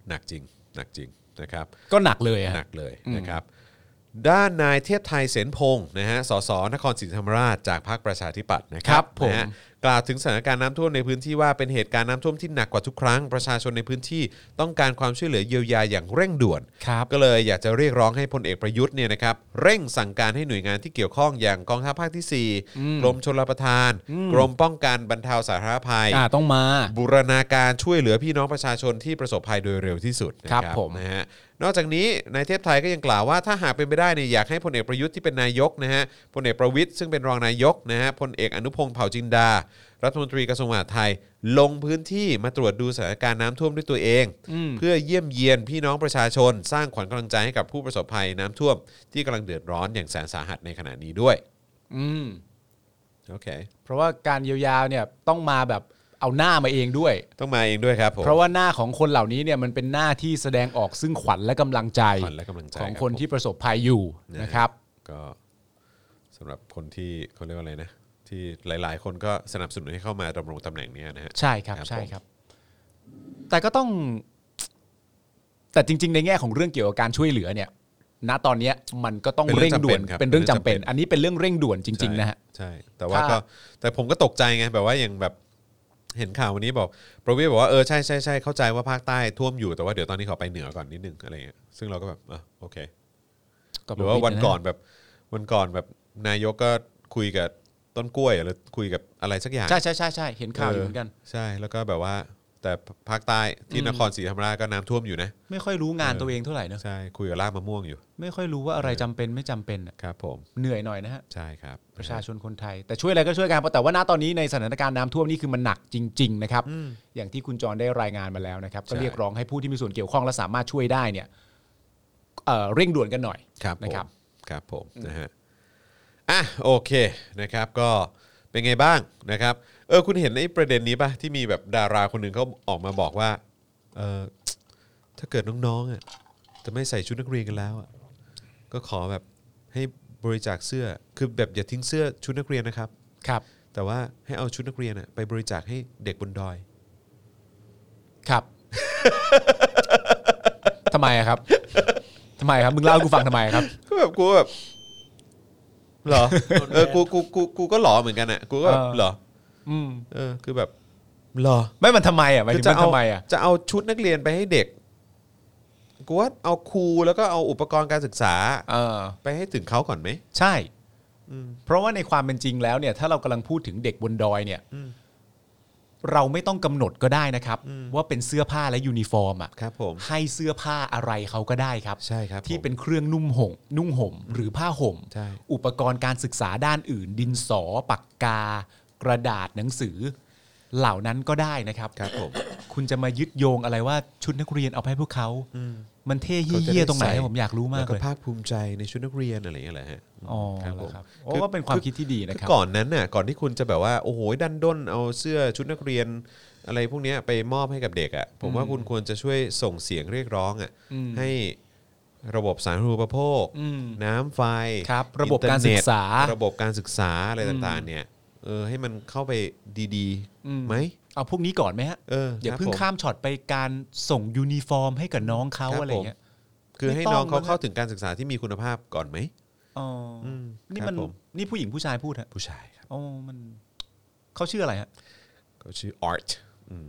หนักจริง หนักจริงนะครับ
ก็หนักเลยอะ
หนักเลยนะครับ ด้านนายเทพไทยเสนพงศ์นะฮะ สส นครศรีธรรมราชจากพรรคประชาธิปัตย์นะค
ครั
รับบ
ผม
นะฮะกล่าวถึงสถานการณ์น้ำท่วมในพื้นที่ว่าเป็นเหตุการณ์น้ำท่วมที่หนักกว่าทุกครั้ง ประชาชนในพื้นที่ต้องการความช่วยเหลือเยียวยาอย่างเร่งด่วน
ครับ
ก็เลยอยากจะเรียกร้องให้พลเอกประยุทธ์เนี่ยนะครับเร่งสั่งการให้หน่วยงานที่เกี่ยวข้องอย่างกองทัพภาคที่สี่กรมชลประทาน กรมป้องกันบรรเทาสาธารณภัย
อ่าต้องมา
บูรณาการช่วยเหลือพี่น้องประชาชนที่ประสบภัยโดยเร็วที่สุดนะครับ
ผม
นะฮะนอกจากนี้นายเทพไทยก็ยังกล่าวว่าถ้าหากเป็นไปได้เนี่ยอยากให้พลเอกประยุทธ์ที่เป็นนายกนะฮะพลเอกประวิทย์ซึ่งเป็นรองนายกนะฮะพลเอกอนุพงศ์เผ่าจินดา รัฐมนตรีกระทรวงมหาดไทย ลงพื้นที่มาตรวจดูสถานการณ์น้ำท่วมด้วยตัวเอง
อืม
เพื่อเยี่ยมเยียนพี่น้องประชาชน สร้างขวัญกำลังใจให้กับผู้ประสบภัยน้ำท่วม ที่กำลังเดือดร้อนอย่างแสนสาหัสในขณะนี้ด้วย
อืม
โอเค
เพราะว่าการเยียวยาเนี่ยต้องมาแบบเอาหน้ามาเองด้วย
ต้องมาเองด้วยครับผม
เพราะว่าหน้าของคนเหล่านี้เนี่ยมันเป็นหน้าที่แสดงออกซึ่งขวัญและกำลังใจ
ขวัญและกำลังใจ
ของ
รั
ค
บ
น
ผม
ที่ประสบภัยอยู่นะครับ
ก็สำหรับคนที่เขาเรียกว่าอะไรนะ ที่หลายๆ คนก็สนับสนุนให้เข้ามาดำรงตำแหน่งเนี้ยนะฮะ
ใช่ครับ
ครับ
ใช่
ผม
ครับ แต่ก็ต้อง แต่จริง ๆ ในแง่ของเรื่องเกี่ยวกับการช่วยเหลือเนี่ย ณตอนเนี้ยมันก็ต้องเร่งด่วนเป็นเรื่องจำเป็น อันนี้เป็นเรื่องเร่งด่วนจริง ๆ นะฮะ
ใช่ แต่ว่า
ถ้า
ก็แต่ผมก็ตกใจไงแบบว่าอย่างแบบเห็นข่าววันนี้บอกประวิทย์บอกว่าเออใช่ใช่ใช่เข้าใจว่าภาคใต้ท่วมอยู่แต่ว่าเดี๋ยวตอนนี้ขอไปเหนือก่อนนิดนึงอะไรเงี้ยซึ่งเราก็แบบอ่ะโอเค หรือว่าวันก่อนแบบวันก่อนแบบนายกก็คุยกับต้นกล้วยหรือคุยกับอะไรสักอย่าง
ใช่ใช่ใช่ใช่เห็นข่าวอยู่เหมือนกัน
ใช่แล้วก็แบบว่า แต่ภาคใต้ที่นครศรีธรรมราชก็น้ำท่วมอยู่นะ
ไม่ค่อยรู้งานตัวเองเท่าไหร่เนอะ
ใช่คุยกับล่ากมะม่วงอยู่
ไม่ค่อยรู้ว่าอะไรจำเป็นไม่จำเป็นอะ
ครับผม
เหนื่อยหน่อยนะฮะ
ใช่ครับ
ประชาชนคนไทย แต่ช่วยอะไรก็ช่วยกันแต่ว่าณตอนนี้ในสถานการณ์น้ำท่วมนี่คือมันหนักจริง ๆ นะครับ อย่างที่คุณจรได้รายงานมาแล้วนะครับ ก็เรียกร้องให้ผู้ที่มีส่วนเกี่ยวข้องและสามารถช่วยได้เนี่ยเอ่อเร่งด่วนกันหน่อย
ครับผม
นะครับ
ครับผมนะฮะอ่ะโอเคนะครับก็เป็นไงบ้างนะครับเออคุณเห็นไอ้ประเด็นนี้ป่ะที่มีแบบดาราคนหนึ่งเขาออกมาบอกว่าเออถ้าเกิดน้องๆอ่ะจะไม่ใส่ชุดนักเรียนกันแล้วอ่ะก็ขอแบบให้บริจาคเสื้อคือแบบอย่าทิ้งเสื้อชุดนักเรียนนะครับ
ครับ
แต่ว่าให้เอาชุดนักเรียนอะไปบริจาคให้เด็กบนดอย
ครับ ทำไมอะครับทำไมครับ มึงเล่าให้กูฟังทำไมครับ
ก็แบบกูแบบเหร อ เออกูกูกูกูก็หลอเหมือนกันอะกูก็แบบ
เออ
เหรอ
อืม
เออ คือแบบเหรอ
ไม่มันทำไมอ่ะหมาย
คื
ถึง
จะ
มัน
เอา
ทำไมอ่ะ
จะเอาชุดนักเรียนไปให้เด็กกูว่าเอาครูแล้วก็เอาอุปกรณ์การศึกษา
เออ
ไปให้ถึงเขาก่อนไหม
ใช่ เพราะว่าในความเป็นจริงแล้วเนี่ย ถ้าเรากำลังพูดถึงเด็กบนดอยเนี่ยเราไม่ต้องกำหนดก็ได้นะครับ ว่าเป็นเสื้อผ้าและยูนิฟอร์มอ่ะ
ครับผม
ให้เสื้อผ้าอะไรเขาก็ได้ครับ
ใช่ครับ
ที่
ผม
เป็นเครื่องนุ่มห่มนุ่งห่ม หรือผ้าห่ม
ใช่
อุปกรณ์การศึกษาด้านอื่น ดินสอ ปากกา กระดาษหนังสือ เหล่านั้นก็ได้นะครับ
ครับผม
คุณจะมายึดโยงอะไรว่าชุดนักเรียนเอาไปให้พวกเขา มันเท่เหี้ยๆตรงไหนผมอยากรู้มาก
แล้ว
เลย
ภาคภูมิใจในชุดนักเรียนอะไรอย่างเงี้ยแหละฮะ
อ๋อ
ครับผม
ครับโอ้ว่าเป็นความคิดที่ดีนะค
คื
รับ
อก่อนนั้นน่ะก่อนที่คุณจะแบบว่าโอ้โหดันด้นเอาเสื้อชุดนักเรียน อะไรพวกเนี้ยไปมอบให้กับเด็กอะ่ะผมว่าคุณควรจะช่วยส่งเสียงเรียกร้องอะ่ะให้ ระบบสาธารณูปโภค น้ำไฟ
ครับ
อินเทอ
ระบบการ
เน็ต
ศึกษา
ระบบการศึกษาอะไรต่างๆ เนี่ยเออให้มันเข้าไปดีๆไหม
เอาพวกนี้ก่อนไหมฮะ
เออ
อย่า
ครับ
เพิ่ง
ผม
ข้ามช็อตไปการส่งยูนิฟอร์มให้กับน้องเขา
ครับ
อะไรเงี้ย
ผมคือให้น้อง
ไม่ต้อ
เขา
ง
เข้าถึงการศึกษาที่มีคุณภาพก่อนไหม
อ๋ออ
ม
นี่
ครับ
มัน
ผม
นี่ผู้หญิงผู้ชายพูดฮะ
ผู้ชายครับ
อ๋อมันเขาชื่ออะไรฮะ
เขาชื่อ Art อืม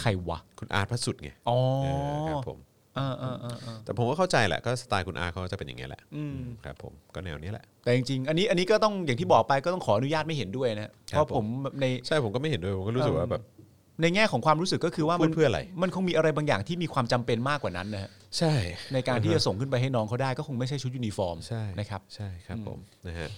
ใครวะ
คุณอาร์ตพระสุดไง
อ๋อ
เออครับผม
เออเออเออเออ
แต่ผมก็เข้าใจแหละก็สไตล์คุณอาร์ตเขาจะเป็นอย่างเงี้ยแหละ
อืม
ครับผมก็แนวเนี้ยแหละ
แต่จริงๆ อันนี้อันนี้ก็ต้องอย่างที่บอกไปก็ต้องขออนุญาตไม่เห็นด้วยนะฮะ
ครับ
เพราะ
ผ
ผม มใน
ใช่ผมก็ไม่เห็นด้วยผมก็รู้สึกว่าแบบ
ในแง่ของความรู้สึกก็คือว่า
พูด
มัน
เพื่ออะไร
มันคงมีอะไรบางอย่างที่มีความจำเป็นมากกว่านั้นนะฮะ
ใช่
ในการที่จะส่งขึ้นไปให้น้องเขาได้ก็คงไม่ใช่ชุดยูนิฟอร์ม
ใช่
นะครับ
ใช่ครับผมนะฮะ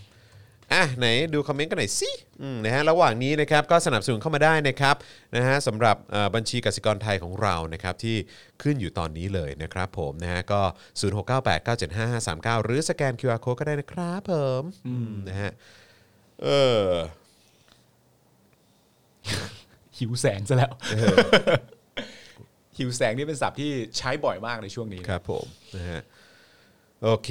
อ่ะไหนดูคอมเมนต์กันหน่อยสิอืมนะฮะระหว่างนี้นะครับก็สนับสนุนเข้ามาได้นะครับนะฮะสำหรับเอ่อบัญชีกสิกรไทยของเรานะครับที่ขึ้นอยู่ตอนนี้เลยนะครับผมนะฮะก็ 0698975539 หรือสแกน QR Code ก็ได้นะครับผมอืมนะฮะเออ
หิวแสงซะแล้ว หิวแสงนี่เป็นศัพท์ที่ใช้บ่อยมากในช่วงนี้
ครับผมนะฮะโอเค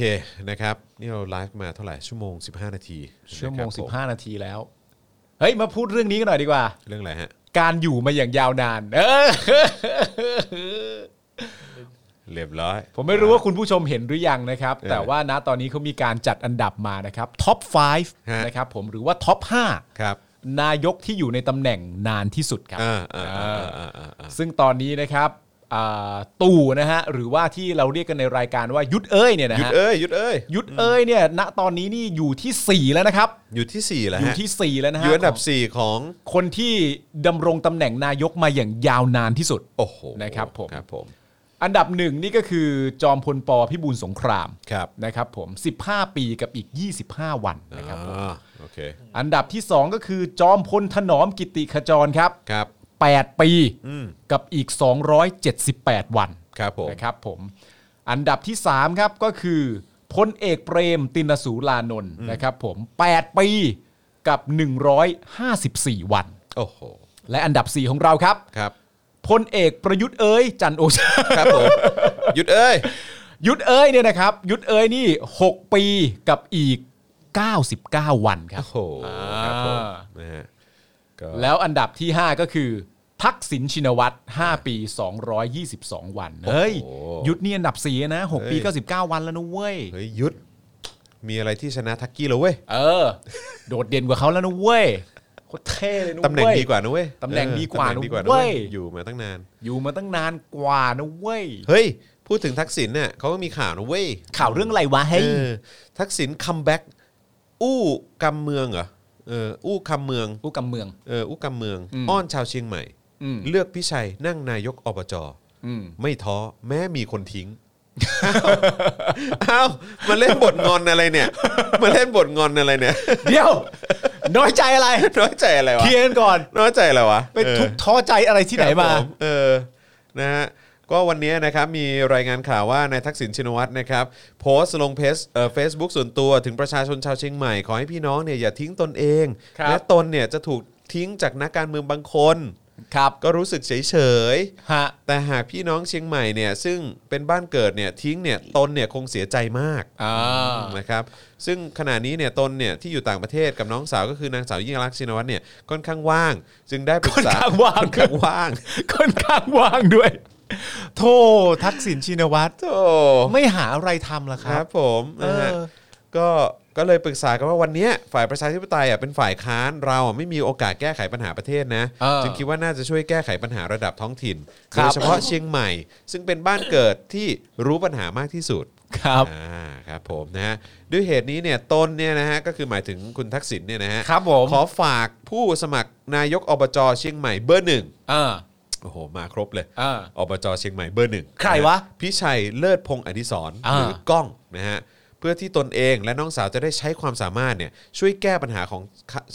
นะครับนี่เราไลฟ์มาเท่าไหร่ชั่วโมง 15 นาที
ชั่วโมง
นะครับผ
15 นาทีแล้ว เฮ้ย มาพูดเรื่องนี้กันหน่อยดีกว่า
เรื่องอะไรฮะ
การอยู่มาอย่างยาวนาน เออ
เรียบร้อย
ผมไม่รู้ว่าคุณผู้ชมเห็นหรือยังนะครับ
เออ
แต่ว่าณตอนนี้เขามีการจัดอันดับมานะครับท็อป
ฮะ
5 นะครับผมหรือว่าท็อป 5
ครับ
นายกที่อยู่ในตำแหน่งนานที่สุดครับ
อ่าอ่าอ่าอ่าอ่าอ่า
ซึ่งตอนนี้นะครับอ่าตู่นะฮะหรือว่าที่เราเรียกกันในรายการว่ายุทธเอ้ยเนี่ยนะ
หยุด
ฮะ
เอ้ยหยุดเอ้ย
ยุทธเอ้ยเนี่ยณตอนนี้นี่อยู่ทีสี่4 แล้วนะครับ
อยู่ที่4ี่แล้ว
อยู่
ฮะ
ทีสี่4 แล้วนะ
อ
ฮะ
ยู่อันดับ
ขง
4 ของ
คนที่ดำรงตำแหน่งนายกมาอย่างยาวนานที่สุด
โอ้โห
นะครับผม
ครับผม
อันดับหนึ่งนี่ก็คือจอมพลปพิบูลสงคราม
ครับ
นะครับผม 15 ปีกับอีก 25 วันนะครับผม
อ่าโอเค
อันดับที่ 2 ก็คือจอมพลถนอมกิติขจรครับ
ครับ
8 ปี
อืม
กับอีก 278 วัน
ครับผม
นะครับผมอันดับที่ 3 ครับก็คือพลเอกเปรมตินสูลานนท์นะครับผม 8 ปีกับ 154 วัน
โอ้โห
และอันดับ 4 ของเราครับ
ครับ
พลเอกประยุทธ์เอ๋ยจันทร์โอชา
ครับผมหยุดเอ้ย
ยุทธเอ๋ยเนี่ยนะครับ ยุทธเอ๋ยนี่ 6 ปีกับอีก 99 วันครั
โอ้
บ
โหครับผม
อ่า
นะฮะก็
แล้วอันดับที่ 5 ก็คือ ทักษิณชินวัตร5ปี 222 วันเฮ้ยยุทธนี่อันดับ4นะ 6 ปี 99 วันแล้วนะเว้ย
เฮ้ยหยุดมีอะไรที่ชนะทักกี้แล้วเว้ย
เออ โดดเด่นกว่าเขาแล้วนะเว้ยโคตรเท่เลยนะเว้ย
ตำแหน่งดีกว่านะเว้ย
ตำแหน่ง
เออ
ดีกว่า
ตำแหน่งดีกว่านะ
เว้
เว้ย
ย
อยู่มาตั้งนาน
อยู่มาตั้งนานกว่านะเว้ย
เฮ้ยพูดถึงทักษิณเนี่ยเขาก็มีข่าวนะเว้ย
ข่าวเรื่องอะไรวะเฮ้ย
เออทักษิณคัมแบ็กอู้กำเมืองเหรอเอออู้คำเมือง
ผู้กำเมือง
เอออุกกำเมือง
อืม
อ้อนชาวเชียงใหม่
อืม
เลือกพิชัยนั่งนายกอบจ
อืม
ไม่ท้อแม้มีคนทิ้งอ้าวมาเล่นบทงอนอะไรเนี่ย มาเล่นบทงอนอะไรเนี่ย
เดี๋ยว น้อยใจอะไร
น้อยใจอะไรวะ
เคลียร์กันก่อน
น้อยใจอะไรวะ
ไปทุกข์ท้อใจอะไรที่ไหนมา
ครับผเออนะฮะก็วันนี้นะครับมีรายงานข่าวว่านายทักษิณชินวัตรนะครับโพสต์ลงเพจเอ่อเฟซบุ๊กส่วนตัวถึงประชาชนชาวเชียงใหม่ ขอให้พี่น้องเนี่ยอย่าทิ้งตนเอง
ครับ
และตนเนี่ยจะถูกทิ้งจากนักการเมืองบางคน
ครับ
ก็รู้สึกเฉยเฉยๆ
ฮะ
แต่หากพี่น้องเชียงใหม่เนี่ยซึ่งเป็นบ้านเกิดเนี่ยทิ้งเนี่ยตนเนี่ยคงเสียใจมาก
อ่ า
นะครับซึ่งขณะนี้เนี่ยตนเนี่ยที่อยู่ต่างประเทศกับน้องสาวก็คือนางสาวยิ่งรักษณ์ชินวัตรเนี่ยค่อนข้างว่าง จึงได้ปรึ
ค่
ก
อน
ษา
ข้างว่าง
ค่อนข้าง ว่าง
ค่อนข้างว่างด้วย โททักษิณชินวัตร
โธ
ไม่หาอะไรทำละค
ค
รั
รับ บผมนะฮะ
เออ
ก็ก็เลยปรึกษากันว่าวันเนี้ยฝ่ายประชาธิปไตยอ่ะเป็นฝ่ายค้านเราอ่ะไม่มีโอกาสแก้ไขปัญหาประเทศนะ
เออ
จึงคิดว่าน่าจะช่วยแก้ไขปัญหาระดับท้องถิ่น
ครั
โด
บ
ยเฉพาะเชียงใหม่ ซึ่งเป็นบ้านเกิดที่รู้ปัญหามากที่สุด
ครับ
อ่าครับผมนะฮะด้วยเหตุนี้เนี่ยตนเนี่ยนะฮะก็คือหมายถึงคุณทักษิณเนี่ยนะฮะ
ครับผม
ขอฝากผู้สมัครนายกอบจเชียงใหม่เบอร์หนึ่ง
อ่า
โอ้โหมาครบเลย
อ่า
อบจเชียงใหม่เบอร์หนึ่ง
ใครวะ
นฮพิชัยเลิศพงศ์อดิศร
อ่า
หรืกล้องนะฮะเพื่อที่ตนเองและน้องสาวจะได้ใช้ความสามารถเนี่ยช่วยแก้ปัญหาของ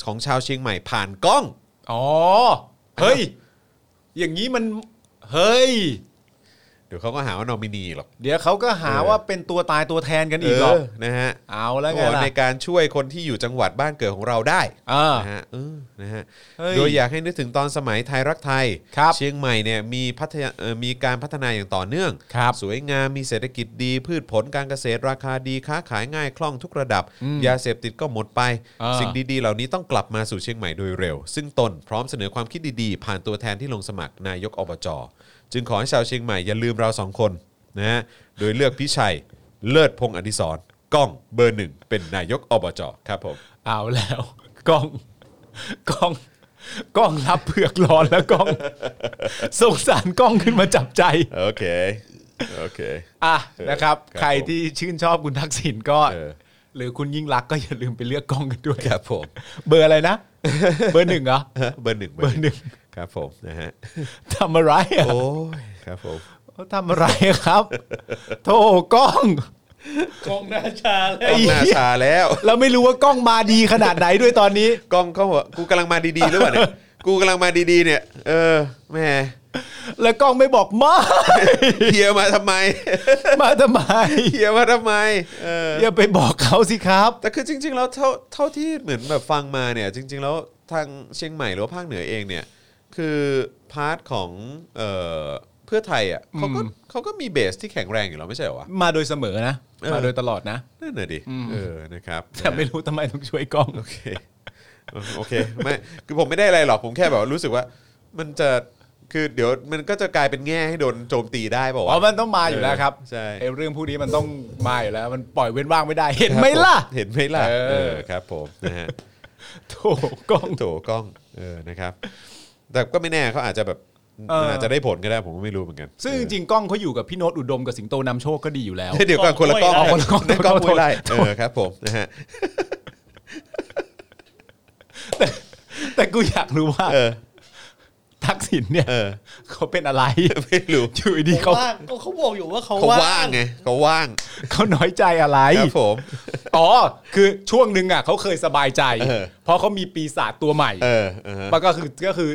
ของชาวเชียงใหม่ผ่านกล้อง
อ๋อ เฮ้ย อย่างนี้มัน เฮ้ย
เดี๋ยวเขาก็หาว่านอมินีหรอก
เดี๋ยวเขาก็หาว่าเป็นตัวตายตัวแทนกันอีกหรอก
เนะฮะ
เอาแล้วไง
โอ้
ล่ะ
ในการช่วยคนที่อยู่จังหวัดบ้านเกิดของเราได้
เออ
นะฮะเออนะฮะ
เฮ้ย
โดยอยากให้นึกถึงตอนสมัยไทยรักไทย
ครับ
เชียงใหม่เนี่ยมีพัฒนาเอ่อมีการพัฒนาอย่างต่อเนื่อง
ครับ
สวยงามมีเศรษฐกิจดี พืชผลการเกษตรราคาดีค้าขายง่ายคล่องทุกระดับ ยาเสพติดก็หมดไป
เออ
สิ่งดีๆ เหล่านี้ต้องกลับมาสู่เชียงใหม่โดยเร็ว ซึ่งตนพร้อมเสนอความคิดดีๆ ผ่านตัวแทนที่ลงสมัครนายกอบจจึงขอให้ชาวเชียงใหม่อย่าลืมเราสองคนนะฮะโดยเลือกพิชัยเลิศพงษ์อดิศรก้องเบอร์หนึ่งเป็นนายกอบจครับผม
เอาแล้วกล้องกล้องกล้องรับเผือกร้อนแล้วกล้อง สงสารกล้องขึ้นมาจับใจ
โอเค โอเค
อ่ะนะครับ
เออครับ
ใครที่ชื่นชอบคุณทักษิณก็
เออ
หรือคุณยิ่งรักษณ์ก็อย่าลืมไปเลือกกล้องกันด้วย
ครับผม
เบอร์อะไรนะ เบอร์หนึ่งเหรอ
เบอร์หนึ่ง
เบอร์หนึ่ง
ครับผมนะฮะ
ทำอะไรอ่ะ
โอ้ยครับผม
ทำอะไรครับโธ่กล้อง
กองหน้าชาเล
กล้
ย
องหน้าชาแล้ว
เราไม่รู้ว่ากล้องมาดีขนาดไหนด้วยตอนนี้
กล้องเขาบอกกูกำลังมาดีๆหรือเปล่าเนี่ยกูกำลังมาดีๆเนี่ย เออแหม่
แล้วกล้องไม่บอกมา
เฮียมาทำไม
มาทำไม
เฮียมาทำไมเออ
อย่าไปบอกเขาสิครับ
แต่คือจริง ๆ แล้วเท่าเท่าที่เหมือนแบบฟังมาเนี่ย จริง ๆ แล้วทางเชียงใหม่หรือว่าภาคเหนือเองเนี่ย คือพาร์ทของเอ่อเพื่อไทยอ่ะเขาก็เขาก็มีเบสที่แข็งแรงอยู่แล้วไม่ใช่เหรอวะ
มาโดยเสมอนะ
เออ
มาโดยตลอดนะ
นั่นน่ะดิเออนะครับ
แต่ไม่รู้ทำไมต้องช่วยกล้อง
โอ เคเออโอเคไม่คือผมไม่ได้อะไรหรอกผมแค่แบบว่ารู้สึกว่า มันจะคือเดี๋ยวมันก็จะกลายเป็นแง่ให้โดนโจมตีได้เปล่า
อ๋อ
วะ
มันต้องมาอยู่แล้วครับ
เออใช่
ไอ้เรื่องผู้นี้มันต้องมาอยู่แล้ว มันปล่อยเว้นว่างไม่ได้ เห็นไหมล่ะ
ครับผเห็นไหมล่ะ
เออ
เออครับผมนะฮะ
โถกล้อง
โถกล้องเออนะครับ แต่ก็ไม่แน่เขาอาจจะแบบ
เออ
มันอาจจะได้ผลก็ได้ผมก็ไม่รู้เหมือนกัน
ซึ่งจริงๆกล้องเขาอยู่กับพี่โน้ตอุดมกับสิงโตนำโชคก็ดีอยู่แล้ว
เออเดี๋ยวก่อนคนละกล้อง
เอาคนละกล้อง
นั่นกล้องห้วยไร่เออครับผมนะฮะ
แต่กูอยากรู้ว่า
เออ
ทักษิณเนี่ย
เออ
เขาเป็นอะไร
ไม่รู้
อยู่ดีๆเขา
ว่างก็เขาบอกอยู่ว่าเขา
เขา
ว่า
ว่าง
ง
ไงเขาว่าง
เขาน้อยใจอะไร
ครับผม
อ๋อคือช่วงหนึ่งอ่ะเขาเคยสบายใจ
เออ
เพราะเขามีปีศาจตัวใหม่
เออเออ
มันก็คือก็คือ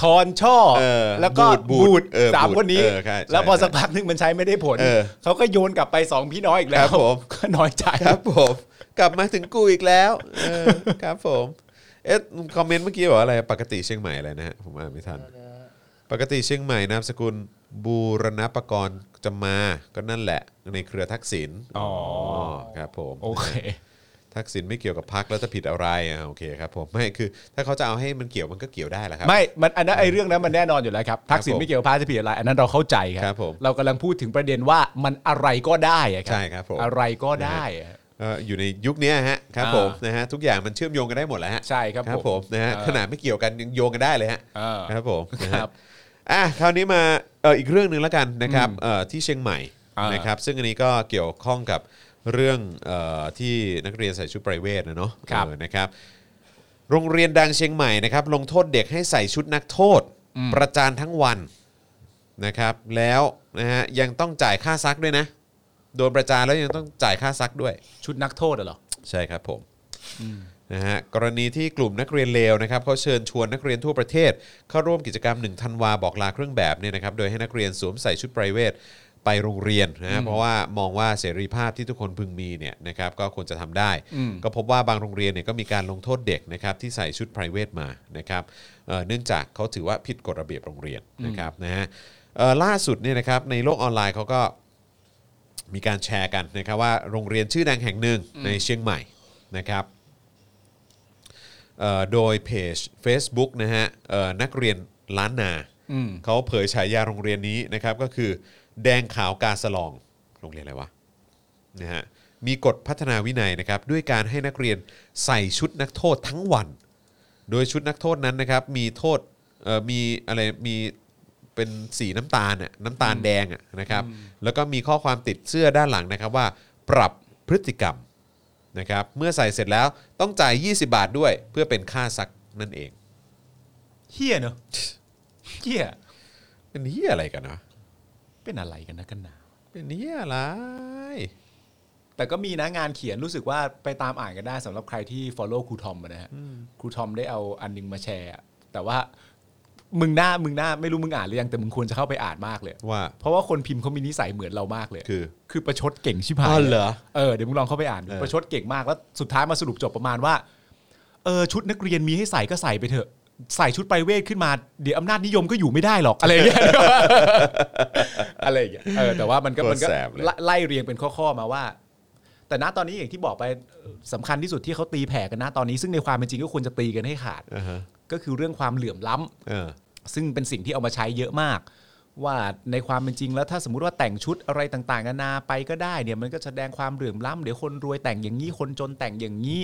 ทอนช่อ
เออ
แล้วก็
บูดบูดเออ
สาม
บูด
คนนี้
เออใช่ใช่
แล้วพอสักพักหนึงมันใช้ไม่ได้ผล
เออ
เขาก็โยนกลับไปสองพี่น้อยอีกแล้
ครั
ว
บผม
ก็น้อยใจ
ครับผมกลับมาถึงกูอีกแล้วเออครับผมเอ๊ะคอมเมนต์เมื่อกี้บอกว่าอะไรปกติเชียงใหม่อะไรนะฮะผมอ่านไม่ทัน ปกติเชียงใหม่นามสกุลบูรณปกรณ์จะมาก็นั่นแหละ ในเครือทักษิณ
อ๋ออ๋
ครับผม
โอเค
ทักษิณไม่เกี่ยวกับพักแล้วจะผิดอะไรอ่ะโอเคครับผมไม่คือ ถ้าเขาจะเอาให้มันเกี่ยวมันก็เกี่ยวได้แหละครับ
ไม่ มันอันนั้นไอ้เรื่องนั้นมันแน่นอนอยู่แล้วครับ ทักษิณ
ผม
ไม่เกี่ยวกับพาสปีอะไร อันนั้นเราเข้าใจค
ครั
รับ
ผม
เรากำลังพูดถึงประเด็นว่ามันอะไรก็ได้อะครั
ใช่ครับผม
อะไรก็ได้อะ
เอ่ออยู่ในยุคเนี้ยฮะครับ
อ่า
ผมนะฮะทุกอย่างมันเชื่อมโยงกันได้หมดแหล้วฮะ
ใช่ครับ
ครับ
ผ
ผม
ม
นะฮะ
อ่า
ขนาดไม่เกี่ยวกันยังโยงกันได้เลยฮะ
อ่า
ครับผมนะฮะ
ครับ
อ่ะคราวนี้มาเอ่ออีกเรื่องหนึ่งแล้วกันนะครับเอ่อที่เชียงใหม่
อ่าน
นะครับซึ่งอันนี้ก็เกี่ยวข้องกับเรื่องเอ่อที่นักเรียนใส่ชุดไพรเวทนะเนาะ
ครับ
เออนะครับ โรงเรียนดังเชียงใหม่นะครับลงโทษเด็กให้ใส่ชุดนักโทษ ประจานทั้งวันนะครับ แล้วนะฮะยังต้องจ่ายค่าซักด้วยนะโดนประจานแล้วยังต้องจ่ายค่าซักด้วย
ชุดนักโทษอะเหรอ
ใช่ครับผมนะฮะกรณีที่กลุ่มนักเรียนเลวนะครับเขาเชิญชวนนักเรียนทั่วประเทศ เข้าร่วมกิจกรรม1ธันวาบอกลาเครื่องแบบเนี่ยนะครับโดยให้นักเรียนสวมใส่ชุดไพรเวทไปโรงเรียนนะฮะเพราะว่ามองว่าเสรีภาพที่ทุกคนพึงมีเนี่ยนะครับก็ควรจะทำได้ ก็พบว่าบางโรงเรียนเนี่ยก็มีการลงโทษเด็กนะครับที่ใส่ชุดไพรเวทมานะครับเอ่อเนื่องจากเขาถือว่าผิดกฎระเบียบโรงเรียนนะครับนะฮะเอ่อล่าสุดเนี่ยนะครับในโลกออนไลน์เขาก็ มีการแชร์กันนะครับว่าโรงเรียนชื่อดังแห่งหนึ่งในเชียงใหม่นะครับเอ่อโดยเพจ Facebook นะฮะเอ่อนักเรียนล้านนาเขาเผยฉายาโรงเรียนนี้นะครับก็คือ แดงขาวกาสลองโรงเรียนอะไรวะนะฮะมีกฎพัฒนาวินัยนะครับด้วยการให้นักเรียนใส่ชุดนักโทษทั้งวัน โดยชุดนักโทษนั้นนะครับมีโทษเอ่อมีอะไรมีเป็นสีน้ำตาลน่ะน้ำตาลแดงอะนะครับแล้วก็มีข้อความติดเสื้อด้านหลังนะครับว่า ปรับพฤติกรรมนะครับเมื่อใส่เสร็จแล้วต้องจ่าย 20 บาทด้วย เพื่อเป็นค่าซักนั่นเอง
เฮี้ยเนอะเฮี้ย
เป็นเหี้ยอะไรกันนะ
เป็นอะไรกันนะกันหนา
เป็นเหี้ยอะไร
แต่ก็มีนะงานเขียนรู้สึกว่าไปตามอ่านกันได้สำหรับใครที่ follow ครูทอมอะนะฮะ ครูทอมได้เอาอันหนึงมาแชร์อะแต่ว่า มึงหน้ามึงหน้าไม่รู้มึงอ่านหรือยังแต่มึงควรจะเข้าไปอ่านมากเลย
ว่า
เพราะว่าคนพิมพ์เขามีนิสัยเหมือนเรามากเลย
คือ
คือประชดเก่งชิบหาย
อ๋อเหรอ
เออเดี๋ยวมึงลองเข้าไปอ่านดู
เออ
ประชดเก่งมากแล้วสุดท้ายมาสรุปจบประมาณว่าเออชุดนักเรียนมีให้ใส่ก็ใส่ไปเถอะ ใส่ชุดไปเวทขึ้นมาเดี๋ยวอำนาจนิยมก็อยู่ไม่ได้หรอกอะไรอย่างเงี้ย อะไรอย่างเงี้ยเออแต่ว่ามันก็
โคตร
มันก็
แสบเลย
ไล่ไล่เรียงเป็นข้อๆมาว่า แต่ณตอนนี้อย่างที่บอกไปสำคัญที่สุดที่เขาตีแผ่กันนะตอนนี้ซึ่งในความเป็นจริงก็ควรจะตีกันให้ขาด
อ่าฮะ
ก็คือเรื่องความเหลื่อมล้ำ
เออ
ซึ่งเป็นสิ่งที่เอามาใช้เยอะมาก ว่าในความเป็นจริงแล้วถ้าสมมติว่าแต่งชุดอะไรต่างๆนานาไปก็ได้เนี่ยมันก็แสดงความเหลื่อมล้ำเดี๋ยวคนรวยแต่งอย่างนี้คนจนแต่งอย่างนี้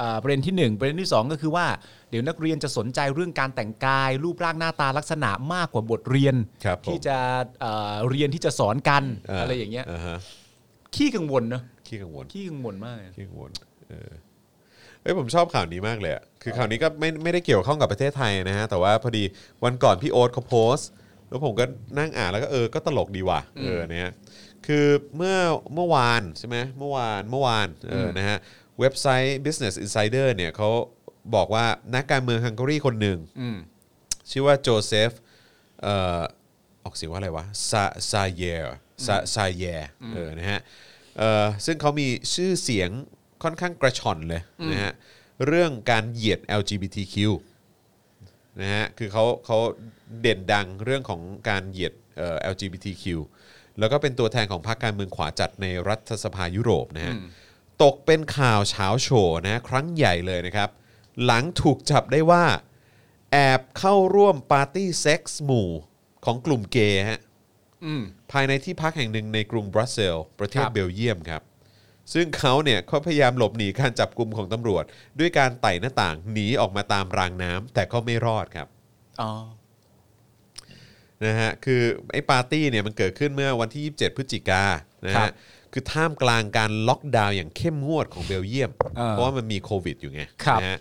อ่าประเด็นที่หนึ่งประเด็นที่สองก็คือว่าเดี๋ยวนักเรียนจะสนใจเรื่องการแต่งกาย รูปร่างหน้าตาลักษณะมากกว่าบทเรียน
ครับผม
ที่จะเอ่อเรียนที่จะสอนกัน
เ
อะไรอย่างเงี้ย
ฮะ
ขี้กังวลเนอะ
ขี้กังวล
ขี้กังวลมากเลย
ขี้กังวลเออเอ้ยผมชอบข่าวนี้มากเลยอะคือข่าวนี้ก็ไม่ไม่ได้เกี่ยวข้องกับประเทศไทยนะฮะ แต่ว่าพอดีวันก่อนพี่โอ๊ตเขาโพสต์ แล้วผมก็นั่งอ่านแล้วก็เออ ก็ตลกดีว่ะ เออเนี่ยคือเมื่อเมื่อวานใช่ไหมเมื่อวานเมื่อวานเอออนะฮะ เว็บไซต์ Business Insider เนี่ยเขาบอกว่านักการเมืองฮังการีคนหนึ่ง ชื่อว่าโจเซฟเอ่อออกเสียงว่าอะไรวะซาซาเยร์ซาซาเยร์เออนะฮะเอ่อซึ่งเขามีชื่อเสียงค่อนข้างกระชอนเลยนะฮะเรื่องการเหยียด LGBTQ นะฮะคือเขาเขาเด่นดังเรื่องของการเหยียดเอ่อ LGBTQ แล้วก็เป็นตัวแทนของพรรคการเมืองขวาจัดในรัฐสภายุโรปนะฮะตกเป็นข่าวเช้าโชว์นะฮะครั้งใหญ่เลยนะครับ หลังถูกจับได้ว่า แอบเข้าร่วมปาร์ตี้เซ็กส์หมู่ของกลุ่มเกย์ฮะภายในที่พักแห่งหนึ่งในกรุงบรัสเซลส์ประเทศ
ครับ
เบลเยียมครับ ซึ่งเขาเนี่ยเขาพยายามหลบหนีการจับกลุ่มของตำรวจ ด้วยการไต่หน้าต่างหนีออกมาตามรางน้ำแต่ก็ไม่รอดครับ
อ๋อ
นะฮะคือไอ้ปาร์ตี้เนี่ยมันเกิดขึ้นเมื่อวันที่ 27 พฤศจิกายนนะ
ครั
ฮะ
บ
คือท่ามกลางการล็อกดาวน์อย่างเข้มงวดของเบลเยียม
เออ
เพราะว่ามันมีโควิดอยู่ไง
ครับ
นะฮะ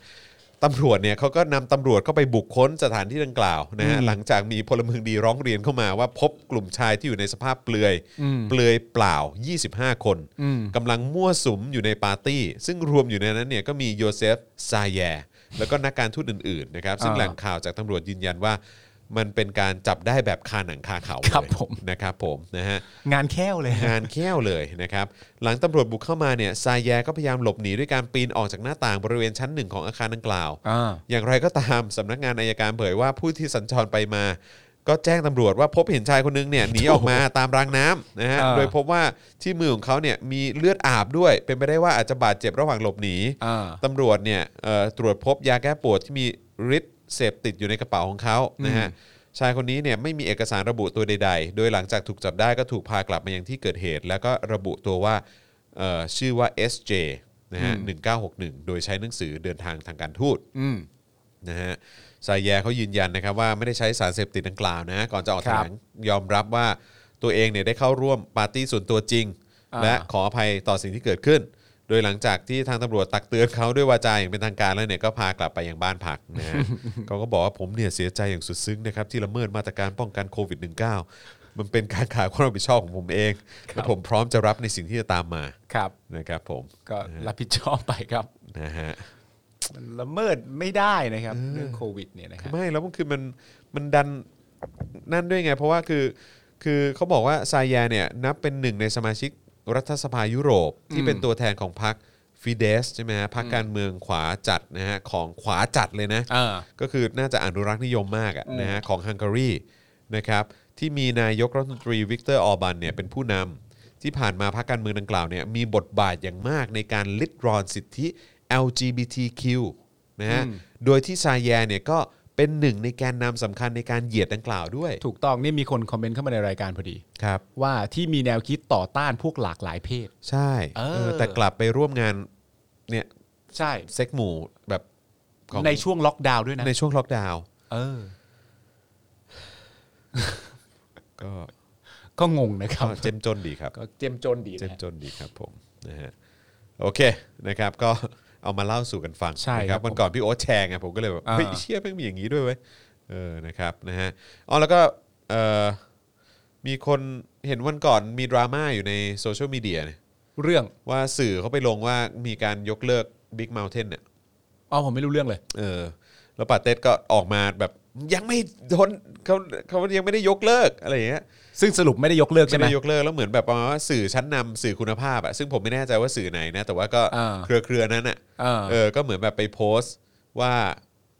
ตำรวจเนี่ยเขาก็นำตำรวจเข้าไปบุคคลสถานที่ดังกล่าวนะฮะ
อืม
หลังจากมีพลเมืองดีร้องเรียนเข้ามาว่าพบกลุ่มชายที่อยู่ในสภาพเปลือย เปลือยเปล่า 25 คน
อืม
กำลังมั่วสุมอยู่ในปาร์ตี้ ซึ่งรวมอยู่ในนั้นเนี่ยก็มีโยเซฟซาแยร์แล้วก็นักการทูตอื่นๆนะครับซึ่งแหล่ง ข่าวจากตำรวจยืนยันว่ามันเป็นการจับได้แบบคาหนังคาเขา
ครับ
เลย
ผม
นะครับผมนะฮะ
งานแค้วเลย
งานแค้วเลยนะครับ หลังตำรวจบุกเข้ามาเนี่ยซายแยก็พยายามหลบหนีด้วยการปีนออกจากหน้าต่างบริเวณชั้นหนึ่งของอาคารดังกล่าว
อ่า
อย่างไรก็ตามสำนักงานอายการเผยว่าผู้ที่สัญจรไปมา ก็แจ้งตำรวจว่าพบเห็นชายคนนึง เนี่ยหนีออกมาตามรางน้ำนะฮะ
อ่า
โดยพบว่าที่มือของเขาเนี่ยมีเลือดอาบด้วย เป็นไปได้ว่าอาจจะบาดเจ็บระหว่างหลบหนี
อ่า
ตำรวจเนี่ยเอ่อตรวจพบยาแก้ปวดที่มีฤทธิ์เสพติดอยู่ในกระเป๋าของเขานะฮะชายคนนี้เนี่ยไม่มีเอกสารระบุตัวใด ๆ โดยหลังจากถูกจับได้ก็ถูกพากลับมายังที่เกิดเหตุ แล้วก็ระบุตัวว่าเอ่อชื่อว่า SJ นะฮะ1961 โดยใช้หนังสือเดินทางทางการทูต
อืม
นะฮะสายแยเขายืนยันนะครับว่าไม่ได้ใช้สารเสพติดดังกล่าวนะก่อนจะออก
ค
แถ
รับ
ลงยอมรับว่าตัวเองเนี่ยได้เข้าร่วมปาร์ตี้ส่วนตัวจริง
อ่า
และ ขออภัยต่อสิ่งที่เกิดขึ้น โดยหลังจากที่ทางตำรวจตักเตือนเขาด้วยวาจาอย่างเป็นทางการแล้วเนี่ยก็พากลับไปยังบ้านพักนะ ฮะ เขาก็บอกว่าผมเนี่ยเสียใจอย่างสุดซึ้งนะครับที่ละเมิดมาตรการป้องกันโควิด -19 มันเป็นการขาดความรับผิดชอบของผมเองและผมพร้อมจะรับในสิ่งที่จะตามมา
ครับ
นะครับผม
ก็รับผิดชอบไปครับ
นะฮะ
มันละเมิดไม่ได้นะครับเรื่องโควิดเนี่ยนะค
คื
รั
อ
บ
ไม่แล้วมันคือมันมันดันนั่นด้วยไง เพราะว่าคือคือเขาบอกว่าซายาเนี่ยนับเป็นหนึ่งในสมาชิกรัฐสภายุโรปที่เป็นตัวแทนของพรรคฟิเดสใช่ไหมฮะพรรคการเมืองขวาจัดนะฮะของขวาจัดเลยนะ
อ่า
ก็คือน่าจะอนุรักษ์นิยมมากอะนะฮะของฮังการีนะครับที่มีนายกรัฐมนตรีวิกเตอร์ออร์บันเนี่ยเป็นผู้นำที่ผ่านมาพรรคการเมืองดังกล่าวเนี่ยมีบทบาทอย่างมากในการลิดรอนสิทธิ LGBTQ นะฮะโดยที่ซายแยเนี่ยก็เป็นหนึ่งในแกนนำสำคัญในการเหยียดดังกล่าวด้วย
ถูกต้องนี่มีคนคอมเมนต์เข้ามาในรายการพอดี
ครับ
ว่าที่มีแนวคิดต่อต้านพวกหลากหลายเพศ
ใช่
เออ
เออแต่กลับไปร่วมงานเนี่ย
ใช่
เซ็กหมู่แบบของ
ในช่วงล็อกดาวน์ด้วยนะ
ในช่วงล็อกดาวน์
เออ
ก็
ก็งงนะครับ
ก็เจ้มจนดีครับ
ก็เจยมจนดีนะ
เจ้ม
ฮะ
จนดีครับผมนะฮะโอเคนะครับ ก็ เอามาเล่าสู่กันฟัง
ใช่
นะค
ครั
รับบ วันก่อนพี่โอ๊ตแชร์ไงผมก็เลยแบบ
อ่า
เฮ้ยเชี่ยแม่งมีอย่างนี้ด้วยเว้ยเออนะครับนะฮะอ๋อแล้วก็เอ่อมีคนเห็นวันก่อนมีดราม่าอยู่ในโซเชียลมีเดียเนี่ย
เรื่อง
ว่าสื่อเขาไปลงว่ามีการยกเลิก Big Mountain เนี่ย
อ๋อผมไม่รู้เรื่องเลย
เออ แล้วปาเต็ดก็ออกมาแบบยังไม่ทนเขาเขายังไม่ได้ยกเลิกอะไรอย่างเงี้ย
ซึ่งสรุปไม่ได้ยกเลิกใช่ไหม
ไม่ได้ยกเลิกแล้วเหมือนแบบประมาณว่าสื่อชั้นนำสื่อคุณภาพอะซึ่งผมไม่แน่ใจว่าสื่อไหนนะแต่ว่าก็
อ่า
เครือเครือนั้นอะ
อ่า
เออก็เหมือนแบบไปโพสต์ว่า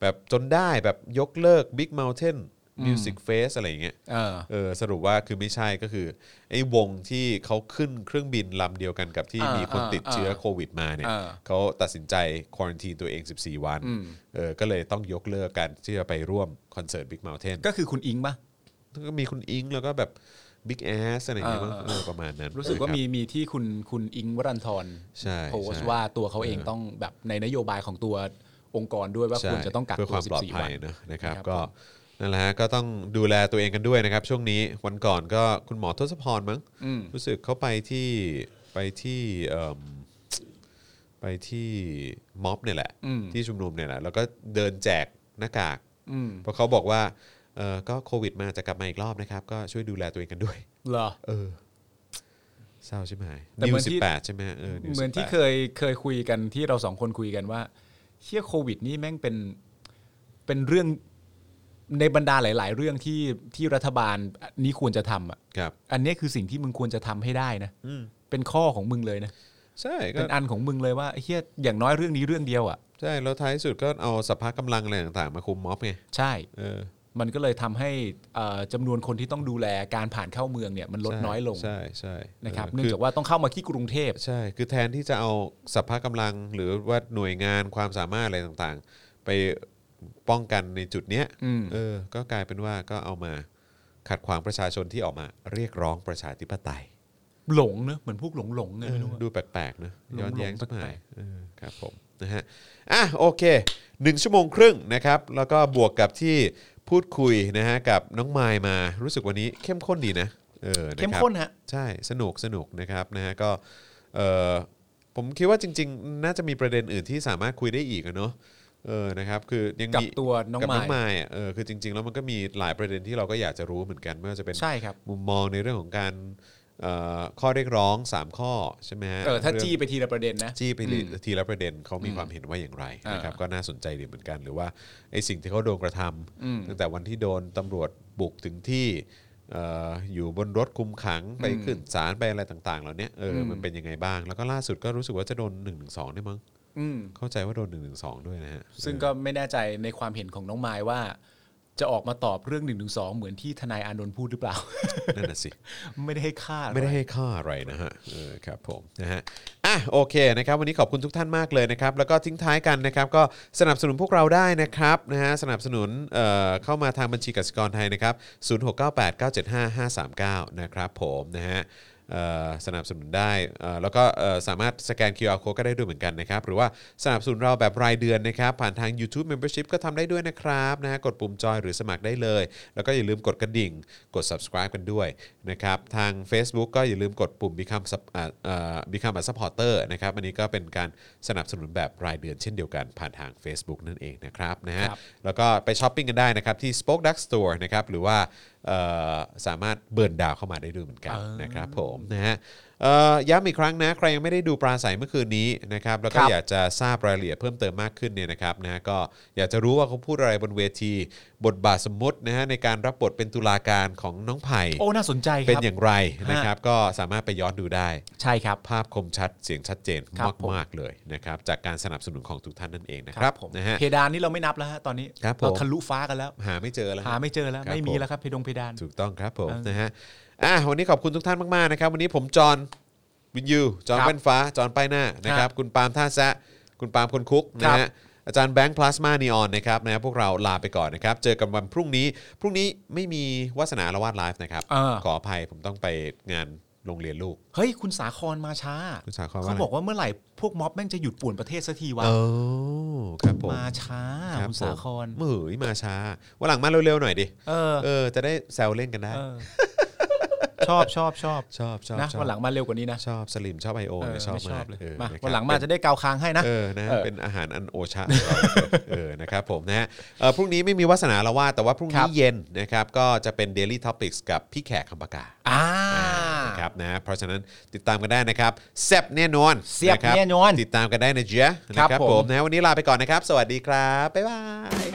แบบจนได้แบบยกเลิก Big Mountain Music Fest อะไรอย่างเงี้ย
เออ
เออสรุปว่าคือไม่ใช่ก็คือไอ้วงที่เขาขึ้นเครื่องบินลำเดียวกันกับที่
อ่ามี
มีคนติด
อ่า
เชื้อโควิดมาเนี่ย
อ่า
เขาตัดสินใจควอนตีนตัวเอง 14 วัน
อืม
เออก็เลยต้องยกเลิกการที่จะไปร่วมคอนเสิร์ต Big Mountain
ก็คือคุณอิงปะ
ก็มีคุณอิงแล้วก็แบบบิ๊กแอสอะไรอย่างเงี้ยมั้ง
อ่า
เออประมาณนั้น
รู้สึกว่า
นะคบ
มีมีที่คุณคุณอิงค์วรันทร
ใช่
โพส
ใช่
ต์ว่าตัวเขาเองต้องแบบในนโยบายของตัวองค์กรด้วยว่า
ใช่
ควรจะต้องกัก
เพื่อ
ตั
คว วามปลอด
14
ภั
วั
ย
น
นะนะครับ
ครับ
ก็นั่นแหละฮะก็ต้องดูแลตัวเองกันด้วยนะครับ ช่วงนี้วันก่อนก็คุณหมอทศพรมั้ง
อืม
รู้สึกเขาไปที่ไปที่เอิ่มไปที่ม็อบเนี่ยแหละ ที่ชุมนุมเนี่ยแหละแล้วก็เดินแจกหน้ากาก
อืม
เพราะเขาบอกว่าเออก็โควิดมาจะกลับมาอีกรอบนะครับ ก็ช่วยดูแลตัวเองกันด้วย
เหรอ
เออเศร้าใช่ไหม
แต่
นิ
เห
ว
มือน
สิ
ที่
บแปดใช่ไหมเออ New
เหมือนที่
18
เคยเคยคุยกันที่เราสองคนคุยกันว่าเชี่ยโควิด นี่แม่งเป็นเป็นเรื่องในบรรดาหลาย ๆ เรื่องที่ที่รัฐบาลนี้ควรจะทำอ่ะ
ครับ
อันเนี้ยคือสิ่งที่มึงควรจะทำให้ได้นะ
อืม
เป็นข้อของมึงเลยนะ
ใช่ก็
เป็นอันของมึงเลยว่าเฮียอย่างน้อยเรื่องนี้เรื่องเดียวอ่ะ
ใช่ แล้วท้ายสุดก็เอาสัพพะกำลังอะไรต่างๆ มาคุมม็อบไง
ใช่
เออ
มันก็เลยทำให้เอ่อจำนวนคนที่ต้องดูแลการผ่านเข้าเมืองเนี่ยมันลด
ใช่
น้อยลง
ใช่ใช่
นะครับ
ออ
เนื่องจากว่าต้องเข้ามาที่กรุงเทพ
ใช่ คือแทนที่จะเอาสัพพะกำลังหรือว่าหน่วยงานความสามารถอะไรต่างๆ ไปป้องกันในจุดเนี้ย
อืม
เออ ก็กลายเป็นว่าก็เอามาขัดขวางประชาชนที่ออกมาเรียกร้องประชาธิปไตย
หลงเนอะเหมือนพวกหลงหลงๆเนี่ยไม่รู้
เอ
อะ
อดูแปลกๆนะย้อนแย้
ห
ง
ลงๆ
สักหน่อ
แปล
ย
ก
เออครับผมนะฮะอ่ะโอเคหนึ่งชั่วโมงครึ่งนะครับ แล้วก็บวกกับที่พูดคุยนะฮะกับน้องไมล์มารู้สึกวันนี้เข้มข้นดีนะเออนะครับ
เข้มข้นฮะ
ใช่สนุกสนุกนะครับนะฮะก็เออผมคิดว่าจริง ๆ น่าจะมีประเด็นอื่นที่สามารถคุยได้อีกอะเนาะเออนะครับคือยัง
กับ
มี
ตัวน้อง
กับน้อง
ไม
ไม
ล์
ล์อะเออคือจริง ๆ แล้วมันก็มีหลายประเด็นที่เราก็อยากจะรู้เหมือนกันไม่ว่าจะเป็น
ใช่ครับ
มุมมองในเรื่องของการเอ่อข้อเรียกร้อง 3 ข้อใช่ไหมฮะ
เออถ้า
รื่อง
จี้ไปทีละประเด็นนะ
จี้ไปทีละประเด็นเขามีความเห็นว่าอย่างไรนะครับก็น่าสนใจดีเหมือนกันหรือว่าไอ้สิ่งที่เขาโดนกระทำตั้งแต่วันที่โดนตำรวจบุกถึงที่เอ่ออยู่บนรถคุมขังไปขึ้นศาลไปอะไรต่าง ๆ เหล่าเนี้ยเอออมันเป็นยังไงบ้าง แล้วก็ล่าสุดก็รู้สึกว่าจะโดน1นึด้วยมั้ง
อืม
เข้าใจว่าโดน1นึด้วยนะฮะ
ซึ่งก็ไม่แน่ใจในความเห็นของน้องไม้ว่า จะออกมาตอบเรื่อง1นึเหมือนที่ทนายอานนท์พูดหรือเปล่า
นั่นน่ะสิ
ไม่ได้ให้ค่าอะร
ไม่ได้ให้ค่าอะไรนะฮะเออครับผมนะฮะอ่ะโอเคนะครับวันนี้ขอบคุณทุกท่านมากเลยนะครับแล้วก็ทิ้งท้ายกันนะครับก็สนับสนุนพวกเราได้นะครับนะฮะสนับสนุนเอ่อเข้ามาทางบัญชีกสิกรไทยนะครับ0698975539 นะครับผมนะฮะเอ่อสนับสนุนได้เอ่อแล้วก็เอ่อสามารถสแกน QR code ก็ได้ด้วยเหมือนกันนะครับหรือว่าสนับสนุนเราแบบรายเดือนนะครับผ่านทาง YouTube Membership ก็ทำได้ด้วยนะครับนะฮะกดปุ่มจอยหรือสมัครได้เลย แล้วก็อย่าลืมกดกระดิ่ง กด subscribe กันด้วยนะครับทาง Facebook ก็อย่าลืมกดปุ่ม become sub อ่าเอ่อ become a supporter นะครับอันนี้ก็เป็นการสนับสนุนแบบรายเดือนเช่นเดียวกันผ่านทาง Facebook นั่นเองนะครับนะฮะ
ครับ
แล้วก็ไปช้อปปิ้งกันได้นะครับที่ Spoke Dark Store นะครับหรือว่าเอ่อสามารถเบิร์นดาวเข้ามาได้ด้วยเหมือนกันนะครับผมนะฮะเอ่อย้ำอีกครั้งนะใครยังไม่ได้ดูปราศัยเมื่อคืนนี้นะครับแล้วก็
ครับ
อยาก อยากจะทราบรายละเอียดเพิ่มเติมมากขึ้นเนี่ยนะครับนะฮะก็อยากจะรู้ว่าเขาพูดอะไรบนเวที บทบาทสมมตินะฮะในการรับบทเป็นตุลาการของน้องไผ่
โอ้น่าสนใจครับ
เป็นอย่างไรนะครับ
ฮะ
ก็สามารถไปย้อนดูได้
ใช่ครับ
ภาพคมชัดเสียงชัดเจน
ครับผม
มากๆเลยนะครับจากการสนับสนุนของทุกท่านนั่นเองนะครับ
ผม
นะฮะ
เพดานนี่เราไม่นับแล้วฮะตอนนี้
ครับผม
เราทะลุฟ้ากันแล้ว
หาไม่เจอแล้วฮะ
หาไม่เจอแล้ว
ครับ
ไม่มี
ผม
แล้วครับเพดงเพดาน
ถูกต้องครับผม
เออ
นะฮะอ่ะวันนี้ขอบคุณทุกท่านมากๆนะครับ วันนี้ผมจอห์นวินยูจอห์น
ครับ
แว่นฟ้า จอห์นป้ายหน้านะค
ค
รั
รั
บบ คุณปาล์มท่าแซะคุณปาล์มคนคุก
ครั
นะ
บ
ฮะอาจารย์แบงค์พลาสมานีออนนะครับนะฮะพวกเราลาไปก่อนนะครับ เจอกันวันพรุ่งนี้ พรุ่งนี้ไม่มีวาสนาละวาดไลฟ์นะครับ
เออ
ขออภัยผมต้องไปงานโรงเรียนลูก
เฮ้ยคุณสาครมาช้า
คุณสาครว่าอะไร
เขาบอกว่าเมื่อไหร่พวกม็อบแม่งจะหยุดป่วนประเทศสักทีวะ
โอ้ครับผม
มาช้า
รับ
คุณสาคร
ผมเหมือยมาช้าวันหลังมาเร็วๆหน่อยดิ
เออ
เออจะได้แซวเล่นกันได้
เออ ชอบชอบชอบ
ชอบชอบ
นะ
ชอบ
วันหลังมาเร็วกว่านี้นะ
ชอบสลิมชอบไอโอ
เออ
เนี่ยชอบ
ไม่ช
มาก
อบเลย
เอ
มา
อะครับ
วันหลังมาจะได้กาวค้างให้นะ
เออ นะฮะ
เออ
เป็นอาหารอันโอชะ ของเราเออ นะครับผมนะฮะเอ่อพรุ่งนี้ไม่มีวาสนาละว่าดแต่ว่าพรุ่ง
ครั
นี้
บ
เย็นนะครับ ก็จะเป็น Daily Topics กับพี่แขกคำปากา
อ่า
นะครับนะเพราะฉะนั้นติดตามกันได้นะครับแซบแน่นอน
แซ่บ
ะครับ
แน่นอน
ติดตามกันได้นะเจ๊ยะนะครับ ผ
ผม ม
นะวันนี้ลาไปก่อนนะครับ สวัสดีครับ บ๊ายบาย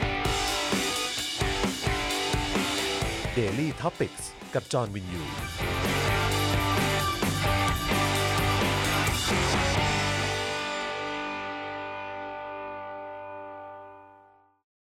Daily t o p i c กกับจอห์นวินยู